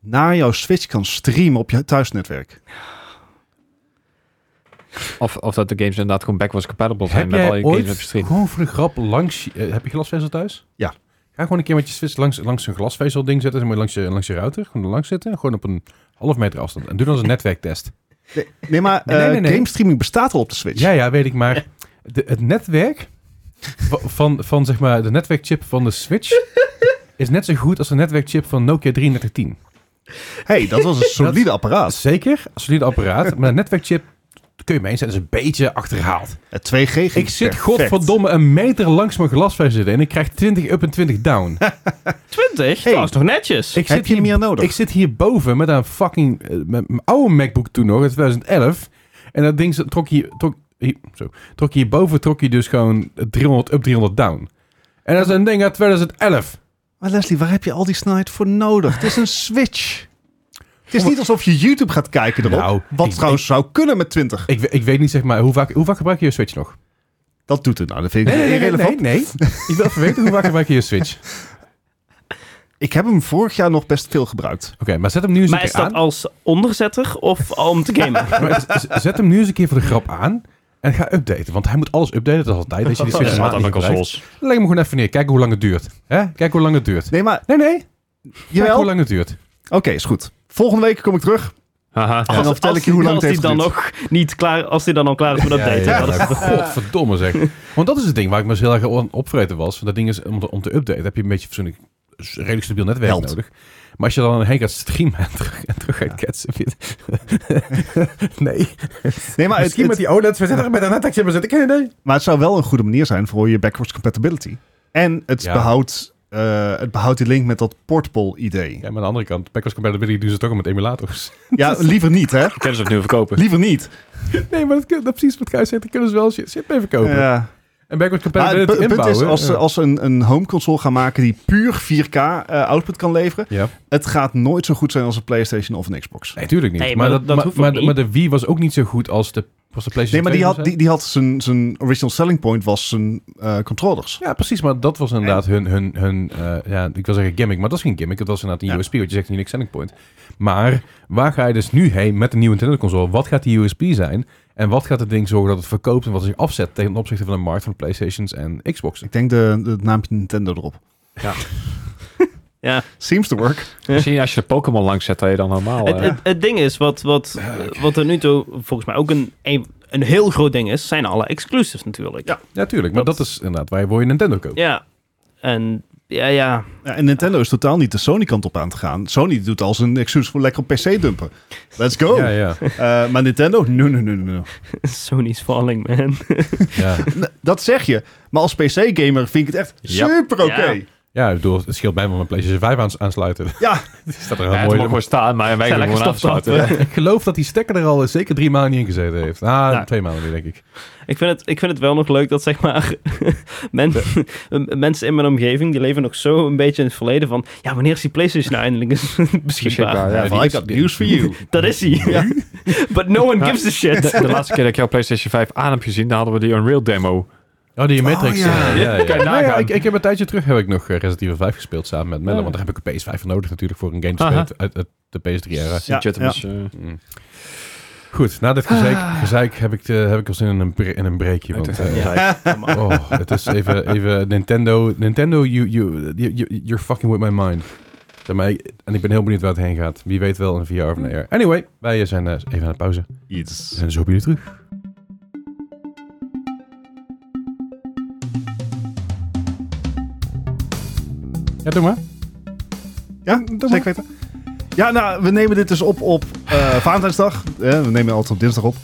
Speaker 1: naar jouw Switch kan streamen op je thuisnetwerk.
Speaker 4: Of, of dat de games inderdaad gewoon backwards compatible zijn
Speaker 2: Heb
Speaker 4: met al
Speaker 2: jij
Speaker 4: je games op
Speaker 2: ooit
Speaker 4: je stream.
Speaker 2: gewoon voor de grap langs... je- eh, heb je glasvezel thuis?
Speaker 1: Ja.
Speaker 2: Ga gewoon een keer met je Switch langs, langs een glasvezel ding zetten. Dan moet je langs je, langs je router. Gewoon er langs zitten. Gewoon op een half meter afstand. En doe dan eens een netwerktest.
Speaker 1: Nee, nee, maar
Speaker 2: Nee, nee,
Speaker 1: eh,
Speaker 2: nee, nee.
Speaker 1: game streaming bestaat al op de Switch.
Speaker 2: Ja, ja, weet ik, maar de- het netwerk va- van, van zeg maar de netwerkchip van de Switch is net zo goed als de netwerkchip van Nokia 3310.
Speaker 1: hey, dat was een solide apparaat.
Speaker 2: Zeker, solide apparaat, maar de netwerkchip kun je mee eens zijn, is een beetje achterhaald.
Speaker 1: Het 2G ging
Speaker 2: Ik zit
Speaker 1: perfect.
Speaker 2: godverdomme een meter langs mijn glasvezel zitten en ik krijg 20 up en 20 down.
Speaker 3: 20?
Speaker 1: Hey.
Speaker 3: Dat is nog netjes.
Speaker 2: Ik
Speaker 1: Heb je
Speaker 2: hier-
Speaker 1: meer nodig?
Speaker 2: Ik zit hierboven met een fucking eh, met mijn oude MacBook toen nog, uit 2011. En dat ding zat- trok hier, trok, hier, zo, trok hierboven trok je dus gewoon 300 up, 300 down. En dat is een ding uit 2011.
Speaker 1: Maar Leslie, waar heb je al die snelheid voor nodig? Het is een Switch. Het is niet alsof je YouTube gaat kijken erop.
Speaker 2: Nou,
Speaker 1: wat
Speaker 2: ik-
Speaker 1: trouwens zou kunnen met 20.
Speaker 2: Ik, we- ik weet niet zeg maar, hoe vaak, hoe vaak gebruik je je Switch nog?
Speaker 1: Dat doet het nou. Dat vind ik irrelevant.
Speaker 2: nee, nee. Ik wil even weten hoe vaak gebruik je je Switch. Oké,
Speaker 1: Ik heb hem vorig jaar nog best veel gebruikt.
Speaker 2: maar zet hem nu eens
Speaker 3: maar
Speaker 2: een
Speaker 3: is
Speaker 2: keer
Speaker 3: dat
Speaker 2: aan.
Speaker 3: als onderzetter of al om te gamen?
Speaker 2: Maar z- z- Zet hem nu eens een keer voor de grap aan. En ga updaten, want hij moet alles updaten. Dat is altijd. Dat je die Switch een maand niet gebruikt. Leg hem gewoon even neer. Kijk hoe lang het duurt. hè? Kijk hoe lang het duurt.
Speaker 1: Nee, maar
Speaker 2: Nee, nee. Kijk
Speaker 1: jawel.
Speaker 2: hoe
Speaker 1: Oké,
Speaker 2: lang het duurt.
Speaker 1: is goed. Volgende week kom ik terug.
Speaker 4: Haha.
Speaker 1: En dan vertel ik je hoe lang
Speaker 3: als
Speaker 1: het heeft
Speaker 3: die dan nog niet klaar, Als die dan al klaar is met dat updaten.
Speaker 2: Ja,
Speaker 3: Dat is-
Speaker 2: ja, Godverdomme zeg. Want dat is het ding waar ik me eens heel erg aan opvreten was. Want dat ding is, om te, om te updaten heb je een beetje verzoenlijk, redelijk stabiel netwerk
Speaker 1: Helpt.
Speaker 2: nodig. Maar als je dan heen gaat streamen en terug, en terug gaat ketsen. vind je- nee.
Speaker 1: Nee, maar het,
Speaker 2: Misschien met
Speaker 1: het-
Speaker 2: die OLED's, we zitten er met een netwerkje, we zitten geen idee.
Speaker 1: maar het zou wel een goede manier zijn voor je backwards compatibility. En het,
Speaker 2: Ja.
Speaker 1: behoudt, eh, het behoudt die link met dat portable idee.
Speaker 2: Ja, maar aan de andere kant, backwards compatibility doen ze toch ook met emulators.
Speaker 1: Ja, liever niet, hè?
Speaker 4: Ik heb ze opnieuw verkopen.
Speaker 1: Liever niet.
Speaker 2: Nee, maar dat, kun- dat precies wat Gijs zegt, dat kunnen ze wel shit, shit mee verkopen.
Speaker 1: Ja.
Speaker 2: En backwards
Speaker 1: Maar het
Speaker 2: compatibility
Speaker 1: pu- het punt
Speaker 2: inbouwen.
Speaker 1: is, als ze als ze een, een home console gaan maken die puur 4K eh, output kan leveren,
Speaker 2: ja.
Speaker 1: het gaat nooit zo goed zijn als een PlayStation of een Xbox.
Speaker 2: Nee, tuurlijk niet.
Speaker 3: Nee,
Speaker 2: maar,
Speaker 3: maar
Speaker 2: dat,
Speaker 3: dat
Speaker 2: maar,
Speaker 3: hoeft
Speaker 2: maar,
Speaker 3: ook niet.
Speaker 2: maar de Wii was ook niet zo goed als de, was
Speaker 1: Nee,
Speaker 2: de PlayStation
Speaker 1: maar die
Speaker 2: 2
Speaker 1: had,
Speaker 2: zou
Speaker 1: die,
Speaker 2: zijn.
Speaker 1: die had zijn, zijn original selling point was zijn eh, controllers.
Speaker 2: Ja, precies. Maar dat was inderdaad hun, hun, hun eh, ja, ik wil zeggen gimmick, maar dat is geen gimmick. Dat was inderdaad een
Speaker 1: Ja.
Speaker 2: USP, want je zegt unique selling point. Maar waar ga je dus nu heen met de nieuwe Nintendo console? Wat gaat die USP zijn? En wat gaat het ding zorgen dat het verkoopt en wat zich afzet ten opzichte van de markt van Playstations en Xboxen?
Speaker 1: Ik denk de, de het naampje Nintendo erop.
Speaker 4: Ja.
Speaker 3: Ja.
Speaker 1: Seems to work.
Speaker 4: Misschien als je de Pokémon langs zet, dat je dan normaal... eh,
Speaker 3: Het, het, het ding is, wat, wat, wat er nu toe volgens mij ook een, een, een heel groot ding is, zijn alle exclusives natuurlijk. Ja.
Speaker 2: Ja, tuurlijk. Maar dat,
Speaker 3: Dat-
Speaker 2: is inderdaad waar je voor je Nintendo koopt.
Speaker 3: ja. En ja, ja.
Speaker 1: Ja, en Nintendo is totaal niet de Sony kant op aan te gaan. Sony doet als een excuus voor lekker op PC dumpen. Let's go.
Speaker 2: Ja, ja,
Speaker 1: Eh, maar Nintendo? No, no, no, no, no.
Speaker 3: Sony's falling, man.
Speaker 2: ja.
Speaker 1: N- Dat zeg je. Maar als PC-gamer vind ik het echt
Speaker 4: Ja.
Speaker 1: super oké.
Speaker 3: Ja.
Speaker 2: ja, ik bedoel, het scheelt mij om mijn PlayStation 5 aan, aansluiten.
Speaker 1: Ja.
Speaker 2: Is dat er een
Speaker 4: Ja, het
Speaker 2: mooie
Speaker 4: mag gewoon staan, maar wij
Speaker 3: Zijn
Speaker 4: kunnen gewoon
Speaker 3: lekker stoptand,
Speaker 4: aansluiten.
Speaker 2: Ik geloof dat die stekker er al eh, zeker drie maanden niet in gezeten heeft. Ah,
Speaker 3: Ja.
Speaker 2: twee maanden nu, denk ik.
Speaker 3: Ik vind, het, ik vind het wel nog leuk dat zeg maar men- mensen in mijn omgeving die leven nog zo een beetje in het verleden van ja wanneer is die PlayStation nou eindelijk eens beschikbaar?
Speaker 4: Beschikbaar, ja.
Speaker 2: Ja,
Speaker 1: Well, I got news for you.
Speaker 3: Dat is hij. But no one
Speaker 4: Ja.
Speaker 3: gives a shit.
Speaker 4: De, de laatste keer dat ik jouw PlayStation 5 aan heb gezien, dan hadden we die Unreal demo.
Speaker 2: Oh, die Matrix.
Speaker 1: Oh, ja.
Speaker 2: eh, ja, ja,
Speaker 4: Kan je
Speaker 2: Nou ja,
Speaker 4: nagaan.
Speaker 2: ik, ik heb een tijdje terug heb ik nog eh, Resident Evil 5 gespeeld samen met Melle.
Speaker 4: Ja.
Speaker 2: Want daar heb ik een PS5 voor nodig natuurlijk voor een game te
Speaker 4: Aha.
Speaker 2: spelen uit, uit de PS3-era.
Speaker 1: Ja,
Speaker 4: Chatamus, eh,
Speaker 2: Goed, na dit gezeik, gezeik heb, ik de, heb ik al zin in een, bre- in een breekje. Want, eh,
Speaker 3: Ja.
Speaker 2: oh, het is even, even Nintendo. Nintendo, you, you, you, you're fucking with my mind. Zeg maar, ik- en ik ben heel benieuwd waar het heen gaat. Wie weet wel een VR of een AR. Anyway, wij eh, zijn eh, even aan de pauze.
Speaker 1: Iets.
Speaker 2: En zo op jullie terug. Ja, doe maar.
Speaker 1: Ja, zeker weten. Ja, nou, we nemen dit dus op op eh Valentijnsdag. Eh, we nemen altijd op dinsdag op.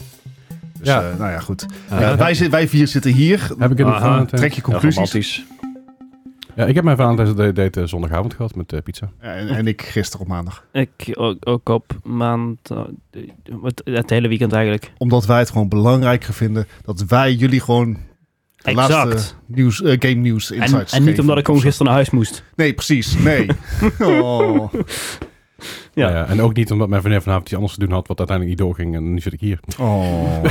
Speaker 1: Dus,
Speaker 2: Ja.
Speaker 1: eh, nou ja, goed.
Speaker 4: Ah,
Speaker 1: Eh,
Speaker 4: ja.
Speaker 1: wij, zit, wij vier zitten hier.
Speaker 2: Heb ik het
Speaker 4: Aha,
Speaker 2: nog
Speaker 1: Trek je
Speaker 4: ja,
Speaker 1: conclusies.
Speaker 4: romantisch.
Speaker 2: Ja, ik heb mijn Valentijnsdate eh, zondagavond gehad met eh, pizza.
Speaker 1: en, en ik gisteren op maandag.
Speaker 3: Ik ook, ook op maand, eh, het, het hele weekend eigenlijk.
Speaker 1: Omdat wij het gewoon belangrijker vinden dat wij jullie gewoon de laatste
Speaker 3: Exact.
Speaker 1: nieuws, eh, game nieuws insights
Speaker 3: En, en niet
Speaker 1: geven.
Speaker 3: omdat ik gewoon gisteren naar huis moest.
Speaker 1: Nee, precies. Nee. oh.
Speaker 3: Ja.
Speaker 2: Ja. en ook niet omdat mijn vriendin vanavond iets anders te doen had, wat uiteindelijk niet doorging. En nu zit ik hier.
Speaker 1: Oh.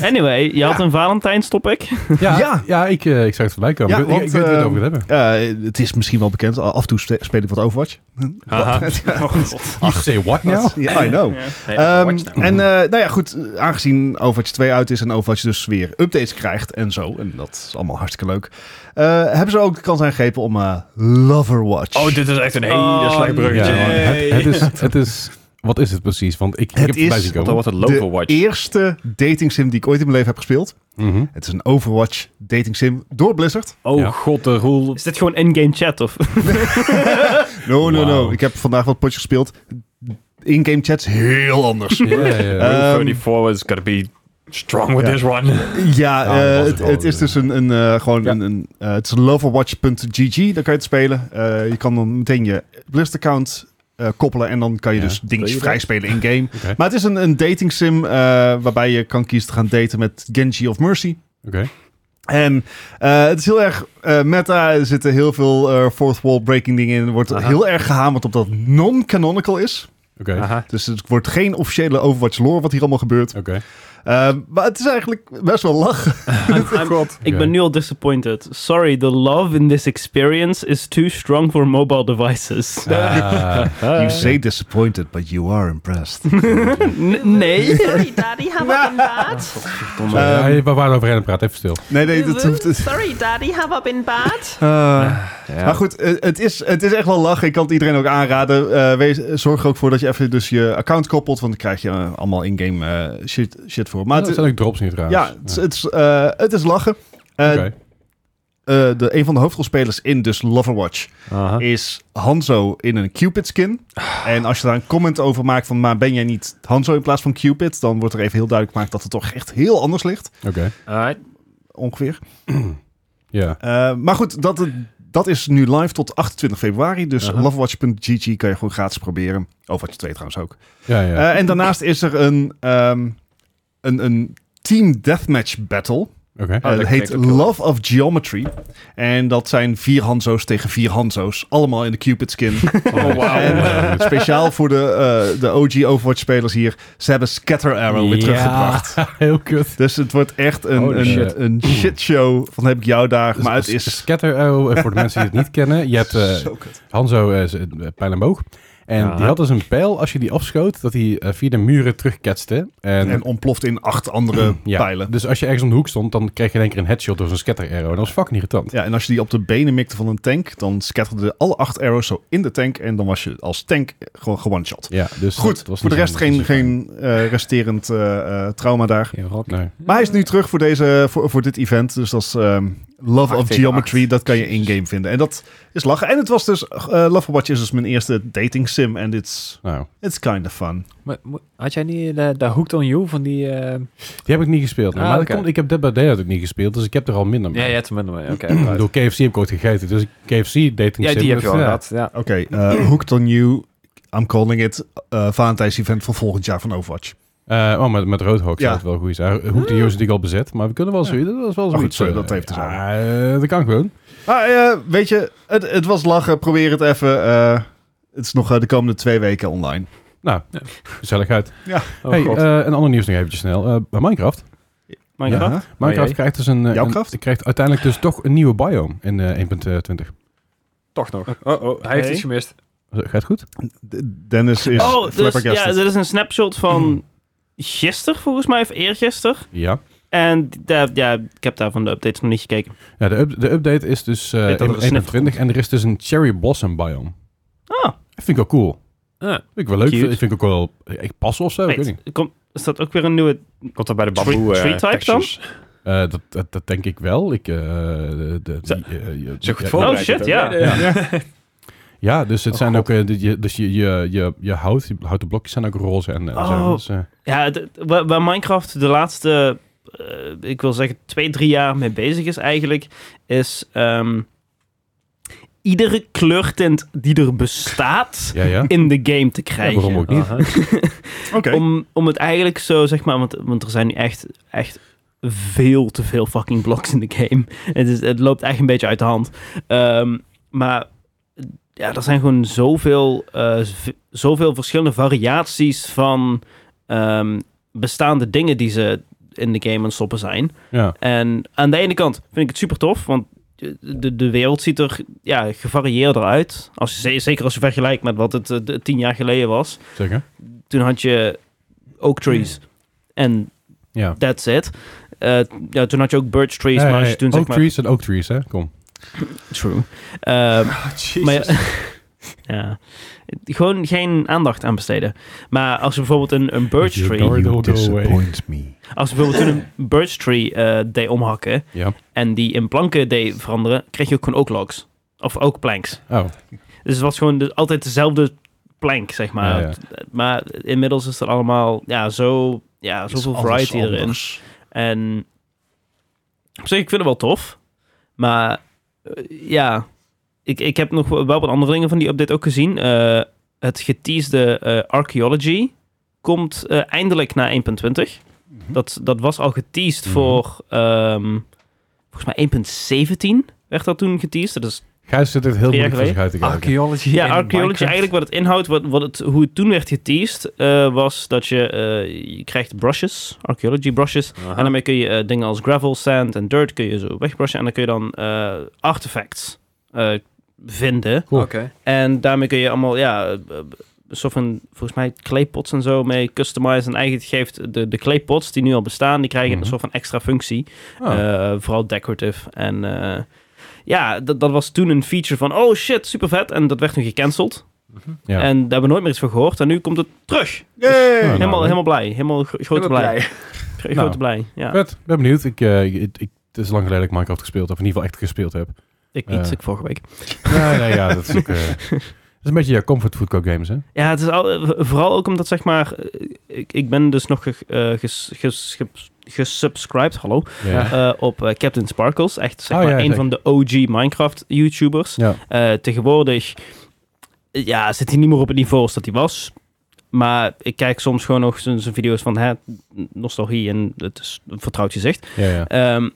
Speaker 3: Anyway, je had een Valentijns topic.
Speaker 2: Ja, ja.
Speaker 1: Ja.
Speaker 2: ik, eh, ik zag het voorbij komen.
Speaker 1: Ja,
Speaker 2: ik, ik- ik
Speaker 1: want,
Speaker 2: weet waar we het
Speaker 1: eh,
Speaker 2: over gaat hebben.
Speaker 1: Eh, het is misschien wel bekend. Af en toe spe- speel ik wat Overwatch.
Speaker 4: Haha.
Speaker 1: Ja.
Speaker 2: You say what now?
Speaker 1: Ja, I know. Ehm, en eh, nou ja, goed, eh, aangezien Overwatch 2 uit is en Overwatch dus weer updates krijgt en zo, en dat is allemaal hartstikke leuk, eh, hebben ze ook de kans aangegrepen om eh, Loverwatch.
Speaker 4: Oh, dit is echt een hele
Speaker 3: Oh,
Speaker 4: slecht bruggetje.
Speaker 2: Ja,
Speaker 3: Nee.
Speaker 2: het, het is, het is Wat is het precies? Want ik, ik
Speaker 1: Het
Speaker 2: heb het
Speaker 1: is-
Speaker 2: voorbij zien
Speaker 1: Wat
Speaker 2: komen.
Speaker 5: Dan wordt het Local Watch.
Speaker 1: De eerste dating sim die ik ooit in mijn leven heb gespeeld.
Speaker 2: Mhm.
Speaker 1: Het is een Overwatch dating sim door Blizzard.
Speaker 5: Oh
Speaker 2: Ja.
Speaker 5: god, de roel.
Speaker 3: Is dit gewoon in-game chat of?
Speaker 1: No, no, no.
Speaker 2: Wauw.
Speaker 1: Ik heb vandaag wat potjes gespeeld. In-game chats heel anders.
Speaker 2: Ja, ja,
Speaker 4: Eh.
Speaker 2: ja.
Speaker 1: Ehm,
Speaker 5: 34 is gonna be strong with
Speaker 1: Ja.
Speaker 5: this one.
Speaker 1: Ja,
Speaker 2: Ja,
Speaker 1: eh,
Speaker 2: dat was
Speaker 1: het,
Speaker 2: wel
Speaker 1: het is
Speaker 2: een-
Speaker 1: dus een, een eh, gewoon
Speaker 5: Ja.
Speaker 1: een, een eh, het is loverwatch.gg, daar kan je het spelen. Eh, je kan dan meteen je Blizzard account eh, koppelen en dan kan je
Speaker 2: Ja,
Speaker 1: dus dingetjes
Speaker 5: je
Speaker 1: vrij spelen in game.
Speaker 2: Oké.
Speaker 1: Maar het is een, een dating sim eh, waarbij je kan kiezen te gaan daten met Genji of Mercy.
Speaker 2: Oké.
Speaker 1: En eh, het is heel erg eh, meta. Er zitten heel veel eh, fourth wall breaking dingen in. Er wordt
Speaker 4: Aha.
Speaker 1: heel erg gehamerd op dat het non-canonical is.
Speaker 2: Oké.
Speaker 4: Aha.
Speaker 1: Dus het wordt geen officiële Overwatch lore wat hier allemaal gebeurt.
Speaker 2: Oké.
Speaker 1: Eh, maar het is eigenlijk best wel lachen. Oh
Speaker 3: God. Ik
Speaker 2: Oké.
Speaker 3: ben nu al disappointed. Sorry, the love in this experience is too strong for mobile devices.
Speaker 2: Ah.
Speaker 1: You say disappointed, but you are impressed.
Speaker 3: N- nee.
Speaker 6: Sorry, daddy, have I been bad?
Speaker 1: Ehm,
Speaker 2: Ja, we waren overheen aan het praten. Even stil.
Speaker 1: Nee, nee, dat hoeft... het-
Speaker 6: Sorry, daddy, have I been bad?
Speaker 1: Eh,
Speaker 4: Ja.
Speaker 1: Maar goed, eh, het is, het is echt wel lachen. Ik kan het iedereen ook aanraden. Eh, wees, zorg er ook voor dat je even dus je account koppelt, want dan krijg je eh, allemaal in-game eh, shit, shit voor. Maar
Speaker 2: Maar
Speaker 1: het,
Speaker 2: het zijn ook drops niet trouwens.
Speaker 1: ja, het, is- het is, eh, het is lachen. Eh,
Speaker 2: Oké.
Speaker 1: eh, de, een van de hoofdrolspelers in dus Loverwatch
Speaker 4: Aha.
Speaker 1: is Hanzo in een Cupid skin.
Speaker 5: Ah.
Speaker 1: En als je daar een comment over maakt van, maar ben jij niet Hanzo in plaats van Cupid? Dan wordt er even heel duidelijk gemaakt dat het toch echt heel anders ligt.
Speaker 2: Oké.
Speaker 5: Alright.
Speaker 1: Ongeveer.
Speaker 2: Ja.
Speaker 1: Eh, maar goed, dat, dat is nu live tot 28 februari. Dus
Speaker 4: Aha.
Speaker 1: lovewatch.gg kan je gewoon gratis proberen. Overwatch 2 trouwens ook.
Speaker 2: Ja, ja.
Speaker 1: Eh, en daarnaast is er een, ehm, een, een team deathmatch battle.
Speaker 2: Oké.
Speaker 1: Eh,
Speaker 5: Oh, dat
Speaker 1: dat
Speaker 5: klinkt
Speaker 1: heet
Speaker 5: ook heel
Speaker 1: Love of Geometry. En dat zijn vier Hanzo's tegen vier Hanzo's. Allemaal in de Cupid skin.
Speaker 5: Oh,
Speaker 1: En
Speaker 5: wow.
Speaker 1: eh, speciaal voor de, eh, de OG Overwatch spelers hier. Ze hebben Scatter Arrow weer
Speaker 2: Ja.
Speaker 1: teruggebracht.
Speaker 2: Heel kut.
Speaker 1: Dus het wordt echt een,
Speaker 2: Holy shit.
Speaker 1: een, een shitshow van heb ik jou daar. Maar Dus het is...
Speaker 2: Dus- Scatter Arrow, eh, voor de mensen die het niet kennen. Je hebt eh,
Speaker 1: zo kut.
Speaker 2: Hanzo eh, z- eh, pijl en boog. En
Speaker 4: Ja.
Speaker 2: die had dus een pijl, als je die afschoot, dat hij eh, via de muren terugketste. En,
Speaker 1: En ontploft in acht andere
Speaker 2: ja.
Speaker 1: pijlen.
Speaker 2: Dus als je ergens om de hoek stond, dan kreeg je in één keer een headshot door zo'n scatter arrow. En dat was fucking irritant.
Speaker 1: Ja, en als je die op de benen mikte van een tank, dan scatterden alle acht arrows zo in de tank. En dan was je als tank gewoon gewone shot.
Speaker 2: Ja, dus
Speaker 1: Goed,
Speaker 2: dat was
Speaker 1: voor de
Speaker 2: niet
Speaker 1: rest
Speaker 2: zo-
Speaker 1: geen,
Speaker 2: niet zo fijn.
Speaker 1: geen eh, resterend eh, eh, trauma daar.
Speaker 4: Geen rot.
Speaker 2: Nee.
Speaker 1: Maar hij is nu terug voor, deze, voor, voor dit event. Dus dat is ehm, Love
Speaker 5: Acht
Speaker 1: of
Speaker 5: tegen
Speaker 1: Geometry.
Speaker 5: acht.
Speaker 1: Dat kan je in-game vinden. En dat is lachen. En het was dus... eh, Love of Watch is dus mijn eerste dating sim. En it's,
Speaker 2: Nou,
Speaker 1: it's kind of fun.
Speaker 4: Maar mo- had jij niet eh, de, de Hooked on You van die... eh
Speaker 2: die heb ik niet gespeeld. nou,
Speaker 4: Ah,
Speaker 2: maar dat
Speaker 4: oké.
Speaker 2: komt, ik heb Dead by Daylight ook niet gespeeld, dus ik heb er al minder mee.
Speaker 4: Ja, ja, te minder mee. Oké.
Speaker 2: Ik bedoel, KFC heb ik ooit gegeten, dus KFC dating
Speaker 5: Ja,
Speaker 2: sim,
Speaker 5: die heb
Speaker 2: dat-
Speaker 5: je al
Speaker 2: ja.
Speaker 4: Dat, ja.
Speaker 1: Oké, eh, Hooked on You. I'm calling it eh Valentijns event voor volgend jaar van Overwatch.
Speaker 2: Eh, oh, met, met Roadhog
Speaker 1: Ja.
Speaker 2: zou het wel goed zijn. Hoek de Joost is natuurlijk al bezet, maar we kunnen wel zoiets. Dat is wel
Speaker 1: goed,
Speaker 2: zoiets.
Speaker 1: sorry,
Speaker 2: eh,
Speaker 1: dat heeft dus
Speaker 2: ja, eh, Dat kan gewoon.
Speaker 1: Maar eh, weet je, het, het was lachen. Probeer het even. eh, het is nog eh, de komende twee weken online.
Speaker 2: Nou,
Speaker 4: Ja.
Speaker 2: gezellig uit.
Speaker 4: Oh,
Speaker 2: hey,
Speaker 4: God.
Speaker 2: eh, een ander nieuws nog eventjes snel. Eh, bij Minecraft.
Speaker 3: Minecraft?
Speaker 1: Ja.
Speaker 2: Minecraft
Speaker 4: Oh jee.
Speaker 2: krijgt dus een, eh,
Speaker 1: Jouw
Speaker 2: een-
Speaker 1: kracht?
Speaker 2: krijgt uiteindelijk dus toch een nieuwe biome in eh, 1.20.
Speaker 4: Toch nog.
Speaker 5: Oh, oh.
Speaker 4: Hij heeft
Speaker 3: Hey.
Speaker 4: iets gemist.
Speaker 2: Gaat het goed?
Speaker 1: D- Dennis is
Speaker 3: Oh, dus, ja,
Speaker 1: flabbergasted.
Speaker 3: dit is een snapshot
Speaker 2: Hmm.
Speaker 3: van gisteren volgens mij, of eergisteren.
Speaker 2: Ja.
Speaker 3: En daar- ja, ik heb daar van de updates nog niet gekeken.
Speaker 2: ja de, up- de update is dus eh,
Speaker 3: Ik dacht dat het een
Speaker 2: 1.20 en er is dus een cherry blossom biome.
Speaker 3: Ah.
Speaker 2: Dat vind ik wel cool.
Speaker 4: Ah,
Speaker 2: Vind ik wel leuk.
Speaker 3: Cute.
Speaker 2: Ik vind ik ook wel ik pas of zo. Ik weet
Speaker 3: Wait,
Speaker 2: niet.
Speaker 3: kom, is dat ook weer een nieuwe...
Speaker 5: Komt er bij de
Speaker 3: Tree-
Speaker 5: bamboe eh,
Speaker 3: tree type dan?
Speaker 5: textures.
Speaker 2: Eh, dat, dat, dat denk ik wel. Ik, eh, de, de,
Speaker 5: Zo-
Speaker 2: die, eh, je-
Speaker 5: Zo goed
Speaker 2: ja,
Speaker 5: voorbereid.
Speaker 3: shit,
Speaker 5: hè?
Speaker 3: ja.
Speaker 2: Ja. Ja, dus het
Speaker 4: Oh,
Speaker 2: zijn
Speaker 4: God.
Speaker 2: ook, eh, de- je, dus je, je, je, je hout, je houten blokjes zijn ook roze en eh, zo.
Speaker 3: Oh.
Speaker 2: Dus, eh,
Speaker 3: Ja, d- waar, waar Minecraft de laatste, eh, ik wil zeggen, twee, drie jaar mee bezig is eigenlijk, is ehm, iedere kleurtint die er bestaat
Speaker 2: ja, ja.
Speaker 3: in de game te
Speaker 2: Ja,
Speaker 3: krijgen.
Speaker 2: waarom ook niet?
Speaker 4: aha.
Speaker 1: Oké.
Speaker 3: om, om het eigenlijk zo, zeg maar, want, want er zijn nu echt, echt veel te veel fucking blocks in de game. Het, is, het loopt echt een beetje uit de hand. Ehm, maar ja, er zijn gewoon zoveel, eh, v- zoveel verschillende variaties van ehm, bestaande dingen die ze in de game aan het stoppen zijn.
Speaker 2: Ja,
Speaker 3: En aan de ene kant vind ik het super tof, want de, de wereld ziet er ja, gevarieerder uit. Als je, zeker als je vergelijkt met wat het eh, d- tien jaar geleden was
Speaker 2: zeker.
Speaker 3: toen had je oak trees
Speaker 2: Hmm.
Speaker 3: en
Speaker 2: Ja.
Speaker 3: that's it. Eh, ja, toen had je ook birch trees,
Speaker 2: Eh,
Speaker 3: maar als je toen
Speaker 2: oak
Speaker 3: zeg maar...
Speaker 2: trees en oak trees, hè? Kom.
Speaker 3: True. Eh, maar ja, Ja. Gewoon geen aandacht aan besteden. Maar als je bijvoorbeeld een, een birch
Speaker 2: You
Speaker 3: tree...
Speaker 2: ignore it all
Speaker 1: You
Speaker 2: the way.
Speaker 1: disappoint me.
Speaker 3: Als je bijvoorbeeld toen een birch tree eh, deed omhakken...
Speaker 2: Ja.
Speaker 3: en die in planken deed veranderen... kreeg je ook gewoon ook logs. Of ook planks.
Speaker 2: Oh,
Speaker 3: Dus het was gewoon de- altijd dezelfde plank, zeg maar.
Speaker 2: Ja,
Speaker 3: Maar inmiddels is er allemaal ja, zo, ja, zoveel variety erin. En op zich, ik vind het wel tof. Maar eh, ja, ik, ik heb nog wel wat andere dingen van die update ook gezien. Eh, het geteasde eh, Archaeology komt eh, eindelijk naar 1.20.
Speaker 1: Mhm.
Speaker 4: Hm.
Speaker 3: Dat, dat was al geteased
Speaker 2: Mhm.
Speaker 3: voor, ehm, volgens mij 1.17 werd dat toen geteased. Dat is
Speaker 2: Gijs zit echt heel
Speaker 3: Drie jaar
Speaker 2: moeilijk voor zich uit te kijken.
Speaker 4: Archaeology.
Speaker 3: ja,
Speaker 4: in
Speaker 3: archaeology,
Speaker 4: Minecraft.
Speaker 3: eigenlijk wat het inhoudt, wat, wat het, hoe het toen werd geteased, eh, was dat je, eh, je krijgt brushes, archaeology brushes. En daarmee kun je eh, dingen als gravel, sand en dirt kun je zo wegbrushen. En dan kun je dan eh, artifacts eh, vinden.
Speaker 2: Cool.
Speaker 4: Oké.
Speaker 3: En daarmee kun je allemaal, ja, eh, eh, een soort van, volgens mij, claypots en zo mee customizen. En eigenlijk geeft de, de claypots die nu al bestaan, die krijgen
Speaker 2: Mhm.
Speaker 3: een soort van extra functie.
Speaker 2: Oh.
Speaker 3: Eh, vooral decorative. En eh, ja, dat, dat was toen een feature van, oh shit, super vet. En dat werd nu gecanceld.
Speaker 2: ja.
Speaker 3: En daar hebben we nooit meer iets van gehoord. En nu komt het terug.
Speaker 2: Nou,
Speaker 3: Eh, helemaal,
Speaker 2: nou,
Speaker 3: helemaal blij. Helemaal gro- grote blij. Gro-
Speaker 2: Nou.
Speaker 3: Grote blij. Ja.
Speaker 2: Vet, ben benieuwd. Ik, eh, ik, ik- het is lang geleden dat ik Minecraft gespeeld heb, of in ieder geval echt gespeeld heb.
Speaker 3: Ik niet,
Speaker 2: Eh.
Speaker 3: ik vorige week.
Speaker 2: Nee, nee, ja, dat is ook... eh, dat is een beetje jouw comfort food co games, hè?
Speaker 3: Ja, het is al, eh, vooral ook omdat, zeg maar, eh, ik, ik ben dus nog ge- eh, ges- ges- ges- gesubscribed, hallo,
Speaker 2: Ja.
Speaker 3: eh, op eh, Captain Sparkles. Echt, zeg
Speaker 2: Oh,
Speaker 3: maar,
Speaker 2: ja,
Speaker 3: een
Speaker 2: zeker.
Speaker 3: van de OG Minecraft-YouTubers.
Speaker 2: Ja.
Speaker 3: Eh, tegenwoordig eh, ja, zit hij niet meer op het niveau als dat hij was. Maar ik kijk soms gewoon nog zijn zijn video's van hè, nostalgie en het is een vertrouwd gezicht.
Speaker 2: Ja, ja.
Speaker 3: Ehm,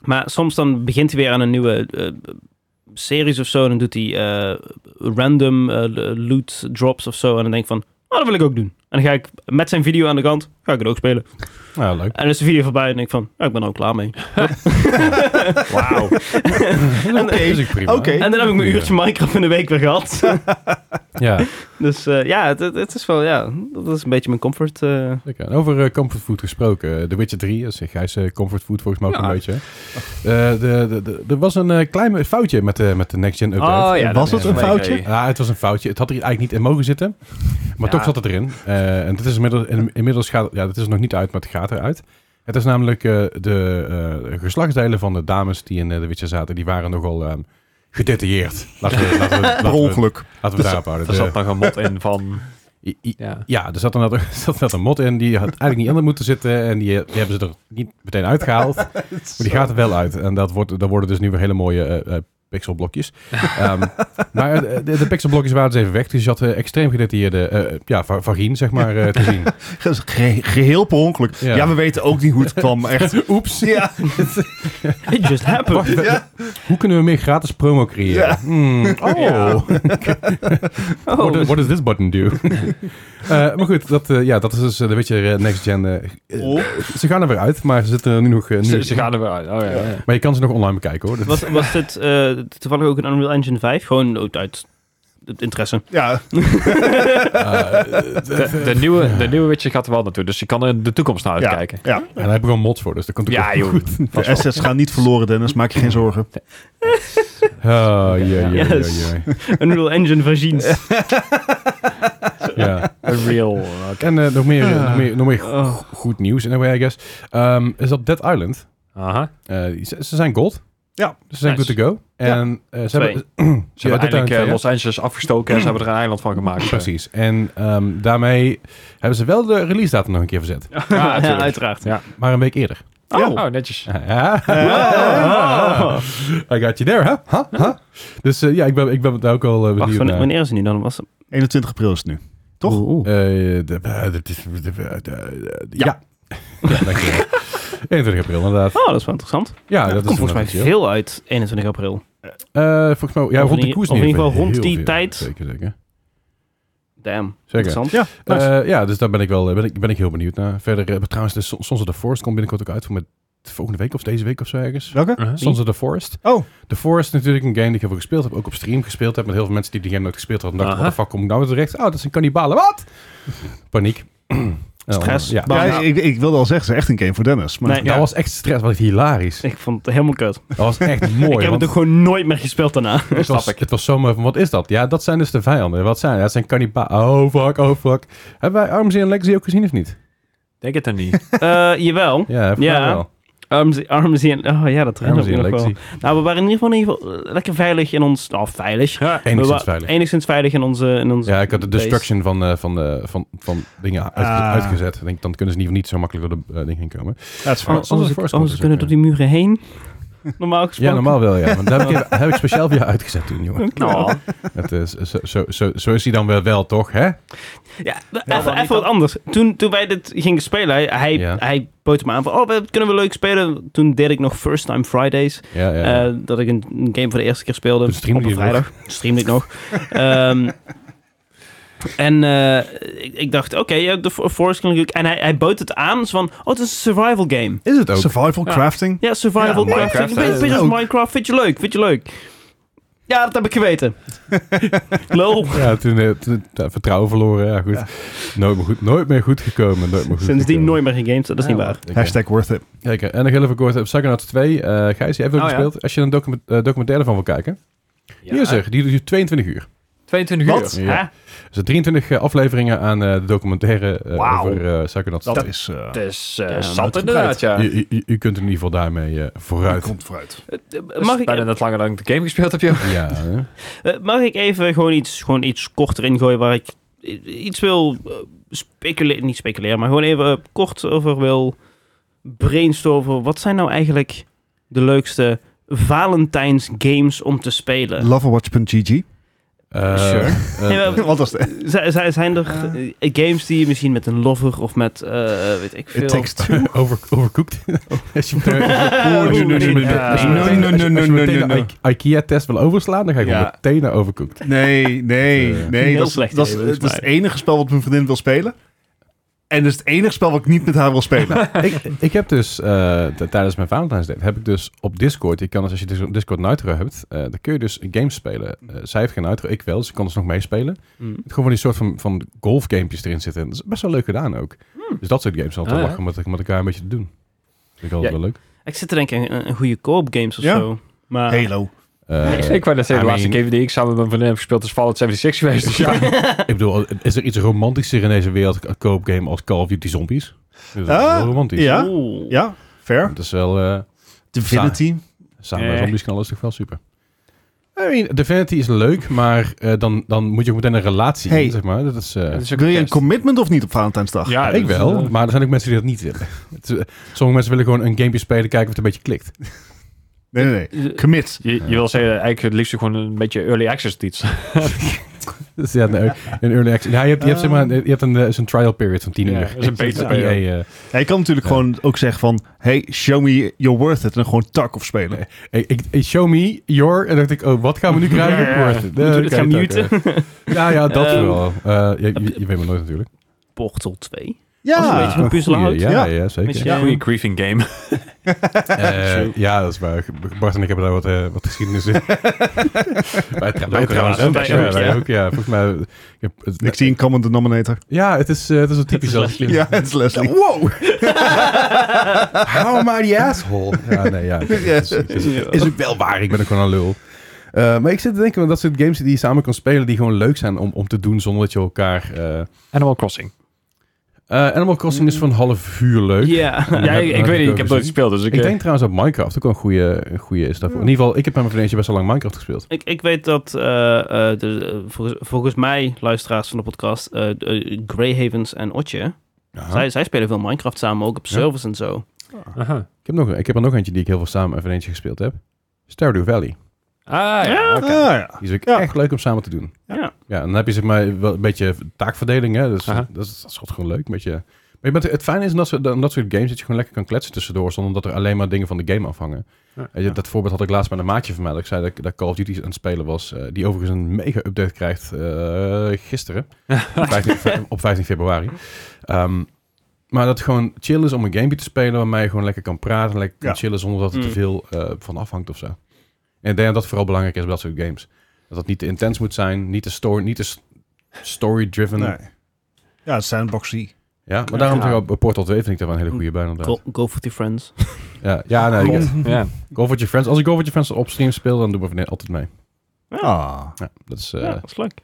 Speaker 3: maar soms dan begint hij weer aan een nieuwe eh, series of zo. En dan doet hij eh, random eh, loot drops of zo. En dan denk ik van, oh, dat wil ik ook doen. En dan ga ik met zijn video aan de kant, ga ik het ook spelen.
Speaker 2: Nou, leuk.
Speaker 3: En dan is de video voorbij en denk ik van, ja, ik ben er ook klaar mee.
Speaker 5: Wow.
Speaker 2: Oké. is ook prima.
Speaker 1: Oké.
Speaker 3: eh, En dan heb ik mijn
Speaker 2: Ja.
Speaker 3: uurtje Minecraft in de week weer gehad.
Speaker 2: Ja,
Speaker 3: dus eh, ja, het, het- het is wel, ja, dat is een beetje mijn comfort. eh.
Speaker 2: zeker. En over eh, comfort food gesproken. eh, The Witcher 3, dat is Gijs eh, comfort food volgens mij ook
Speaker 4: Ja.
Speaker 2: een beetje. Eh, de, de, de, er was een eh, klein foutje met, de met de Next Gen update.
Speaker 4: Oh ja.
Speaker 1: Was
Speaker 4: dat
Speaker 1: het
Speaker 4: is
Speaker 1: een
Speaker 4: wel-
Speaker 1: foutje?
Speaker 5: Oké.
Speaker 2: Ja, het was een foutje. Het had er eigenlijk niet in mogen zitten. Maar
Speaker 4: Ja.
Speaker 2: toch zat het erin. Eh, en het is inmiddels, in- inmiddels gaat ja, het is er nog niet uit, maar het gaat eruit. Het is namelijk eh, de eh, geslachtsdelen van de dames die in eh, de Witcher zaten, die waren nogal ehm, gedetailleerd. Laten we, laten we, laten we,
Speaker 1: Per ongeluk.
Speaker 2: laten we daarop houden.
Speaker 4: Er
Speaker 2: De-
Speaker 4: zat nog een mod in van...
Speaker 2: i- i-
Speaker 4: Ja.
Speaker 2: ja, er zat inderdaad er zat inderdaad een mod in. Die had eigenlijk niet in had moeten zitten. En die, die hebben ze er niet meteen uitgehaald. Maar die gaat er wel uit. En dat wordt, daar worden dus nu weer hele mooie eh, eh, pixelblokjes. Ehm, maar eh, de, de pixelblokjes waren dus even weg. Dus je had eh, extreem gedetailleerde eh ja, va- vagien, zeg maar, eh, te zien.
Speaker 1: Ge- ge- geheel per ongeluk.
Speaker 2: Ja.
Speaker 1: Ja. we weten ook niet hoe het kwam. Echt. Oeps. Ja.
Speaker 3: It just happened.
Speaker 2: Wacht, eh, Hoe kunnen we meer gratis promo creëren?
Speaker 1: Ja.
Speaker 2: Hmm, oh.
Speaker 3: Oh,
Speaker 2: What,
Speaker 1: Oh.
Speaker 2: does, what does this button do? Eh, maar goed, dat, eh, ja, dat is dus eh, een beetje eh, next gen. eh,
Speaker 1: Oh.
Speaker 2: Ze gaan er weer uit, maar ze zitten er nu nog... eh, nu,
Speaker 4: Ze, ze gaan er weer uit. Oh, ja, ja.
Speaker 2: Maar je kan ze nog online bekijken hoor. Dus, Dat-
Speaker 3: Was, was dit eh, toevallig ook een Unreal Engine 5? Gewoon uit- uit het interesse.
Speaker 1: ja.
Speaker 2: eh,
Speaker 4: De, de nieuwe, de nieuwe Witcher gaat er wel naartoe, dus je kan er de toekomst naar
Speaker 1: Ja.
Speaker 4: uitkijken.
Speaker 1: ja.
Speaker 2: En daar heb ik wel mods voor, dus dat komt ook
Speaker 4: Ja,
Speaker 2: wel
Speaker 4: joh.
Speaker 2: goed.
Speaker 1: De assets gaan niet verloren, Dennis. Maak je geen zorgen.
Speaker 2: Oh, jee, jee, jee,
Speaker 3: Yes.
Speaker 2: jee.
Speaker 3: Unreal Engine vagines.
Speaker 2: Ja.
Speaker 4: Real.
Speaker 2: En eh, nog meer, nog meer, nog meer go-
Speaker 4: Ah.
Speaker 2: goed nieuws, in a way, I guess. Ehm, is dat Dead Island.
Speaker 4: Aha.
Speaker 2: Eh, ze, ze zijn gold.
Speaker 1: Ja.
Speaker 2: Dus ze zijn
Speaker 4: Nice.
Speaker 2: good to go. En eh, ze
Speaker 3: Twee.
Speaker 2: hebben...
Speaker 4: Ze hebben
Speaker 2: Dead Island
Speaker 4: uiteindelijk
Speaker 2: twee,
Speaker 4: eh,
Speaker 2: ja.
Speaker 4: Los Angeles afgestoken en ze hebben er een eiland van gemaakt.
Speaker 2: Precies. En ehm, daarmee hebben ze wel de release datum nog een keer verzet.
Speaker 4: Ja,
Speaker 3: Ja,
Speaker 4: natuurlijk.
Speaker 3: uiteraard.
Speaker 2: Maar een week eerder.
Speaker 4: Oh, netjes.
Speaker 2: Ja.
Speaker 3: Oh.
Speaker 2: I got you there, hè? Huh? Huh? Dus eh, ja, ik ben, ik ben daar ook al eh,
Speaker 3: Wacht,
Speaker 2: benieuwd
Speaker 3: wanneer,
Speaker 2: naar.
Speaker 3: wanneer is het nu dan? Was het?
Speaker 1: 21 april is het nu. Toch?
Speaker 2: Eh, de- eh, dat is- de- de- de- Ja. Ja, dankjewel. 21 april, inderdaad.
Speaker 3: Oh, dat is wel interessant.
Speaker 2: Ja,
Speaker 3: dat
Speaker 2: dat, is
Speaker 3: komt volgens mij
Speaker 2: inderdaad chill.
Speaker 3: veel uit 21 april.
Speaker 2: Eh, volgens mij, ja,
Speaker 3: Of
Speaker 2: rond
Speaker 3: in
Speaker 2: die
Speaker 3: i-
Speaker 2: koers
Speaker 3: of in
Speaker 2: niet,
Speaker 3: ieder geval
Speaker 2: heel
Speaker 3: rond die
Speaker 2: veel.
Speaker 3: tijd.
Speaker 2: Zeker, zeker.
Speaker 3: Damn,
Speaker 2: Zeker.
Speaker 3: interessant.
Speaker 1: Ja. nice.
Speaker 2: Eh, ja, dus daar ben ik wel eh, ben ik, ben ik heel benieuwd naar. Verder, eh, trouwens, de Son- Sons of the Forest komt binnenkort ook uit. Voor met volgende week of deze week of zo ergens.
Speaker 1: Welke?
Speaker 2: Sons of the Forest.
Speaker 1: Oh.
Speaker 2: The Forest is natuurlijk een game die ik heel veel gespeeld heb. Ook op stream gespeeld heb. Met heel veel mensen die die game nooit gespeeld hadden. En dachten,
Speaker 4: Aha.
Speaker 2: wat de fuck kom ik nou weer terecht? Oh, dat zijn kannibalen. Wat? Paniek.
Speaker 3: Stress.
Speaker 2: Ja.
Speaker 3: Bang.
Speaker 1: Ja, ik, ik wilde al zeggen, het is echt een game voor Dennis. Maar
Speaker 3: Nee.
Speaker 2: Dat was echt stress, wat hilarisch.
Speaker 3: Ik vond het helemaal kut.
Speaker 2: Dat was echt Eh, mooi.
Speaker 3: ik heb
Speaker 2: want-
Speaker 3: het ook gewoon nooit meer gespeeld daarna.
Speaker 2: Het was, het was zomaar van, wat is dat? Ja, dat zijn dus de vijanden. Wat zijn? Dat zijn kannibalen. Oh, fuck, oh, fuck. Hebben wij Arms in Legacy ook gezien of niet?
Speaker 4: Denk het dan niet.
Speaker 3: Eh, jawel.
Speaker 2: Ja, volgens mij
Speaker 3: Ja.
Speaker 2: wel.
Speaker 3: Arms, arms in... Oh ja, dat herinner
Speaker 2: Arms
Speaker 3: ik
Speaker 2: in
Speaker 3: me nog wel.
Speaker 2: Legacy.
Speaker 3: Nou, we waren in ieder geval, in ieder geval eh, lekker veilig in ons... Oh, veilig.
Speaker 4: Ja,
Speaker 3: We
Speaker 2: Enigszins
Speaker 3: waren
Speaker 2: veilig.
Speaker 3: Enigszins veilig in onze... In onze
Speaker 2: Ja, ik had de
Speaker 3: base.
Speaker 2: destruction van, eh, van, eh, van, van dingen uit-
Speaker 1: Ah.
Speaker 2: uitgezet. Ik Denk, dan kunnen ze in ieder geval niet zo makkelijk door de eh, ding heen komen.
Speaker 1: dat is
Speaker 3: Anders,
Speaker 2: Oh,
Speaker 3: anders,
Speaker 2: Force
Speaker 3: anders
Speaker 2: Ghost
Speaker 3: kunnen
Speaker 2: is
Speaker 3: door
Speaker 2: ook,
Speaker 3: die muren heen. Normaal gesproken.
Speaker 2: Ja, normaal wel, ja. Maar daar heb ik, even- heb ik speciaal voor jou uitgezet toen, jongen.
Speaker 3: Nou,
Speaker 2: Het is, zo, zo, zo, zo is hij dan wel, wel toch, hè?
Speaker 3: ja,
Speaker 5: dan niet
Speaker 3: even, even wat
Speaker 5: dan.
Speaker 3: anders. Toen, toen wij dit gingen spelen, hij, hij,
Speaker 2: Ja.
Speaker 3: hij bood me aan van, oh, wat kunnen we leuk spelen? Toen deed ik nog First Time Fridays.
Speaker 2: Ja, ja.
Speaker 3: Eh, dat ik een, een game voor de eerste keer speelde.
Speaker 2: Toen streamde
Speaker 3: op een
Speaker 2: je nog.
Speaker 3: vrijdag. Streamde ik nog. Ehm, en eh, ik, ik dacht, oké, ja, de Fo- Forest klinkt leuk. En hij, hij bood het aan, zo van, oh, het is een survival game.
Speaker 2: is het ook?
Speaker 1: Survival
Speaker 4: Ja.
Speaker 1: crafting.
Speaker 3: Ja, survival
Speaker 5: Ja,
Speaker 3: crafting.
Speaker 5: Minecraft,
Speaker 3: Minecraft. Weet,
Speaker 5: hè.
Speaker 3: weet je,
Speaker 1: Ook.
Speaker 3: als Minecraft, vind je leuk, vind je leuk. Ja, dat heb ik geweten. Lul.
Speaker 2: Ja, toen, eh, toen eh, vertrouwen verloren. Ja, goed. Nooit, meer goed. nooit meer goed gekomen. Nooit meer goed
Speaker 3: Sindsdien
Speaker 2: gekomen.
Speaker 3: nooit meer gegamed, dat is niet waar.
Speaker 2: Oké.
Speaker 1: Hashtag worth it.
Speaker 2: Zeker. En nog heel even kort op Psychonauts 2. eh Gijs, je hebt ook
Speaker 4: Oh, ja.
Speaker 2: gespeeld. Als je een document, eh, documentaire van wil kijken. Hier is er. Die duurt 22 uur.
Speaker 4: 22
Speaker 1: Wat?
Speaker 4: uur.
Speaker 2: Ja. Dus 23 afleveringen aan eh, de documentaire eh,
Speaker 4: Wauw.
Speaker 2: over eh Psychonauts
Speaker 1: Dat
Speaker 2: 2.
Speaker 1: is... eh
Speaker 4: Dus, eh,
Speaker 5: Ja,
Speaker 4: man,
Speaker 5: zat inderdaad, ja.
Speaker 2: U, u- u kunt in ieder geval daarmee eh,
Speaker 1: je
Speaker 2: vooruit.
Speaker 1: komt vooruit.
Speaker 3: Eh, eh,
Speaker 4: dat
Speaker 3: Mag
Speaker 4: is
Speaker 3: ik,
Speaker 4: bijna net langer dan ik de game gespeeld heb, joh.
Speaker 2: Ja, hè.
Speaker 3: eh, mag ik even gewoon iets, gewoon iets korter ingooien waar ik i- iets wil eh, speculeren, niet speculeren, maar gewoon even eh, kort over wil brainstormen. Wat zijn nou eigenlijk de leukste Valentijns games om te spelen?
Speaker 1: Loverwatch.gg.
Speaker 2: Eh,
Speaker 3: Sure.
Speaker 2: eh,
Speaker 3: Nee, maar-
Speaker 1: Wat was het?
Speaker 3: Z- z- zijn er eh, games die je misschien met een lover of met, eh, weet ik veel...
Speaker 1: It takes two.
Speaker 2: over, overcooked. als je meteen- als je
Speaker 3: Oeh,
Speaker 2: meteen-
Speaker 3: nee.
Speaker 2: als je
Speaker 1: Ja.
Speaker 2: meteen-
Speaker 1: No, no,
Speaker 2: als je
Speaker 1: no, no,
Speaker 2: meteen
Speaker 1: no,
Speaker 2: de
Speaker 1: no.
Speaker 2: I- IKEA-test wil overslaan, dan ga ik
Speaker 5: Ja.
Speaker 2: wel meteen naar overcooked.
Speaker 1: Nee, nee,
Speaker 2: Eh,
Speaker 1: nee.
Speaker 3: heel
Speaker 1: dat, is-
Speaker 3: slecht
Speaker 1: dat, is,
Speaker 3: idee, volgens
Speaker 1: dat is het enige spel wat mijn vriendin wil spelen. En dat is het enige spel wat ik niet met haar wil spelen.
Speaker 2: ik, ik heb dus eh, t- tijdens mijn Valentine's Day heb ik dus op Discord. Je kan dus als je Dis- Discord Nitro hebt, eh, dan kun je dus games spelen. Eh, zij heeft geen Nitro, ik wel, dus ik kan dus nog meespelen.
Speaker 3: Hmm.
Speaker 2: Gewoon van die soort van, van golfgamepjes erin zitten. Dat is best wel leuk gedaan ook. Dus dat soort games zijn altijd
Speaker 4: Ah, ja.
Speaker 2: lachen om met, met elkaar een beetje te doen. Vind ik altijd
Speaker 4: Ja.
Speaker 2: wel leuk.
Speaker 3: Ik zit te denken aan een goede co-op games of
Speaker 1: Ja.
Speaker 3: zo. Maar
Speaker 1: Halo.
Speaker 2: Eh,
Speaker 4: ik wou net zeggen,
Speaker 2: I
Speaker 4: de laatste
Speaker 2: mean-
Speaker 4: game die ik samen met mijn vriendin heb gespeeld is Fallout 76 geweest. Dus ja.
Speaker 2: ik bedoel, is er iets romantischer in deze wereld een koopgame als Call of Duty Zombies? Dat is
Speaker 1: Ah,
Speaker 2: wel romantisch.
Speaker 1: Ja?
Speaker 3: Oeh.
Speaker 1: Ja, fair.
Speaker 2: Het is wel eh,
Speaker 1: Divinity.
Speaker 2: samen
Speaker 4: Eh.
Speaker 2: zombies knallen is toch wel super. I mean, Divinity is leuk, maar eh, dan, dan moet je ook meteen een relatie
Speaker 1: Hey.
Speaker 2: in, zeg maar. Dat is, eh,
Speaker 4: Dat is ook
Speaker 1: Wil je een
Speaker 4: best.
Speaker 1: commitment of niet op Valentijnsdag?
Speaker 4: Ja,
Speaker 2: ik
Speaker 4: dat is,
Speaker 2: wel,
Speaker 4: eh,
Speaker 2: maar er zijn ook mensen die dat niet willen. Het, eh, sommige mensen willen gewoon een gamepje spelen, kijken of het een beetje klikt.
Speaker 1: Nee, nee, nee. Commit.
Speaker 4: Je, je wil zeggen, eigenlijk het liefst gewoon een beetje early access iets.
Speaker 2: Dus ja, nee, een early access. Ja, je hebt, je hebt, zeg maar, je hebt een, eh, zo'n trial period van 10 uur.
Speaker 4: Ja, dat is een beta
Speaker 2: EA, eh,
Speaker 1: Hij kan natuurlijk
Speaker 2: Ja.
Speaker 1: gewoon ook zeggen van... Hey, show me you're worth it. En dan gewoon Tarkov spelen.
Speaker 2: eh, ik, ik- show me your... En dan dacht ik, oh, wat gaan we nu krijgen?
Speaker 3: Ja, ja.
Speaker 2: Wordt het.
Speaker 3: Moeten we dit
Speaker 2: Eh,
Speaker 3: gaan
Speaker 2: oké,
Speaker 3: muten?
Speaker 2: dank, eh. Ja, ja, dat
Speaker 3: Ehm,
Speaker 2: wel. Eh, je, je- je weet maar nooit natuurlijk.
Speaker 3: Portal 2.
Speaker 1: Ja.
Speaker 3: Als een beetje van puzzel
Speaker 2: Goeie,
Speaker 3: houdt.
Speaker 2: ja,
Speaker 1: Ja.
Speaker 2: ja. zeker.
Speaker 3: Weet je-
Speaker 4: Ja. Goede grieving game.
Speaker 2: Eh, ja, dat is waar. Bart en ik hebben daar wat, eh, wat geschiedenis in. wij tra- wij
Speaker 4: ook
Speaker 2: trouwens
Speaker 4: raar.
Speaker 2: ook.
Speaker 4: Wij
Speaker 2: Ja,
Speaker 4: ook,
Speaker 2: wij
Speaker 4: ja.
Speaker 2: ook, ja. Volgens mij... ik heb- het-
Speaker 1: Ik zie een common denominator.
Speaker 2: Ja, het is, eh, het is een typisch...
Speaker 3: Leslie.
Speaker 1: Ja, het is Leslie.
Speaker 2: Wow! How am I the asshole? Ja, nee, ja. Het is, het is-
Speaker 3: Ja.
Speaker 2: is ook wel waar, ik ben ook gewoon een lul. Eh, maar ik zit te denken, want dat soort games die je samen kan spelen, die gewoon leuk zijn om, om te doen zonder dat je elkaar... eh, eh,
Speaker 4: Animal Crossing.
Speaker 2: Animal Crossing is van half uur leuk.
Speaker 3: Ja.
Speaker 2: Dan
Speaker 4: Ja,
Speaker 2: heb-
Speaker 4: ik,
Speaker 2: dan ook
Speaker 4: weet niet, ik heb
Speaker 2: gezien.
Speaker 4: nooit gespeeld, dus ik...
Speaker 2: Ik denk trouwens dat Minecraft ook wel een goede, een goede is daarvoor. In ieder geval, ik heb met mijn vriendje best wel lang Minecraft gespeeld.
Speaker 3: Ik, ik weet dat eh, eh, de, eh, volgens, volgens mij, luisteraars van de podcast, eh eh, Greyhavens en Otje, zij, zij spelen veel Minecraft samen, ook op
Speaker 2: Ja.
Speaker 3: servers en zo.
Speaker 4: Aha.
Speaker 2: Ik heb, nog, ik heb er nog eentje die ik heel veel samen met een vriendje gespeeld heb. Stardew Valley.
Speaker 4: Ah, ja, oké.
Speaker 1: Ah, ja.
Speaker 2: Die is ook
Speaker 1: Ja.
Speaker 2: echt leuk om samen te doen.
Speaker 3: Ja.
Speaker 2: Ja, dan heb je zeg maar wel een beetje taakverdeling. Hè? Dus,
Speaker 4: Aha.
Speaker 2: dat, is, dat is gewoon leuk. Een beetje... Maar je bent, het fijne is dat, ze- dat, dat soort games dat je gewoon lekker kan kletsen tussendoor. Zonder dat er alleen maar dingen van de game afhangen.
Speaker 4: Ja.
Speaker 2: Weet je, Dat voorbeeld had ik laatst met een maatje van mij. Dat ik zei dat, ik- dat Call of Duty aan het spelen was. eh, die overigens een mega update krijgt eh, gisteren. 15 fe- op 15 februari. Ehm, maar dat het gewoon chill is om een gamepje te spelen waarmee je gewoon lekker kan praten. en Lekker kan
Speaker 1: Ja.
Speaker 2: chillen zonder dat er te
Speaker 3: Mm.
Speaker 2: veel eh, van afhangt of zo. En ik denk dat dat vooral belangrijk is bij dat soort games. Dat dat niet te intens moet zijn. Niet te, sto- niet te s- story-driven.
Speaker 1: Nee. Ja, sandboxy.
Speaker 2: Ja, maar daarom
Speaker 4: Ja.
Speaker 2: zeg ik ook, eh, Portal 2 vind ik daar wel een hele goede bij inderdaad.
Speaker 3: Go, go with your friends.
Speaker 2: Ja, ja nee, ik-
Speaker 4: Ja.
Speaker 2: Go with your friends. Als ik Go with your friends op stream speel, dan doen we van- altijd mee.
Speaker 1: Ah.
Speaker 2: Ja, dat is, eh,
Speaker 3: ja,
Speaker 2: ja.
Speaker 3: dat is leuk.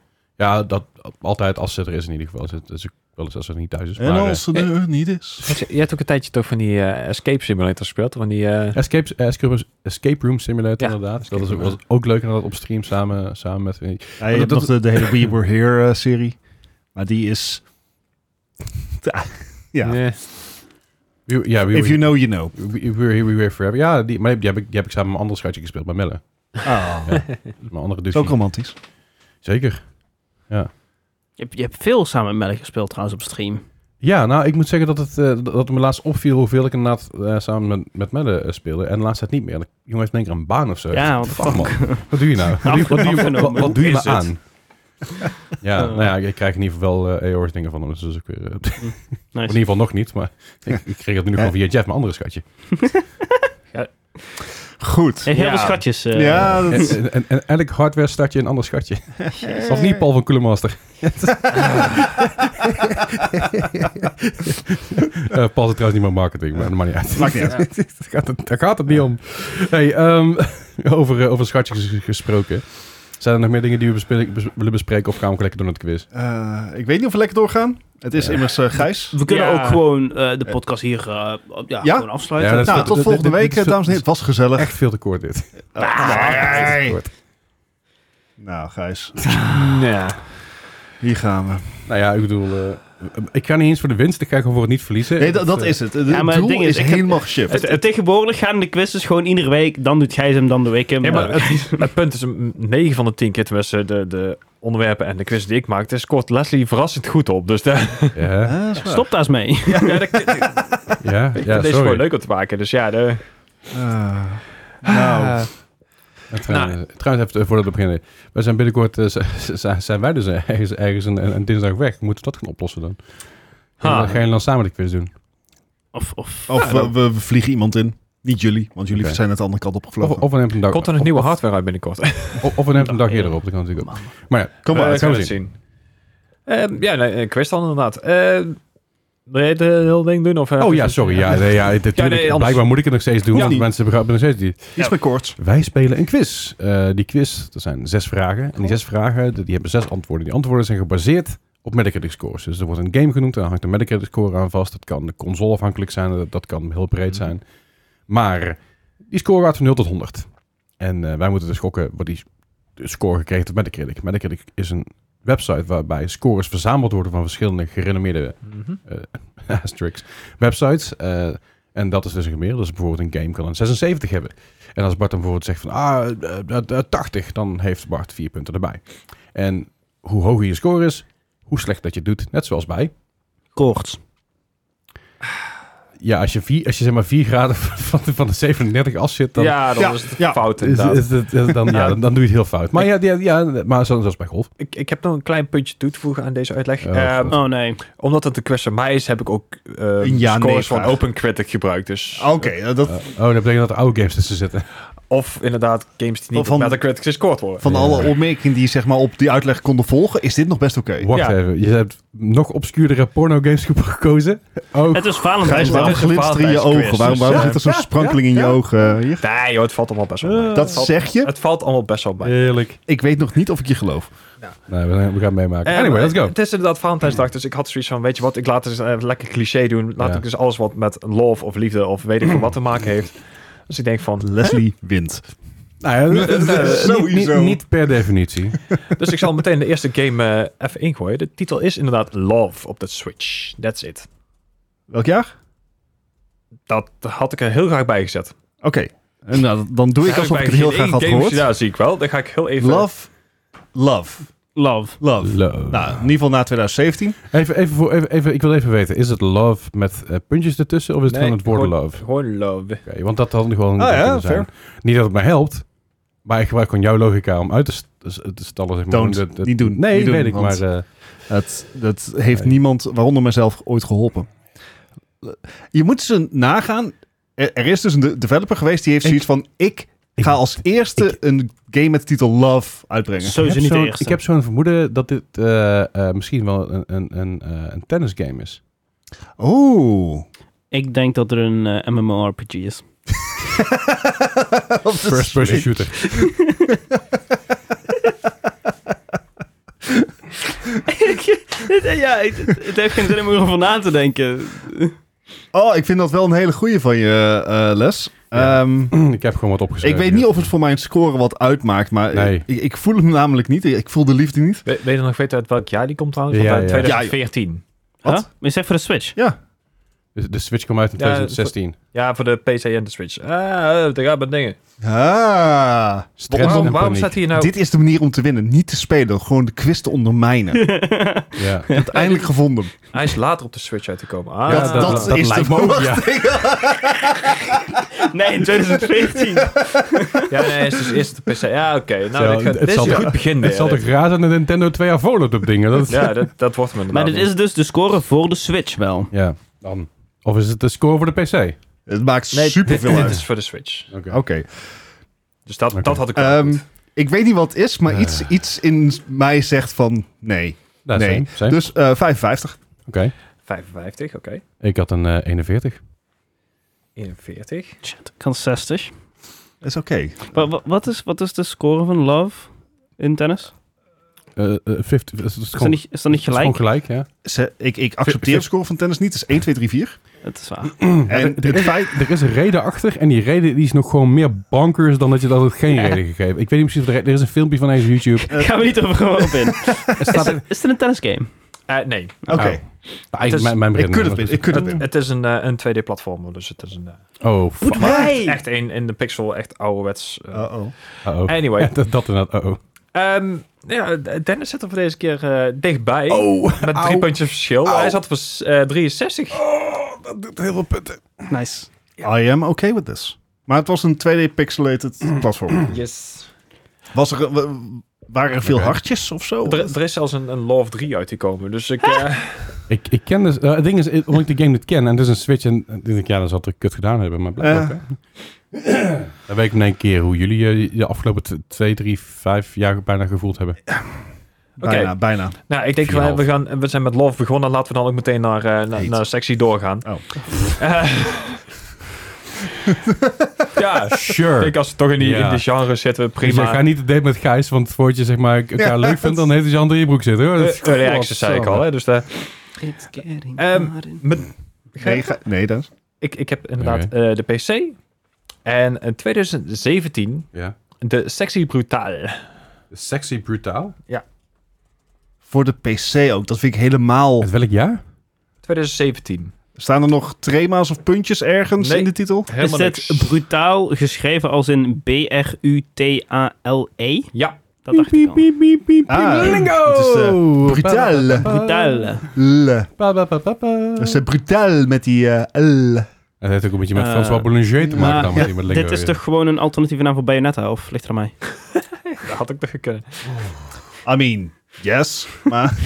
Speaker 2: dat altijd als ze er is in ieder geval. Als het- Dus ik wel eens als ze er niet thuis is.
Speaker 1: En
Speaker 2: maar, eh,
Speaker 1: als ze er niet is.
Speaker 4: Je je hebt ook een tijdje toch van die eh, escape simulator gespeeld. Van die, eh,
Speaker 2: Escape, eh, escape, Room- escape Room Simulator
Speaker 4: Ja,
Speaker 2: inderdaad.
Speaker 4: Escape
Speaker 2: dat is ook,
Speaker 4: Room,
Speaker 2: was ook leuk inderdaad op stream samen, samen met...
Speaker 1: Ja, je hebt
Speaker 2: dat-
Speaker 1: nog de, de hele We Were Here eh, serie. Maar die is... Ja.
Speaker 4: eh,
Speaker 2: We- Ja, we,
Speaker 1: If you
Speaker 2: we,
Speaker 1: know, you know.
Speaker 2: we, we're here, we were forever. Ja, die, maar die heb, ik, die heb ik samen met een ander schatje gespeeld, bij Melle.
Speaker 1: Ah.
Speaker 2: Ja. Mijn andere
Speaker 1: is
Speaker 2: dus.
Speaker 1: ook romantisch.
Speaker 2: Zeker.
Speaker 3: Je hebt, je hebt veel samen met Melle gespeeld trouwens op stream.
Speaker 2: Ja, nou, ik moet zeggen dat het, eh, dat het me laatst opviel hoeveel ik inderdaad eh, samen met, met Melle eh, speelde. En de laatste tijd niet meer. De jongen heeft in één keer een baan of zo.
Speaker 3: Ja, wat de
Speaker 2: Fuck,
Speaker 3: fuck.
Speaker 2: Wat doe je nou? Wat doe je, wat doe je, wat,
Speaker 3: Afgenomen.
Speaker 2: wat doe je
Speaker 3: Hoe
Speaker 2: me
Speaker 3: is het?
Speaker 2: aan? Ja, nou ja, ik krijg in ieder geval wel eh, EO's dingen van hem. Dus dat is ook weer, eh, in
Speaker 3: Nice.
Speaker 2: ieder geval nog niet, maar ik, ik kreeg dat nu nog wel via Jeff, mijn andere schatje.
Speaker 1: Goed.
Speaker 3: Hey, heel
Speaker 4: Ja.
Speaker 3: veel schatjes. eh.
Speaker 1: Ja, dat is-
Speaker 2: En, en, en elk hardware startje een ander schatje. Of niet Paul van Koelemaster. Eh Paul zit trouwens niet meer marketing, maar dat maakt niet uit.
Speaker 1: Maakt niet uit.
Speaker 2: daar, gaat het, daar gaat het niet om. Hey, ehm, over, eh, over schatjes ges- gesproken. Zijn er nog meer dingen die we bespreken- bes- willen bespreken of gaan we lekker door naar het quiz?
Speaker 1: Eh, ik weet niet of we lekker doorgaan. Het is
Speaker 2: Ja.
Speaker 1: immers eh, Gijs.
Speaker 3: We kunnen
Speaker 4: Ja.
Speaker 3: ook gewoon eh, de podcast hier eh, op- ja,
Speaker 1: Ja?
Speaker 3: Gewoon afsluiten.
Speaker 2: Ja, dat is
Speaker 1: Nou,
Speaker 2: dit-
Speaker 1: tot
Speaker 2: dit-
Speaker 1: volgende
Speaker 2: dit- dit
Speaker 1: week,
Speaker 2: is
Speaker 1: eh,
Speaker 2: veel-
Speaker 1: dames en heren. Het was gezellig.
Speaker 2: Echt veel te kort dit.
Speaker 1: Ah, nee.
Speaker 2: Veel te kort.
Speaker 1: Nou, Gijs.
Speaker 4: ja.
Speaker 1: Hier gaan we.
Speaker 2: Nou ja, ik bedoel, eh, ik ga niet eens voor de winst, ik ga gewoon voor het niet verliezen.
Speaker 1: Nee, dat, dat
Speaker 2: eh,
Speaker 1: is het. Het
Speaker 3: Ja, maar het
Speaker 1: doel
Speaker 3: ding
Speaker 1: is,
Speaker 3: is, ik heb-
Speaker 1: helemaal geshift.
Speaker 3: Het, het tegenwoordig gaan de quizzes gewoon iedere week. Dan doet Gijs hem, dan doe ik hem.
Speaker 4: Ja, maar
Speaker 3: Eh,
Speaker 4: het, het punt is, 9 van de 10 keer, tenminste, de, de onderwerpen en de quiz die ik maak, daar scoort Leslie verrassend goed op. Dus daar,
Speaker 2: Ja,
Speaker 1: Ah, dat is waar.
Speaker 3: Stop daar eens mee.
Speaker 4: ja, dat,
Speaker 2: ja, ja
Speaker 4: deze is gewoon
Speaker 2: sorry.
Speaker 4: leuk om te maken. Dus ja, de,
Speaker 1: Ah. nou,
Speaker 2: En
Speaker 4: Nou.
Speaker 2: Trouwens, trouwens, even eh, voordat we beginnen. We zijn binnenkort, eh, z- z- zijn wij dus eh, ergens, ergens een, een- een dinsdag weg. Moeten we dat gaan oplossen dan?
Speaker 4: Ha.
Speaker 2: Ga je dan samen de quiz doen?
Speaker 3: Of, of,
Speaker 1: of we, we- we vliegen iemand in. Niet jullie, want jullie
Speaker 2: Oké.
Speaker 1: zijn net de andere kant
Speaker 2: Of,
Speaker 1: opgevlogen.
Speaker 2: of we nemen een dag,
Speaker 4: komt er nog nieuwe hardware uit binnenkort.
Speaker 2: of, of we nemen een dag
Speaker 3: Ja.
Speaker 2: eerder op. Dat kan natuurlijk ook. Maar ja,
Speaker 1: Kom maar.
Speaker 2: eh,
Speaker 4: Eh,
Speaker 2: gaan we
Speaker 4: het zien. Ehm, ja, nee, een quiz dan inderdaad. Eh, wil jij het eh, hele ding doen? Of, eh,
Speaker 2: oh ja,
Speaker 4: even-
Speaker 2: sorry. Ja, nee, ja, dit-
Speaker 4: nee,
Speaker 2: tuurlijk,
Speaker 4: anders-
Speaker 2: Blijkbaar moet ik het nog steeds doen,
Speaker 1: Ja.
Speaker 2: want mensen begrijpen nog steeds niet.
Speaker 1: Iets met koorts.
Speaker 2: Wij spelen een quiz. Eh, die quiz, dat zijn zes vragen. En die zes vragen, die die hebben zes antwoorden. Die antwoorden zijn gebaseerd op Metacritic scores. Dus er wordt een game genoemd en dan hangt een Metacritic score aan vast. Dat kan console afhankelijk zijn, dat, dat kan heel breed zijn. Maar die score gaat van 0 tot 100. En eh, wij moeten dus gokken wat die score gekregen heeft op Metacritic. Metacritic is een website waarbij scores verzameld worden van verschillende gerenommeerde
Speaker 4: Mhm.
Speaker 2: asterix websites. eh, en dat is dus een gemiddelde. Dus bijvoorbeeld een game kan een 76 hebben. En als Bart dan bijvoorbeeld zegt van ah, eh, eh, eh, 80, dan heeft Bart vier punten erbij. En hoe hoger je score is, hoe slecht dat je het doet. Net zoals bij.
Speaker 3: koorts.
Speaker 2: Ja, als je, vier, als je zeg maar 4 graden van de, van de 37 af zit, dan,
Speaker 4: ja, dan
Speaker 1: Ja,
Speaker 4: is het
Speaker 1: ja.
Speaker 4: fout
Speaker 2: is,
Speaker 4: inderdaad.
Speaker 2: is het- is- dan, ja, dan, dan doe je het heel fout. Maar ja, ja, ja maar zo- zoals bij golf.
Speaker 4: ik, ik heb nog een klein puntje toe te voegen aan deze uitleg.
Speaker 2: Oh,
Speaker 4: Ehm,
Speaker 2: God.
Speaker 3: Oh nee.
Speaker 4: omdat het een quiz van mij is, heb ik ook eh,
Speaker 1: Een ja-nee
Speaker 4: scores van
Speaker 1: vraag.
Speaker 4: Open Critic gebruikt. Dus
Speaker 1: Oké, eh, dat,
Speaker 2: Eh, oh, dat betekent dat er oude games tussen zitten.
Speaker 4: Of inderdaad games die niet
Speaker 1: Van-
Speaker 4: op Metacritic gescoord worden.
Speaker 1: van
Speaker 2: Ja.
Speaker 1: alle opmerkingen die zeg maar, op die uitleg konden volgen, is dit nog best oké.
Speaker 2: Wacht
Speaker 4: Ja.
Speaker 2: even, je hebt nog obscuurdere porno games gekozen. Oh,
Speaker 3: Het is
Speaker 1: Gijs,
Speaker 3: Valentijns.
Speaker 1: waarom
Speaker 4: Het is een
Speaker 1: glinster in je
Speaker 4: Valentijnsquiz,
Speaker 1: ogen? Waarom,
Speaker 4: dus,
Speaker 1: waarom
Speaker 4: eh,
Speaker 1: zit er zo'n sprankeling in je ogen? eh, Hier.
Speaker 4: Nee joh, het valt allemaal best wel mee.
Speaker 1: Dat zeg je?
Speaker 4: Het valt allemaal best wel mee.
Speaker 2: heerlijk.
Speaker 1: Eh, Ik weet nog niet of ik je geloof.
Speaker 2: Nee, we, gaan- we gaan het meemaken.
Speaker 4: Eh,
Speaker 2: anyway,
Speaker 4: maar
Speaker 2: let's go.
Speaker 4: Het is inderdaad Valentijnsdag,
Speaker 1: Hmm.
Speaker 4: dus ik had zoiets van, weet je wat, ik laat het eens, eh, lekker cliché doen. Laat
Speaker 2: Ja.
Speaker 4: ik dus alles wat met love of liefde of weet ik veel wat te maken heeft. Dus ik denk van,
Speaker 1: Leslie wint.
Speaker 2: Nou, ja,
Speaker 1: Dat is
Speaker 2: niet- niet,
Speaker 1: sowieso.
Speaker 2: niet, per definitie.
Speaker 4: dus ik zal meteen de eerste game eh, even ingooien. De titel is inderdaad Love op de Switch. That's it.
Speaker 1: Welk jaar?
Speaker 4: Dat had ik er heel graag bij gezet.
Speaker 1: Oké. Eh, Nou, dan doe ik
Speaker 4: Heb
Speaker 1: alsof
Speaker 4: bij
Speaker 1: ik het heel
Speaker 4: geen
Speaker 1: graag
Speaker 4: één
Speaker 1: had
Speaker 4: game
Speaker 1: gehoord.
Speaker 4: gedaan, zie ik wel. Dan ga ik heel even...
Speaker 1: Love. Love.
Speaker 3: Love.
Speaker 1: Love.
Speaker 2: Love.
Speaker 1: Nou, in ieder geval na 2017.
Speaker 2: Even, even, voor, even, even, ik wil even weten, is het love met eh, puntjes ertussen of is het
Speaker 4: Nee,
Speaker 2: gewoon het woord
Speaker 4: gewoon-
Speaker 2: love?
Speaker 4: Gewoon love.
Speaker 2: Oké, want dat had gewoon
Speaker 1: Ah,
Speaker 2: dat
Speaker 1: ja,
Speaker 2: kunnen zijn. Niet dat het mij helpt, maar ik gebruik gewoon jouw logica om uit te, st- te stallen. Zeg maar.
Speaker 1: Don't.
Speaker 2: Dat- dat-
Speaker 1: Niet doen.
Speaker 2: Nee,
Speaker 1: Niet doen,
Speaker 2: weet ik,
Speaker 1: want-
Speaker 2: maar... eh,
Speaker 1: Het, dat heeft
Speaker 2: Nee.
Speaker 1: niemand, waaronder mezelf, ooit geholpen. Je moet ze nagaan. Er, er is dus een de- developer geweest die heeft
Speaker 2: Ik-
Speaker 1: zoiets van... Ik
Speaker 2: ik-
Speaker 1: ga als eerste een game met de titel Love uitbrengen.
Speaker 2: ik
Speaker 3: Sowieso
Speaker 2: heb
Speaker 3: niet de
Speaker 2: zo'n-
Speaker 3: eerste.
Speaker 2: Ik heb zo'n vermoeden dat dit eh, eh, misschien wel een, een, een, eh, een eh, tennisgame is.
Speaker 1: Oh.
Speaker 3: Ik denk dat er een eh, MMORPG is.
Speaker 2: First person shooter.
Speaker 3: ja, het, het heeft geen zin om erover na te denken.
Speaker 1: Oh, ik vind dat wel een hele goeie van je, eh, Les.
Speaker 2: Ja.
Speaker 1: Ehm,
Speaker 2: ik heb gewoon wat opgeschreven.
Speaker 1: ik weet niet of het voor mijn score wat uitmaakt, maar
Speaker 2: Nee.
Speaker 1: ik, ik voel hem namelijk niet. Ik voel de liefde niet.
Speaker 4: We- Weet je nog weten uit welk jaar die komt trouwens?
Speaker 2: Ja,
Speaker 4: Ja,
Speaker 2: ja.
Speaker 4: 2014.
Speaker 1: Wat?
Speaker 3: Huh? Maar je zegt voor de Switch.
Speaker 2: Dus De, de Switch kwam uit in
Speaker 4: Ja,
Speaker 2: 2016.
Speaker 4: Ja, voor de PC en de Switch. Ah, eh, daar gaan we dingen.
Speaker 1: Ah,
Speaker 2: Stress
Speaker 4: waarom
Speaker 2: en
Speaker 4: waarom
Speaker 2: paniek.
Speaker 4: staat hier nou...
Speaker 1: Dit is de manier om te winnen. Niet te spelen, gewoon de quiz te ondermijnen.
Speaker 2: Ja.
Speaker 1: Uiteindelijk gevonden.
Speaker 4: Hij is later op de Switch uit te komen. Ah,
Speaker 1: dat,
Speaker 2: dat-
Speaker 1: dat,
Speaker 2: dat
Speaker 1: is de
Speaker 2: lijkt me ook, ja.
Speaker 1: verwachting.
Speaker 3: Nee, in 2014.
Speaker 4: Ja, nee, het is dus eerst de PC. Ja, oké. Nou,
Speaker 2: Zo,
Speaker 4: dit, gaat-
Speaker 2: het
Speaker 4: dit is
Speaker 2: zal
Speaker 4: een
Speaker 2: toch-
Speaker 4: goed begin
Speaker 2: Het zal
Speaker 4: weer.
Speaker 2: toch raar zijn dat Nintendo twee jaar voorloopt op dingen. Dat,
Speaker 4: Ja, dat, dat wordt hem
Speaker 3: maar
Speaker 4: inderdaad.
Speaker 3: dit is dus de score voor de Switch wel.
Speaker 2: ja, dan. Of is het de score voor de PC?
Speaker 1: Het maakt
Speaker 4: Nee,
Speaker 1: superveel
Speaker 4: dit, dit
Speaker 1: uit.
Speaker 4: is voor de Switch.
Speaker 2: Oké.
Speaker 1: Oké.
Speaker 4: Dus dat,
Speaker 2: Oké.
Speaker 4: dat had ik wel
Speaker 1: Ehm,
Speaker 4: goed.
Speaker 1: ik weet niet wat het is, maar iets, iets in mij zegt van nee.
Speaker 2: Nou,
Speaker 1: Nee.
Speaker 2: same, same.
Speaker 1: Dus eh 55.
Speaker 2: Oké.
Speaker 4: 55, oké.
Speaker 2: Ik had een eh, 41.
Speaker 4: 41.
Speaker 3: Shit, ik had 60.
Speaker 1: Dat is oké.
Speaker 3: Maar wa- wat, is, wat is de score van Love in tennis?
Speaker 2: Eh, eh, 50. Dat is,
Speaker 3: Is dat niet, is dat niet
Speaker 2: gewoon
Speaker 3: gelijk?
Speaker 2: gelijk, ja.
Speaker 1: Ze- Ik, ik accepteer
Speaker 2: Vind-
Speaker 1: de score van tennis niet. Het is 1, 2, 3, 4.
Speaker 3: Het is waar.
Speaker 1: En
Speaker 2: dit- dit-
Speaker 1: het feit...
Speaker 2: Er is een reden achter en die reden die is nog gewoon meer bonkers dan dat je dat het geen reden gegeven. Ik weet niet precies of er, er is een filmpje van deze YouTube.
Speaker 3: Daar gaan we niet over op in.
Speaker 2: Het staat er-
Speaker 3: Is het een tennisgame?
Speaker 4: Eh, nee,
Speaker 1: Oké,
Speaker 2: Oh, eigenlijk
Speaker 4: is-
Speaker 2: mijn,
Speaker 1: ik
Speaker 2: mijn beginnen.
Speaker 1: could het Ik could het
Speaker 4: het, het is een, eh, een 2D-platformer, dus het is een... eh,
Speaker 2: Oh, fuck.
Speaker 4: Echt een in de pixel, echt ouderwets. eh.
Speaker 1: Uh-oh.
Speaker 2: Uh-oh.
Speaker 4: Anyway,
Speaker 2: dat, dat inderdaad. Oh, oh.
Speaker 4: ehm, ja, Dennis zit er voor deze keer eh, dichtbij.
Speaker 2: oh.
Speaker 4: met drie
Speaker 2: Au.
Speaker 4: puntjes verschil. Hij zat voor s- eh, 63.
Speaker 2: dat doet heel veel punten.
Speaker 3: Nice.
Speaker 1: I am okay with this. Maar het was een 2D-pixelated platform.
Speaker 4: Yes.
Speaker 1: Was er, w- waren er veel
Speaker 2: Oké.
Speaker 1: hartjes of zo?
Speaker 4: Er, er is zelfs een, een Love 3 uit te komen. Dus ik, eh,
Speaker 2: Ik, ik ken dus... eh, het ding is, eh, omdat ik de game niet ken en het is een Switch en dan denk ik, ja, dan zal het er kut gedaan hebben. Maar blijkbaar
Speaker 1: Eh.
Speaker 2: ook, hè. Dan weet ik in één keer hoe jullie je, je afgelopen t- twee, drie, vijf jaar bijna gevoeld hebben.
Speaker 1: bijna,
Speaker 4: Oké.
Speaker 1: bijna.
Speaker 4: nou, ik denk, we,
Speaker 2: 4,5.
Speaker 4: we, gaan, we zijn met Love begonnen. Laten we dan ook meteen naar, eh, na-
Speaker 1: Heet.
Speaker 4: naar de sectie doorgaan.
Speaker 1: Oh.
Speaker 4: Eh, ja, ik
Speaker 2: Sure.
Speaker 4: denk als we toch in die,
Speaker 2: Ja. Dus
Speaker 4: in die genre zitten,
Speaker 2: Prima.
Speaker 4: prima.
Speaker 2: Dus ga niet de date met Gijs, want voordat je zeg maar ik elkaar leuk vindt, dan heeft hij aan in je broek zitten. Hoor. Dat is-
Speaker 4: Eh, early access zei ik al, hè, dus daar- Ehm, met-
Speaker 1: Nee, ga- nee dat is...
Speaker 4: ik, ik heb inderdaad eh, de PC. En in 2017
Speaker 2: Ja.
Speaker 4: de Sexy Brutale.
Speaker 2: Sexy brutaal.
Speaker 1: Voor de PC ook. Dat vind ik helemaal...
Speaker 2: Uit welk jaar?
Speaker 4: 2017.
Speaker 1: Staan er nog trema's of puntjes ergens
Speaker 4: Nee.
Speaker 1: in de titel?
Speaker 3: Is dit brutaal geschreven als in B-R-U-T-A-L-E?
Speaker 4: Ja.
Speaker 3: E? Dat dacht ik al.
Speaker 1: Ah, het is eh, brutaal.
Speaker 3: Brutaal.
Speaker 1: L. Dat is eh, brutaal met die eh, L.
Speaker 2: Het heeft ook een beetje met
Speaker 3: Eh,
Speaker 2: François Boulanger te
Speaker 4: nou,
Speaker 2: maken
Speaker 3: maar-
Speaker 2: dan. want die met linker
Speaker 3: Dit is
Speaker 2: weer.
Speaker 3: toch gewoon een alternatieve naam voor Bayonetta, of ligt er aan mij?
Speaker 4: Dat had ik toch gekund.
Speaker 1: I mean, yes. Maar...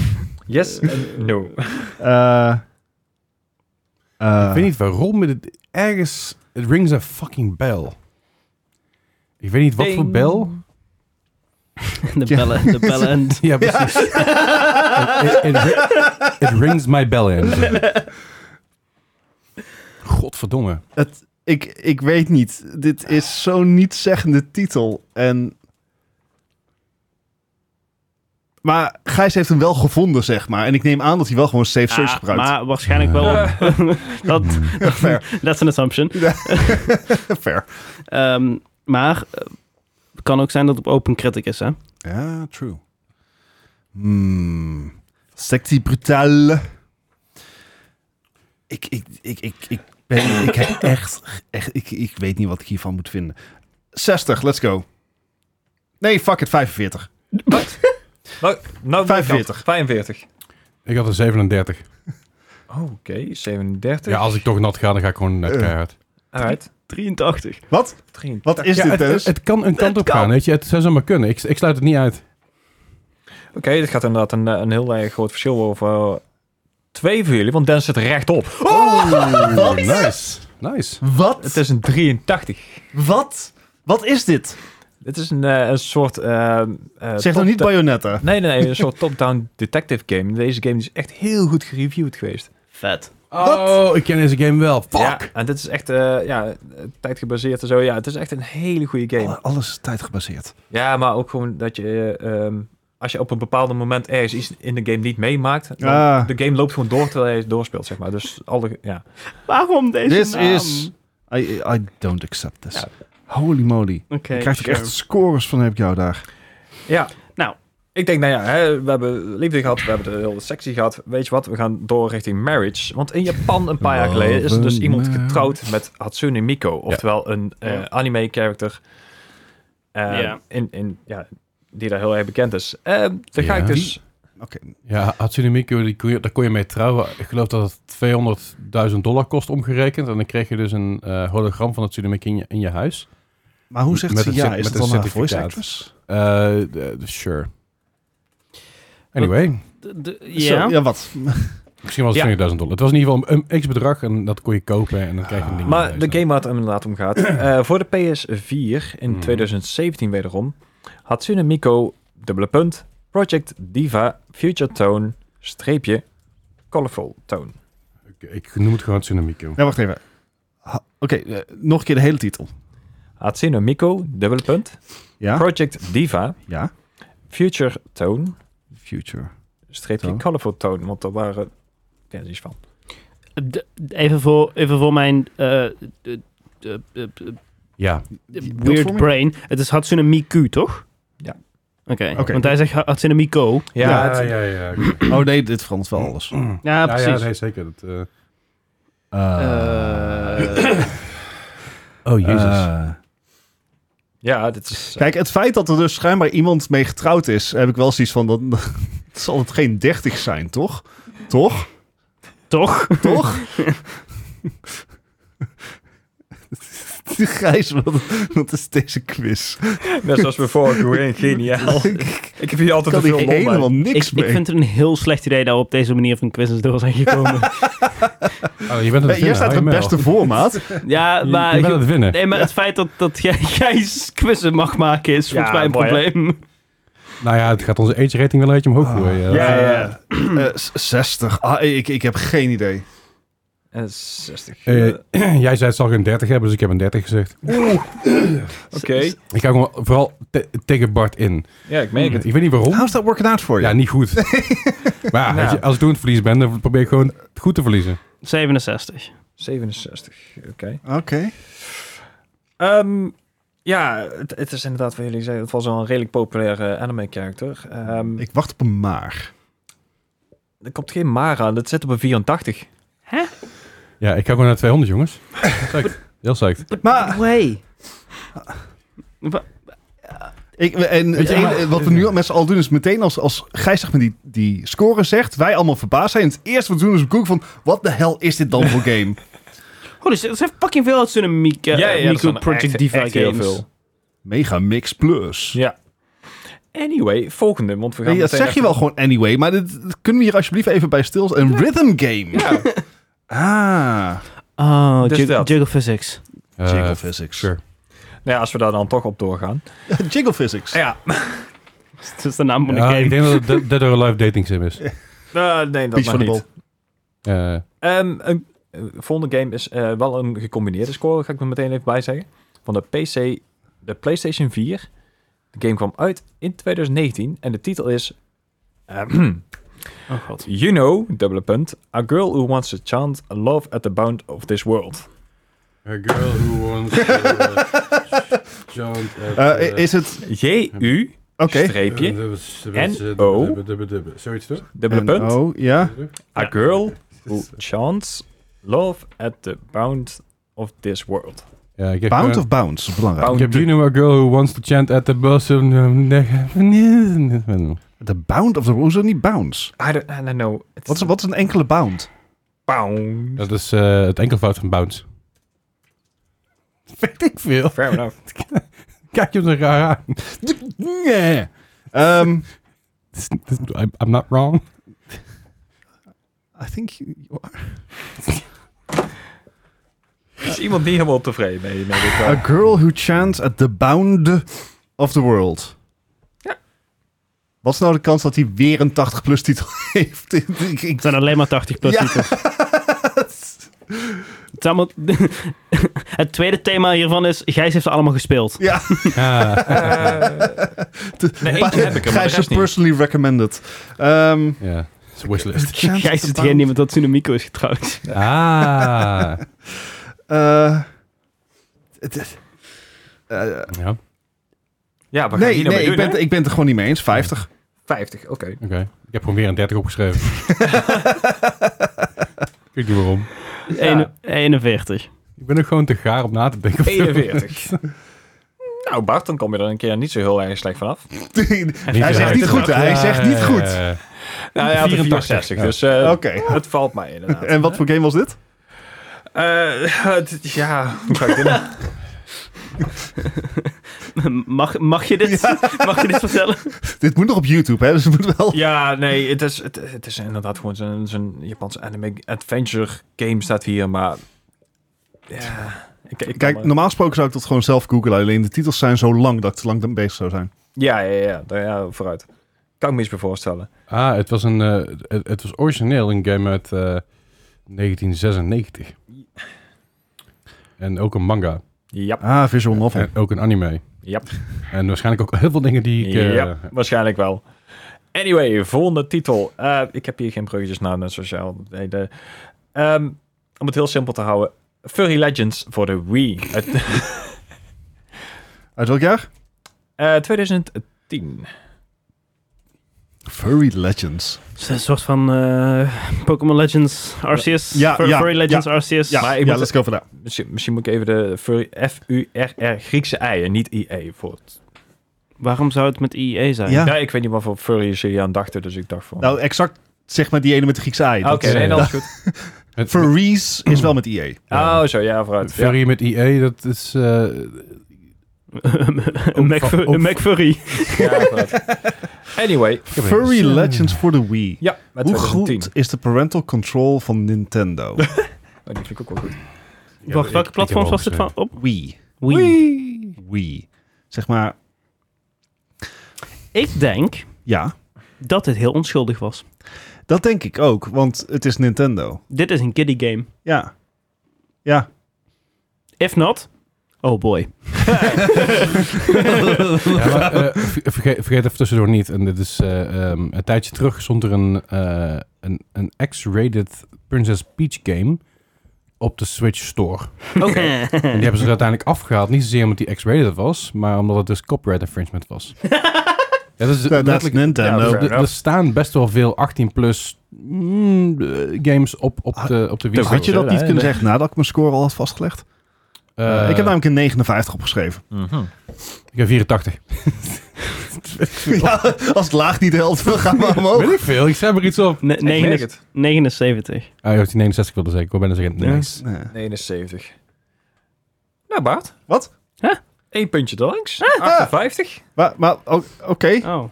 Speaker 4: Yes and no.
Speaker 1: eh, eh,
Speaker 2: Ik weet niet waarom, maar dit- ergens... Het rings een fucking bell. Ik weet niet wat voor
Speaker 4: Ding.
Speaker 2: bel.
Speaker 3: De
Speaker 1: Ja.
Speaker 3: bellen, de bellen en...
Speaker 2: Ja, precies. It, it- it- it rings my bell in. Godverdomme.
Speaker 1: ik, ik weet niet. Dit
Speaker 2: Ah.
Speaker 1: is zo'n nietszeggende titel. En... Maar Gijs heeft hem wel gevonden, zeg maar. En ik neem aan dat hij wel gewoon safe search
Speaker 3: Ah,
Speaker 1: gebruikt.
Speaker 3: maar waarschijnlijk wel... dat,
Speaker 1: Fair.
Speaker 3: that's an assumption.
Speaker 1: Fair.
Speaker 3: Ehm, maar eh, het kan ook zijn dat het op Open Critic is, hè?
Speaker 1: Ja, true. Hmm. Sectie brutale. Ik, ik, ik, ik, ik ben ik heb echt, echt ik, ik weet niet wat ik hiervan moet vinden. 60, let's go. Nee, fuck it, 45.
Speaker 4: Nou, nou
Speaker 1: 45.
Speaker 4: 45.
Speaker 2: Ik had een 37.
Speaker 4: Oh, Oké, 37.
Speaker 2: Ja, als ik toch nat ga, dan ga ik gewoon net
Speaker 1: Eh.
Speaker 2: keihard.
Speaker 4: Alright.
Speaker 3: 83.
Speaker 1: Wat?
Speaker 4: 23.
Speaker 1: Wat is
Speaker 2: Ja,
Speaker 1: dit
Speaker 2: het,
Speaker 1: dus?
Speaker 2: het, het kan een kant op
Speaker 3: kan.
Speaker 2: gaan, weet je. Het zou zomaar kunnen. Ik, ik sluit het niet uit.
Speaker 4: Oké, dit gaat inderdaad een, eh, een heel erg groot verschil over eh, twee voor jullie, want Dennis zit rechtop.
Speaker 2: Oh, nice. Nice.
Speaker 1: Wat?
Speaker 4: Het is een 83.
Speaker 1: Wat? Wat is dit?
Speaker 4: Dit is een, eh, een soort... eh, eh,
Speaker 1: Zeg nog
Speaker 4: top-
Speaker 1: niet Bayonetta.
Speaker 4: Nee, nee, nee, een soort top-down detective game. Deze game is echt heel goed gereviewd geweest.
Speaker 3: Vet.
Speaker 2: Oh, ik ken deze game wel. Fuck.
Speaker 4: Ja, en dit is echt eh ja, tijdgebaseerd en zo. Ja, het is echt een hele goede game.
Speaker 1: Alle- Oh, Alles is tijdgebaseerd.
Speaker 4: Ja, maar ook gewoon dat je... eh, ehm, als je op een bepaald moment ergens iets in de game niet meemaakt, dan-
Speaker 1: Ah.
Speaker 4: de game loopt gewoon door terwijl je het doorspeelt, zeg maar. Dus alle, ja.
Speaker 3: Waarom deze
Speaker 1: This
Speaker 3: naam?
Speaker 1: is... I, I don't accept this.
Speaker 4: Ja.
Speaker 1: Holy moly.
Speaker 3: Oké,
Speaker 1: Ik krijg
Speaker 3: sure.
Speaker 1: ook echt scores van heb ik jou daar.
Speaker 4: ja.
Speaker 3: Nou.
Speaker 4: Ik denk, nou ja, hè, we hebben liefde gehad, we hebben de hele sectie gehad. Weet je wat, we gaan door richting marriage. Want in Japan een paar jaar geleden is er dus
Speaker 1: Love
Speaker 4: iemand
Speaker 1: and
Speaker 4: getrouwd met Hatsune Miku. Oftewel een eh,
Speaker 3: Ja.
Speaker 4: anime-character
Speaker 3: Ja.
Speaker 4: eh, in, in, ja, die daar heel erg bekend is. Eh dan ga
Speaker 2: Ja.
Speaker 4: ik dus...
Speaker 1: Oké.
Speaker 2: Ja, Hatsune Miku, die kon je- daar kon je mee trouwen. Ik geloof dat het 200.000 dollar kost omgerekend. En dan kreeg je dus een eh, hologram van Hatsune Miku in je, in je huis.
Speaker 1: Maar hoe zegt
Speaker 2: Met
Speaker 1: ze
Speaker 2: een
Speaker 1: ja?
Speaker 2: cer-
Speaker 1: Is
Speaker 2: met
Speaker 1: het dan
Speaker 2: een
Speaker 1: haar
Speaker 2: certificaat.
Speaker 1: voice actress?
Speaker 2: Eh, eh, sure. Anyway,
Speaker 3: De- de-
Speaker 1: Zo,
Speaker 3: Ja.
Speaker 1: ja, wat?
Speaker 2: misschien was het 20.000 dollar. Het was in ieder geval een, een x-bedrag en dat kon je kopen en dan krijg je een ding. in je
Speaker 4: Maar
Speaker 2: huis.
Speaker 4: de game waar het inderdaad om gaat. eh, voor de PS4 in
Speaker 2: Mhm.
Speaker 4: 2017 wederom. Hatsune Miku, dubbele punt. Project Diva, Future Tone, streepje, Colorful Tone.
Speaker 2: Ik, ik noem het gewoon Hatsune Miku.
Speaker 1: Ja, wacht even. Ha- Oké, eh, nog een keer de hele titel.
Speaker 4: Hatsune Miku, dubbele punt.
Speaker 1: Ja?
Speaker 4: Project Diva,
Speaker 1: Ja?
Speaker 4: Future Tone,
Speaker 1: Future.
Speaker 4: streepje
Speaker 1: Tone.
Speaker 4: Colorful Tone. Want daar waren versies van.
Speaker 3: De- even, voor, even voor mijn eh, eh, eh, eh, eh,
Speaker 2: Ja,
Speaker 3: weird brain. Het is Hatsune Miku, toch?
Speaker 4: Ja.
Speaker 3: Oké,
Speaker 1: Oké.
Speaker 3: want hij zegt Ha- Hatsune Miku.
Speaker 4: Ja, het-
Speaker 2: ja, ja. oké.
Speaker 1: Oh nee, dit verandert wel alles.
Speaker 3: Ja,
Speaker 2: Ja, ja,
Speaker 3: precies.
Speaker 2: nee, zeker. Dat, eh,
Speaker 3: Eh,
Speaker 2: oh, jezus.
Speaker 1: Eh,
Speaker 4: ja, dit is...
Speaker 1: kijk, het feit dat er dus schijnbaar iemand mee getrouwd is, heb ik wel zoiets van, dat, het zal het geen 30 zijn, toch? Toch?
Speaker 3: toch?
Speaker 1: Toch? Gijs, wat, wat is deze quiz?
Speaker 4: eh, Net zoals we vorige keer, geniaal. ik heb hier
Speaker 1: Ik
Speaker 4: altijd
Speaker 1: kan
Speaker 4: te
Speaker 1: hier
Speaker 4: veel lol bij.
Speaker 1: helemaal
Speaker 3: Ik,
Speaker 1: niks mee.
Speaker 3: ik vind het een heel slecht idee dat we op deze manier van quizzes door zijn gekomen.
Speaker 2: Oh, je bent aan het
Speaker 1: Nee,
Speaker 2: winnen.
Speaker 1: Hier staat
Speaker 2: hou
Speaker 1: het
Speaker 2: je
Speaker 1: beste voormaat.
Speaker 2: mee
Speaker 3: ja,
Speaker 2: op. Je, je
Speaker 3: maar...
Speaker 2: bent aan het winnen.
Speaker 3: Nee, maar het feit dat, dat jij, jij quizzen mag maken is volgens
Speaker 4: Ja,
Speaker 3: mij een
Speaker 4: mooi, hè?
Speaker 3: probleem.
Speaker 2: Nou ja, het gaat onze age rating wel een beetje omhoog gooien. ja.
Speaker 4: Ja, ja, ja.
Speaker 1: Eh, s- 60. Ah, ik, ik heb geen idee.
Speaker 4: Eh, 60.
Speaker 2: Eh,
Speaker 4: eh,
Speaker 2: jij zei het zal geen 30 hebben, dus ik heb een 30 gezegd.
Speaker 4: Oké.
Speaker 2: Ik ga gewoon vooral te- tegen Bart in.
Speaker 4: Ja, ik merk het.
Speaker 2: Ik weet niet waarom.
Speaker 1: How's that working out voor je?
Speaker 2: Ja, niet goed. maar ja, weet je, als ik toen het verlies ben, dan probeer ik gewoon goed te verliezen.
Speaker 3: 67.
Speaker 4: 67, oké.
Speaker 1: Oké.
Speaker 4: Ehm, ja, het, het is inderdaad wat jullie zeiden. Het was al een redelijk populaire anime-character. Ehm,
Speaker 1: Ik wacht op een maar.
Speaker 4: Er komt geen maar aan. Dat zit op een 84.
Speaker 2: Ja, ik ga gewoon naar 200, jongens. Psyched. Heel psyched.
Speaker 1: Maar-
Speaker 3: Way.
Speaker 1: Ik, en het
Speaker 2: je,
Speaker 1: ene-
Speaker 2: maar-
Speaker 1: wat we nu al met z'n allen doen is meteen als, als Gijs zeg maar die, die score zegt, wij allemaal verbaasd zijn. Het eerste wat we doen is een koek van, wat de hel is dit dan voor game?
Speaker 3: Holy shit, er zijn fucking veel Hatsune Miku, Miku Project Diva games.
Speaker 1: Mega Mix Plus.
Speaker 4: Ja. Anyway, volgende, want we gaan
Speaker 1: Nee, dat
Speaker 4: meteen
Speaker 1: zeg je
Speaker 4: even-
Speaker 1: wel gewoon anyway, maar dit, dit kunnen we hier alsjeblieft even bij stil Een rhythm game.
Speaker 4: Ja,
Speaker 1: Ah,
Speaker 3: Oh,
Speaker 4: Dus
Speaker 3: Jiggle,
Speaker 4: dat.
Speaker 3: Jiggle Physics.
Speaker 2: Eh,
Speaker 1: Jiggle Physics.
Speaker 2: sure.
Speaker 4: nou ja, als we daar dan toch op doorgaan.
Speaker 1: Jiggle Physics.
Speaker 4: Ja,
Speaker 3: Dat is de naam van de
Speaker 2: Ja,
Speaker 3: game.
Speaker 2: ik denk dat het de- Dead or Alive dating sim is.
Speaker 4: eh, nee,
Speaker 1: Peach
Speaker 4: dat mag
Speaker 1: van de
Speaker 4: niet.
Speaker 1: Bol.
Speaker 2: Eh,
Speaker 4: Ehm, een eh, volgende game is eh, wel een gecombineerde score, ga ik er meteen even bij zeggen. Van de PC, de PlayStation 4. De game kwam uit in 2019 en de titel is... ehm,
Speaker 3: Oh god.
Speaker 4: You know, dubbele punt, a girl who wants to chant love at the bound of this world.
Speaker 2: A girl who wants to jump at,
Speaker 1: Eh,
Speaker 2: eh,
Speaker 1: is het...
Speaker 4: J-U,
Speaker 1: Oké. Eh,
Speaker 4: streepje,
Speaker 2: en
Speaker 4: O.
Speaker 2: Zoiets toch?
Speaker 4: dubbele
Speaker 1: En-
Speaker 4: punt,
Speaker 1: Oh, ja.
Speaker 4: a girl who chants love at the bound of this world.
Speaker 2: Ja, ik heb eh,
Speaker 1: Bound
Speaker 2: gewoon-
Speaker 1: of Bounce, dat is belangrijk.
Speaker 4: eh, Bound.
Speaker 2: Ik heb Juno, a girl who wants to chant at the bus of...
Speaker 1: De Bound of the World, is dat niet Bounce?
Speaker 4: I don't, I don't know. It's
Speaker 1: Wat is, wat is een enkele Bound?
Speaker 4: bound.
Speaker 2: Dat is eh, het enkelvoud van bounce. Weet ik veel.
Speaker 4: Fair enough.
Speaker 2: Kijk je hem zo raar aan.
Speaker 1: Nee. Ehm
Speaker 2: I'm- I'm not wrong.
Speaker 1: I think you, you are.
Speaker 4: is iemand niet helemaal tevreden mee? mee dit, eh,
Speaker 1: A girl who chants at the bound of the world.
Speaker 4: Ja.
Speaker 1: Wat is nou de kans dat hij weer een 80-plus titel heeft? ik, ik,
Speaker 3: Het zijn alleen maar 80 plus
Speaker 1: Ja.
Speaker 3: titels. Het, is allemaal- het tweede thema hiervan is, Gijs heeft ze allemaal gespeeld.
Speaker 1: Ja.
Speaker 2: Ah.
Speaker 4: Eh, nee, eentje heb ik hem, maar de
Speaker 1: Gijs is
Speaker 4: rest niet.
Speaker 1: personally recommended. Ehm,
Speaker 2: Ja, het is een wishlist.
Speaker 1: Chance
Speaker 3: Gijs is
Speaker 1: to
Speaker 3: degene die
Speaker 1: Bound.
Speaker 3: met dat Tsunamiko is getrouwd.
Speaker 2: Ah.
Speaker 1: Eh, het is- eh,
Speaker 2: Ja, oké.
Speaker 4: Ja, wat ga je
Speaker 1: nee, nee
Speaker 4: hier nou mee
Speaker 1: ik,
Speaker 4: doen,
Speaker 1: ben,
Speaker 4: hè?
Speaker 1: ik ben het er gewoon niet mee eens. 50.
Speaker 4: 50, oké.
Speaker 2: Ik heb gewoon weer een 30 opgeschreven. ik weet niet waarom.
Speaker 3: Een- 41.
Speaker 2: Ik ben ook gewoon te gaar om na te denken.
Speaker 4: 41. nou, Bart, dan kom je er een keer niet zo heel erg slecht vanaf.
Speaker 1: hij zegt niet goed, hè? Hij zegt niet goed.
Speaker 4: Nou ja,
Speaker 2: 84,
Speaker 4: 64,
Speaker 2: ja.
Speaker 4: dus eh,
Speaker 1: Oké.
Speaker 4: het valt mij inderdaad.
Speaker 1: En wat voor game was dit?
Speaker 4: Eh, het- ja, hoe ga ik dit nou- doen?
Speaker 3: Mag, mag, je dit, mag je dit vertellen?
Speaker 1: Dit moet nog op YouTube, hè? Dus het moet wel...
Speaker 4: Ja, nee, het is, het, het is inderdaad gewoon zo'n zo'n Japanse anime adventure game staat hier, maar... Ja, ik, ik
Speaker 1: Kijk, normaal gesproken zou ik dat gewoon zelf googlen. Alleen de titels zijn zo lang dat ik te lang dan bezig zou zijn.
Speaker 4: Ja, ja, ja, daar- ja, vooruit. Kan ik me iets bij voorstellen.
Speaker 2: Ah, het was, een, eh, het, het was origineel een game uit eh, 1996. En ook een manga.
Speaker 4: Ja,
Speaker 1: Ah, visual novel.
Speaker 2: En ook een anime.
Speaker 4: ja,
Speaker 2: En waarschijnlijk ook heel veel dingen die ik... eh,
Speaker 4: ja, waarschijnlijk wel. Anyway, volgende titel. Eh, ik heb hier geen bruggetjes naar, net sociaal. Nee, de, Ehm, om het heel simpel te houden. Furry Legends voor de Wii. Uit,
Speaker 1: Uit welk jaar?
Speaker 4: eh, 2010.
Speaker 1: Furry Legends.
Speaker 3: Het is Een soort van eh, Pokémon Legends Arceus.
Speaker 1: Ja,
Speaker 3: Fur-
Speaker 1: ja,
Speaker 3: Furry Legends
Speaker 1: ja.
Speaker 3: Arceus.
Speaker 1: Ja,
Speaker 4: Maar ik
Speaker 1: ja
Speaker 4: moet-
Speaker 1: let's go for that.
Speaker 4: Misschien, misschien moet ik even de furry, F-U-R-R Griekse ei en niet IE voor het...
Speaker 3: Waarom zou het met IE zijn?
Speaker 1: Ja.
Speaker 4: Ja, ik weet niet waarvoor furry ze aan dachten, dus ik dacht van...
Speaker 1: Nou, exact zeg maar die ene met de Griekse ei.
Speaker 4: Oké,
Speaker 1: Dat is- eh,
Speaker 4: nee, dan
Speaker 1: dat-
Speaker 4: is goed.
Speaker 2: het-
Speaker 1: Furries is wel met E. IE.
Speaker 2: Ja.
Speaker 4: Oh, zo, ja, vooruit. Ja.
Speaker 2: Furry met IE, dat is... eh,
Speaker 3: een Mac-
Speaker 2: Ook-
Speaker 3: een McFurry.
Speaker 4: Ja, vooruit. Anyway,
Speaker 2: heb
Speaker 1: Furry
Speaker 2: eens.
Speaker 1: Legends voor de Wii.
Speaker 4: ja, met
Speaker 1: Hoe
Speaker 4: 2010.
Speaker 1: goed is de parental control van Nintendo?
Speaker 4: Oh, die vind ik ook wel goed.
Speaker 2: Ja,
Speaker 3: Wacht,
Speaker 2: ik-
Speaker 3: welke
Speaker 2: ik heb
Speaker 3: platform
Speaker 2: al
Speaker 3: was dit van?
Speaker 2: geschreven.
Speaker 3: Op?
Speaker 1: Wii.
Speaker 3: Wii.
Speaker 1: Wii. Zeg maar,
Speaker 3: Ik denk
Speaker 1: ja.
Speaker 3: dat dit heel onschuldig was.
Speaker 1: Dat denk ik ook, want het is Nintendo.
Speaker 3: Dit is een kiddie game.
Speaker 1: Ja. Ja.
Speaker 3: If not, oh boy.
Speaker 2: Ja, maar, eh, ver- vergeet, vergeet even tussendoor niet. En dit is eh, ehm, een tijdje terug stond er een, eh, een, een X-rated Princess Peach game op de Switch Store.
Speaker 3: Oké.
Speaker 2: En die hebben ze er uiteindelijk afgehaald. Niet zozeer omdat die X-rated was, maar omdat het dus copyright infringement was. ja, dat is
Speaker 1: Dat is
Speaker 2: letterlijk-
Speaker 1: Nintendo.
Speaker 4: Ja,
Speaker 2: Er- Er staan best wel veel 18-plus games op, op de, op de Wii.
Speaker 1: Had je
Speaker 2: Store.
Speaker 1: Ah, dat niet kunnen zeggen nadat ik mijn score al had vastgelegd?
Speaker 2: Eh,
Speaker 1: ik heb namelijk een 59 opgeschreven.
Speaker 2: ik heb 84.
Speaker 1: Ja, als het laag niet helpt, dan gaan we omhoog.
Speaker 2: Weet ik veel, ik zei er iets op.
Speaker 3: Ne-
Speaker 4: Ik merk
Speaker 3: negen-
Speaker 4: het.
Speaker 3: 79.
Speaker 2: Ah, je had die 69 wilde zeggen. Ik wil bijna zeggen,
Speaker 3: Ja.
Speaker 2: nice.
Speaker 4: 79. Nou, Bart.
Speaker 1: Wat?
Speaker 3: Huh?
Speaker 4: Eén puntje erlangs.
Speaker 2: Ah.
Speaker 4: 58.
Speaker 1: Maar, maar o- oké.
Speaker 3: Oh.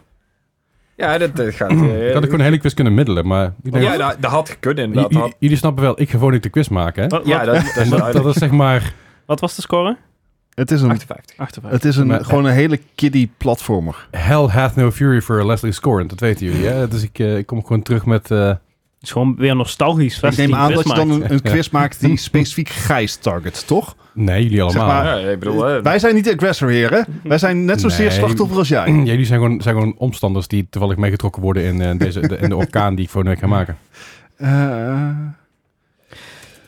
Speaker 4: Ja, dat, dat gaat... eh,
Speaker 2: Ik Hmm. had ik gewoon een hele quiz kunnen middelen, maar... Ik denk,
Speaker 4: ja, dat, dat had gekund
Speaker 2: J-
Speaker 4: inderdaad.
Speaker 2: j-
Speaker 4: Dat had-
Speaker 2: jullie snappen wel, ik ga gewoon niet de quiz maken, hè?
Speaker 3: Wat,
Speaker 4: Ja,
Speaker 3: wat,
Speaker 4: dat, dat
Speaker 2: En
Speaker 4: is
Speaker 2: dat, dat is zeg maar...
Speaker 3: wat was de score?
Speaker 1: Het is een,
Speaker 4: 58.
Speaker 3: 58.
Speaker 1: het is een,
Speaker 2: Maar-
Speaker 1: gewoon een hele kiddie platformer.
Speaker 2: Hell hath no fury for Leslie Scoren, dat weten jullie, hè? Dus ik, eh, ik kom gewoon terug met... eh,
Speaker 3: Het is gewoon weer nostalgisch.
Speaker 1: Ik neem aan dat je dan een, een
Speaker 2: Ja.
Speaker 1: quiz maakt die specifiek Gijs target, toch?
Speaker 2: nee, jullie allemaal.
Speaker 1: maar-
Speaker 4: Ja, ik bedoel... eh,
Speaker 1: Wij zijn niet de agressor, heren. Wij zijn net zozeer
Speaker 2: Nee.
Speaker 1: slachtoffer als jij.
Speaker 2: Ja, jullie zijn gewoon, zijn gewoon omstanders die toevallig meegetrokken worden in, eh, deze, de, in de orkaan die ik volgende week ga maken.
Speaker 1: Eh,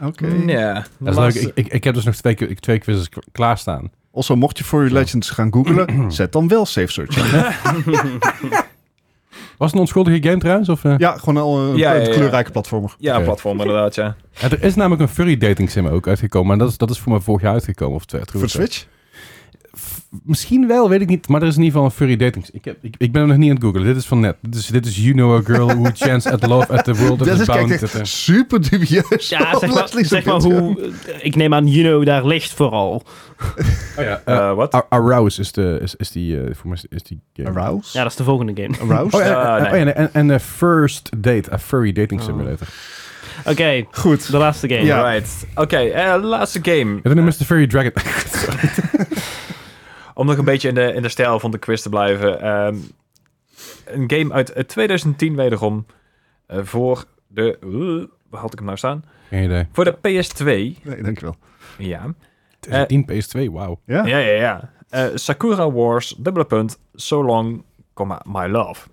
Speaker 1: Oké.
Speaker 4: Ja.
Speaker 2: Hmm. Dat is leuk. Ik, ik, ik heb dus nog twee, ki- twee quizzes k- klaarstaan.
Speaker 1: Also, mocht je voor je Legends gaan googlen, zet dan wel Safe Search. aan.
Speaker 2: Was het een onschuldige game trouwens? Of, eh?
Speaker 1: ja, gewoon al een,
Speaker 4: Ja,
Speaker 1: een
Speaker 4: ja, ja.
Speaker 1: kleurrijke platformer.
Speaker 4: Ja,
Speaker 2: Oké.
Speaker 4: platform inderdaad, ja.
Speaker 2: Ja, Er is namelijk een furry dating sim ook uitgekomen. En dat is, dat is voor mij vorig jaar uitgekomen. Of twee,
Speaker 1: Voor de Switch?
Speaker 2: Misschien wel, weet ik niet. Maar er is in ieder geval een furry dating sim. Ik, heb, ik, ik ben hem nog niet aan het googlen. Dit is van net. Dit is, dit is You Know a Girl Who Chance at Love at the World
Speaker 1: Dat
Speaker 2: of the
Speaker 1: is dus kijk,
Speaker 2: Bound.
Speaker 1: echt
Speaker 2: Dat, eh,
Speaker 1: super dubieus.
Speaker 3: Ja,
Speaker 1: Op
Speaker 3: zeg maar,
Speaker 1: Leslie's
Speaker 3: zeg maar
Speaker 1: account.
Speaker 3: hoe... Ik neem aan Juno daar ligt vooral.
Speaker 2: Oh ja, eh,
Speaker 4: Eh, Wat?
Speaker 2: Ar- Arouse is, de, is, is die, eh, voor mij is- is die game.
Speaker 1: Arouse?
Speaker 3: Ja, dat is de volgende game.
Speaker 1: Arouse?
Speaker 2: Oh ja,
Speaker 4: Ah,
Speaker 2: eh,
Speaker 4: nee.
Speaker 2: oh ja, nee, en, en eh, First Date, a furry dating
Speaker 3: Oh.
Speaker 2: simulator.
Speaker 3: Oké,
Speaker 1: Goed.
Speaker 3: de laatste game.
Speaker 1: Ja.
Speaker 4: Right. Oké, eh, laatste game.
Speaker 2: En dan is de Furry Dragon.
Speaker 4: Om nog een beetje in de, in de stijl van de quiz te blijven. ehm, een game uit eh, 2010 wederom. eh, voor de eh, Waar had ik hem nou staan?
Speaker 2: Geen idee.
Speaker 4: Voor de PS2.
Speaker 1: Nee, dankjewel.
Speaker 4: Ja. Eh.
Speaker 2: 2010 PS2, wauw.
Speaker 1: Ja?
Speaker 4: Ja, ja, ja. Eh, Sakura Wars, dubbele punt, So Long, comma, My Love.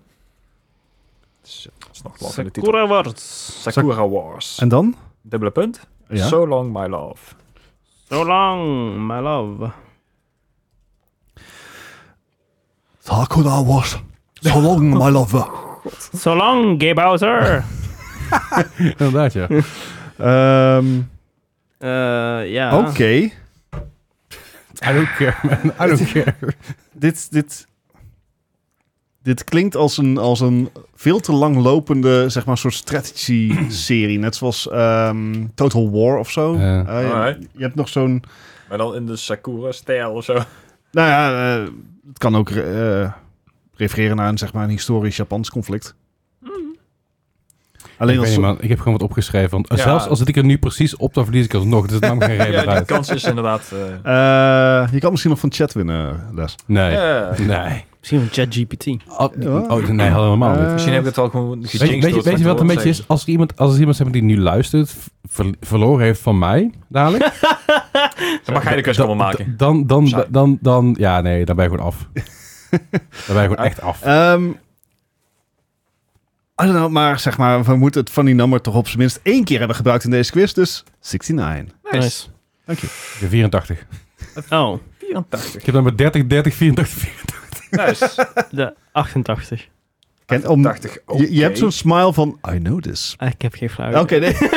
Speaker 4: Zo, Dat is nog lang in de titel.
Speaker 3: Sakura Wars.
Speaker 4: Sakura Wars,
Speaker 1: En dan?
Speaker 4: dubbele punt,
Speaker 1: Ja.
Speaker 4: So Long, My Love.
Speaker 3: So long, my love.
Speaker 1: Sakura was so long, my love.
Speaker 3: So long, Gay Bowser.
Speaker 2: Inderdaad, ja.
Speaker 1: Ehm,
Speaker 3: Eh, ja.
Speaker 1: Oké.
Speaker 2: I don't care, man. I don't care.
Speaker 1: Dit, dit, dit klinkt als een, als een veel te lang lopende, zeg maar, soort strategy-serie. Net zoals ehm, Total War of zo.
Speaker 2: Ja.
Speaker 1: Eh, je-
Speaker 4: Alright.
Speaker 1: je hebt nog zo'n...
Speaker 4: Maar dan in de Sakura-stijl of zo.
Speaker 1: Nou ja, eh, het kan ook eh, refereren naar een, zeg maar, een historisch Japans conflict. Alleen
Speaker 2: ik,
Speaker 1: als...
Speaker 2: weet niet, man. ik heb gewoon wat opgeschreven. Want
Speaker 4: Ja.
Speaker 2: zelfs als ik er nu precies op, dan verlies ik alsnog. Dus het maakt me geen reden
Speaker 4: Ja, die
Speaker 2: uit.
Speaker 4: kans is inderdaad... eh,
Speaker 1: Eh, je kan misschien nog van chat winnen, Les.
Speaker 2: Nee.
Speaker 4: ja.
Speaker 2: Nee.
Speaker 3: Misschien van ChatGPT.
Speaker 2: Oh,
Speaker 1: Ja.
Speaker 2: oh, nee, helemaal
Speaker 1: Eh,
Speaker 2: niet.
Speaker 4: Misschien heb ik het wel gewoon
Speaker 2: Weet, je-
Speaker 4: gejinxed
Speaker 2: weet, je-
Speaker 4: door
Speaker 2: weet je
Speaker 4: het
Speaker 2: wat een beetje
Speaker 4: zeggen.
Speaker 2: is? Als er iemand, als er iemand zeg maar, die nu luistert, ver- verloren heeft van mij, dadelijk.
Speaker 4: Dan mag jij de keuze
Speaker 2: dan-
Speaker 4: komen maken.
Speaker 2: Dan, dan, dan,
Speaker 4: Sorry.
Speaker 2: dan, dan- ja, nee, daar ben je gewoon af. daar ben je gewoon echt af.
Speaker 1: Ehm I don't know, maar zeg maar, we moeten het van die nummer toch op zijn minst één keer hebben gebruikt in deze quiz. Dus 69.
Speaker 3: Nice.
Speaker 2: De 84.
Speaker 3: Oh,
Speaker 4: 84.
Speaker 2: Ik heb nummer 30, 30, 34, 40.
Speaker 4: Nice.
Speaker 3: de 88.
Speaker 1: Ken, om,
Speaker 4: 80.
Speaker 1: je, je hebt zo'n smile van, I know this.
Speaker 3: Ah, Ik heb geen flauw.
Speaker 1: Oké,
Speaker 3: idee.
Speaker 1: nee.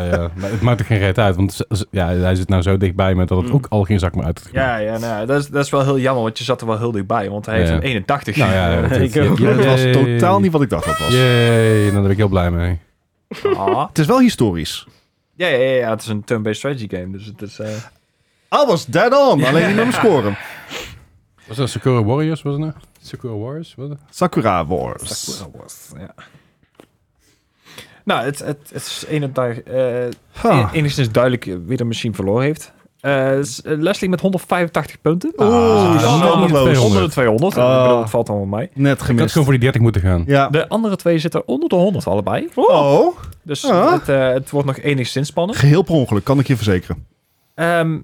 Speaker 2: Nee, ja, maar het maakt er geen reet uit. Want z- z- ja, hij zit nou zo dichtbij me dat het
Speaker 3: Mm.
Speaker 2: ook al geen zak meer uit.
Speaker 4: Ja, ja, nou, ja, dat, is, dat is wel heel jammer, want je zat er wel heel dichtbij, want hij heeft
Speaker 2: Ja.
Speaker 4: een 81.
Speaker 2: Nou ja, ja,
Speaker 3: Ik ook.
Speaker 2: ja,
Speaker 1: Het was
Speaker 2: yay.
Speaker 1: totaal niet wat ik dacht dat was.
Speaker 2: Yay, nou, daar ben ik heel blij mee.
Speaker 4: Ah.
Speaker 1: Het is wel historisch.
Speaker 4: Ja, ja, ja, ja, het is een turn-based strategy game, dus het is... eh,
Speaker 1: I was dead on, alleen niet met mijn scoren.
Speaker 2: Was dat Sakura Warriors? Was het nou? Sakura Warriors? Was het?
Speaker 1: Sakura Wars.
Speaker 4: Ja. Nou, het, het, het is een en daar eh,
Speaker 1: Ha.
Speaker 4: enigszins duidelijk eh, wie er misschien verloren heeft. Eh, s- eh, Leslie met 185 punten. Dus
Speaker 1: Oeh,
Speaker 2: Ah,
Speaker 1: schandeloos.
Speaker 2: niet
Speaker 4: Onder de 200.
Speaker 1: Oh, Ah.
Speaker 4: Ik bedoel, dat valt allemaal mee.
Speaker 1: Net
Speaker 2: Ik had
Speaker 1: gemist.
Speaker 2: gewoon voor die 30 moeten gaan.
Speaker 1: Ja.
Speaker 4: De andere twee zitten onder de 100 allebei.
Speaker 1: Oh,
Speaker 4: Dus
Speaker 1: Ah.
Speaker 4: het, eh, het wordt nog enigszins spannend.
Speaker 1: geheel per ongeluk, kan ik je verzekeren.
Speaker 4: Ehm,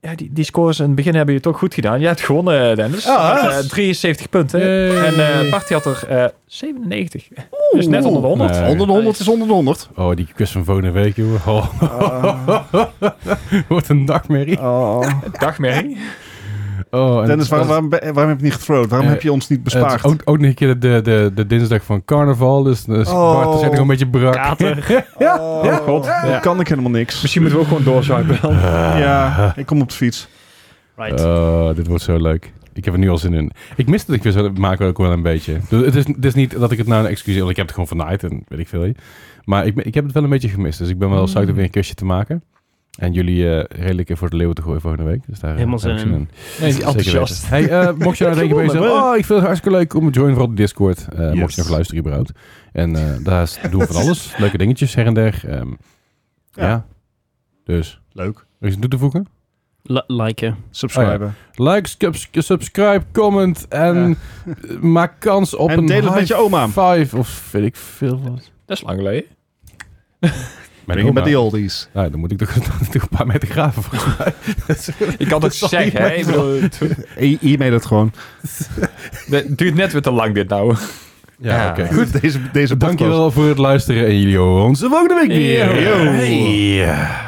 Speaker 4: ja, die, die scores in het begin hebben je toch goed gedaan. Jij hebt gewonnen, Dennis.
Speaker 1: Ah.
Speaker 4: Met, eh, 73 punten.
Speaker 2: Yay.
Speaker 4: En eh Party had er eh, 97. Dus net onder de 100.
Speaker 2: Nee.
Speaker 1: Onder de 100 is onder de 100.
Speaker 2: Oh, die quiz van volgende week, joh. Oh.
Speaker 1: Ah.
Speaker 2: Wordt een nachtmerrie.
Speaker 1: Oh.
Speaker 4: Dag, Mary.
Speaker 2: Oh, en-
Speaker 1: Dennis, waarom,
Speaker 2: eh,
Speaker 1: waarom, waarom heb je niet gethrown? Waarom
Speaker 2: Eh,
Speaker 1: heb je ons niet
Speaker 2: het is
Speaker 1: bespaard?
Speaker 2: ook, ook nog een keer de, de, de dinsdag van carnaval, dus, dus
Speaker 1: Oh.
Speaker 2: Bart is echt nog een beetje brak.
Speaker 3: Kater.
Speaker 1: Ja, Oh, ja.
Speaker 4: God.
Speaker 1: Dan kan ik helemaal niks.
Speaker 4: Misschien moeten we ook gewoon doorzuipen.
Speaker 1: Ja, ik kom op de fiets.
Speaker 3: Right.
Speaker 1: Eh.
Speaker 2: Oh, dit wordt zo leuk. Ik heb er nu al zin in. Ik miste de quiz wel- maken ook wel een beetje. Dus het, is, het is niet dat ik het nou een excuus want ik heb het gewoon vernaaid en weet ik veel. Maar ik, ben- ik heb het wel een beetje gemist, dus ik ben wel zuinig om weer een kusje te maken. En jullie eh, redelijk in voor de leeuwen te gooien volgende week. Dus daar eh,
Speaker 3: Helemaal
Speaker 2: heb ik
Speaker 3: zin in.
Speaker 4: Nee, die
Speaker 2: Zeker
Speaker 4: enthousiast.
Speaker 2: weten. Hey, eh, mocht je nou denken, bezig, oh, ik vind het hartstikke leuk om te joinen vooral op Discord. Eh,
Speaker 1: Yes.
Speaker 2: Mocht je nog luisteren überhaupt. En eh, daar doen we van alles. Leuke dingetjes her en der. Ehm, ja.
Speaker 1: Ja.
Speaker 2: Dus,
Speaker 1: Leuk.
Speaker 2: er is iets toe te voegen?
Speaker 3: Li- liken.
Speaker 1: Subscriben.
Speaker 2: Like, subs- subscribe, comment en maak kans op
Speaker 1: En
Speaker 2: een
Speaker 1: deel het met
Speaker 2: high
Speaker 1: je oma.
Speaker 2: five of weet ik veel wat.
Speaker 4: Dat is lang geleden.
Speaker 1: Ben je met die oldies?
Speaker 2: Nou, dan moet ik toch, dan moet ik toch een paar meter graven voor.
Speaker 4: Ik kan het
Speaker 1: zal
Speaker 4: zeggen, hè?
Speaker 1: niemand
Speaker 4: Ik bedoel, het
Speaker 1: E- E-mail het gewoon.
Speaker 4: het duurt net weer te lang, dit nou.
Speaker 2: Ja,
Speaker 4: Ja.
Speaker 2: oké. Dus Goed.
Speaker 1: Goed, deze, deze podcast.
Speaker 2: Dankjewel voor het luisteren en jullie horen ons de volgende week weer.
Speaker 1: Yo.
Speaker 2: Hey.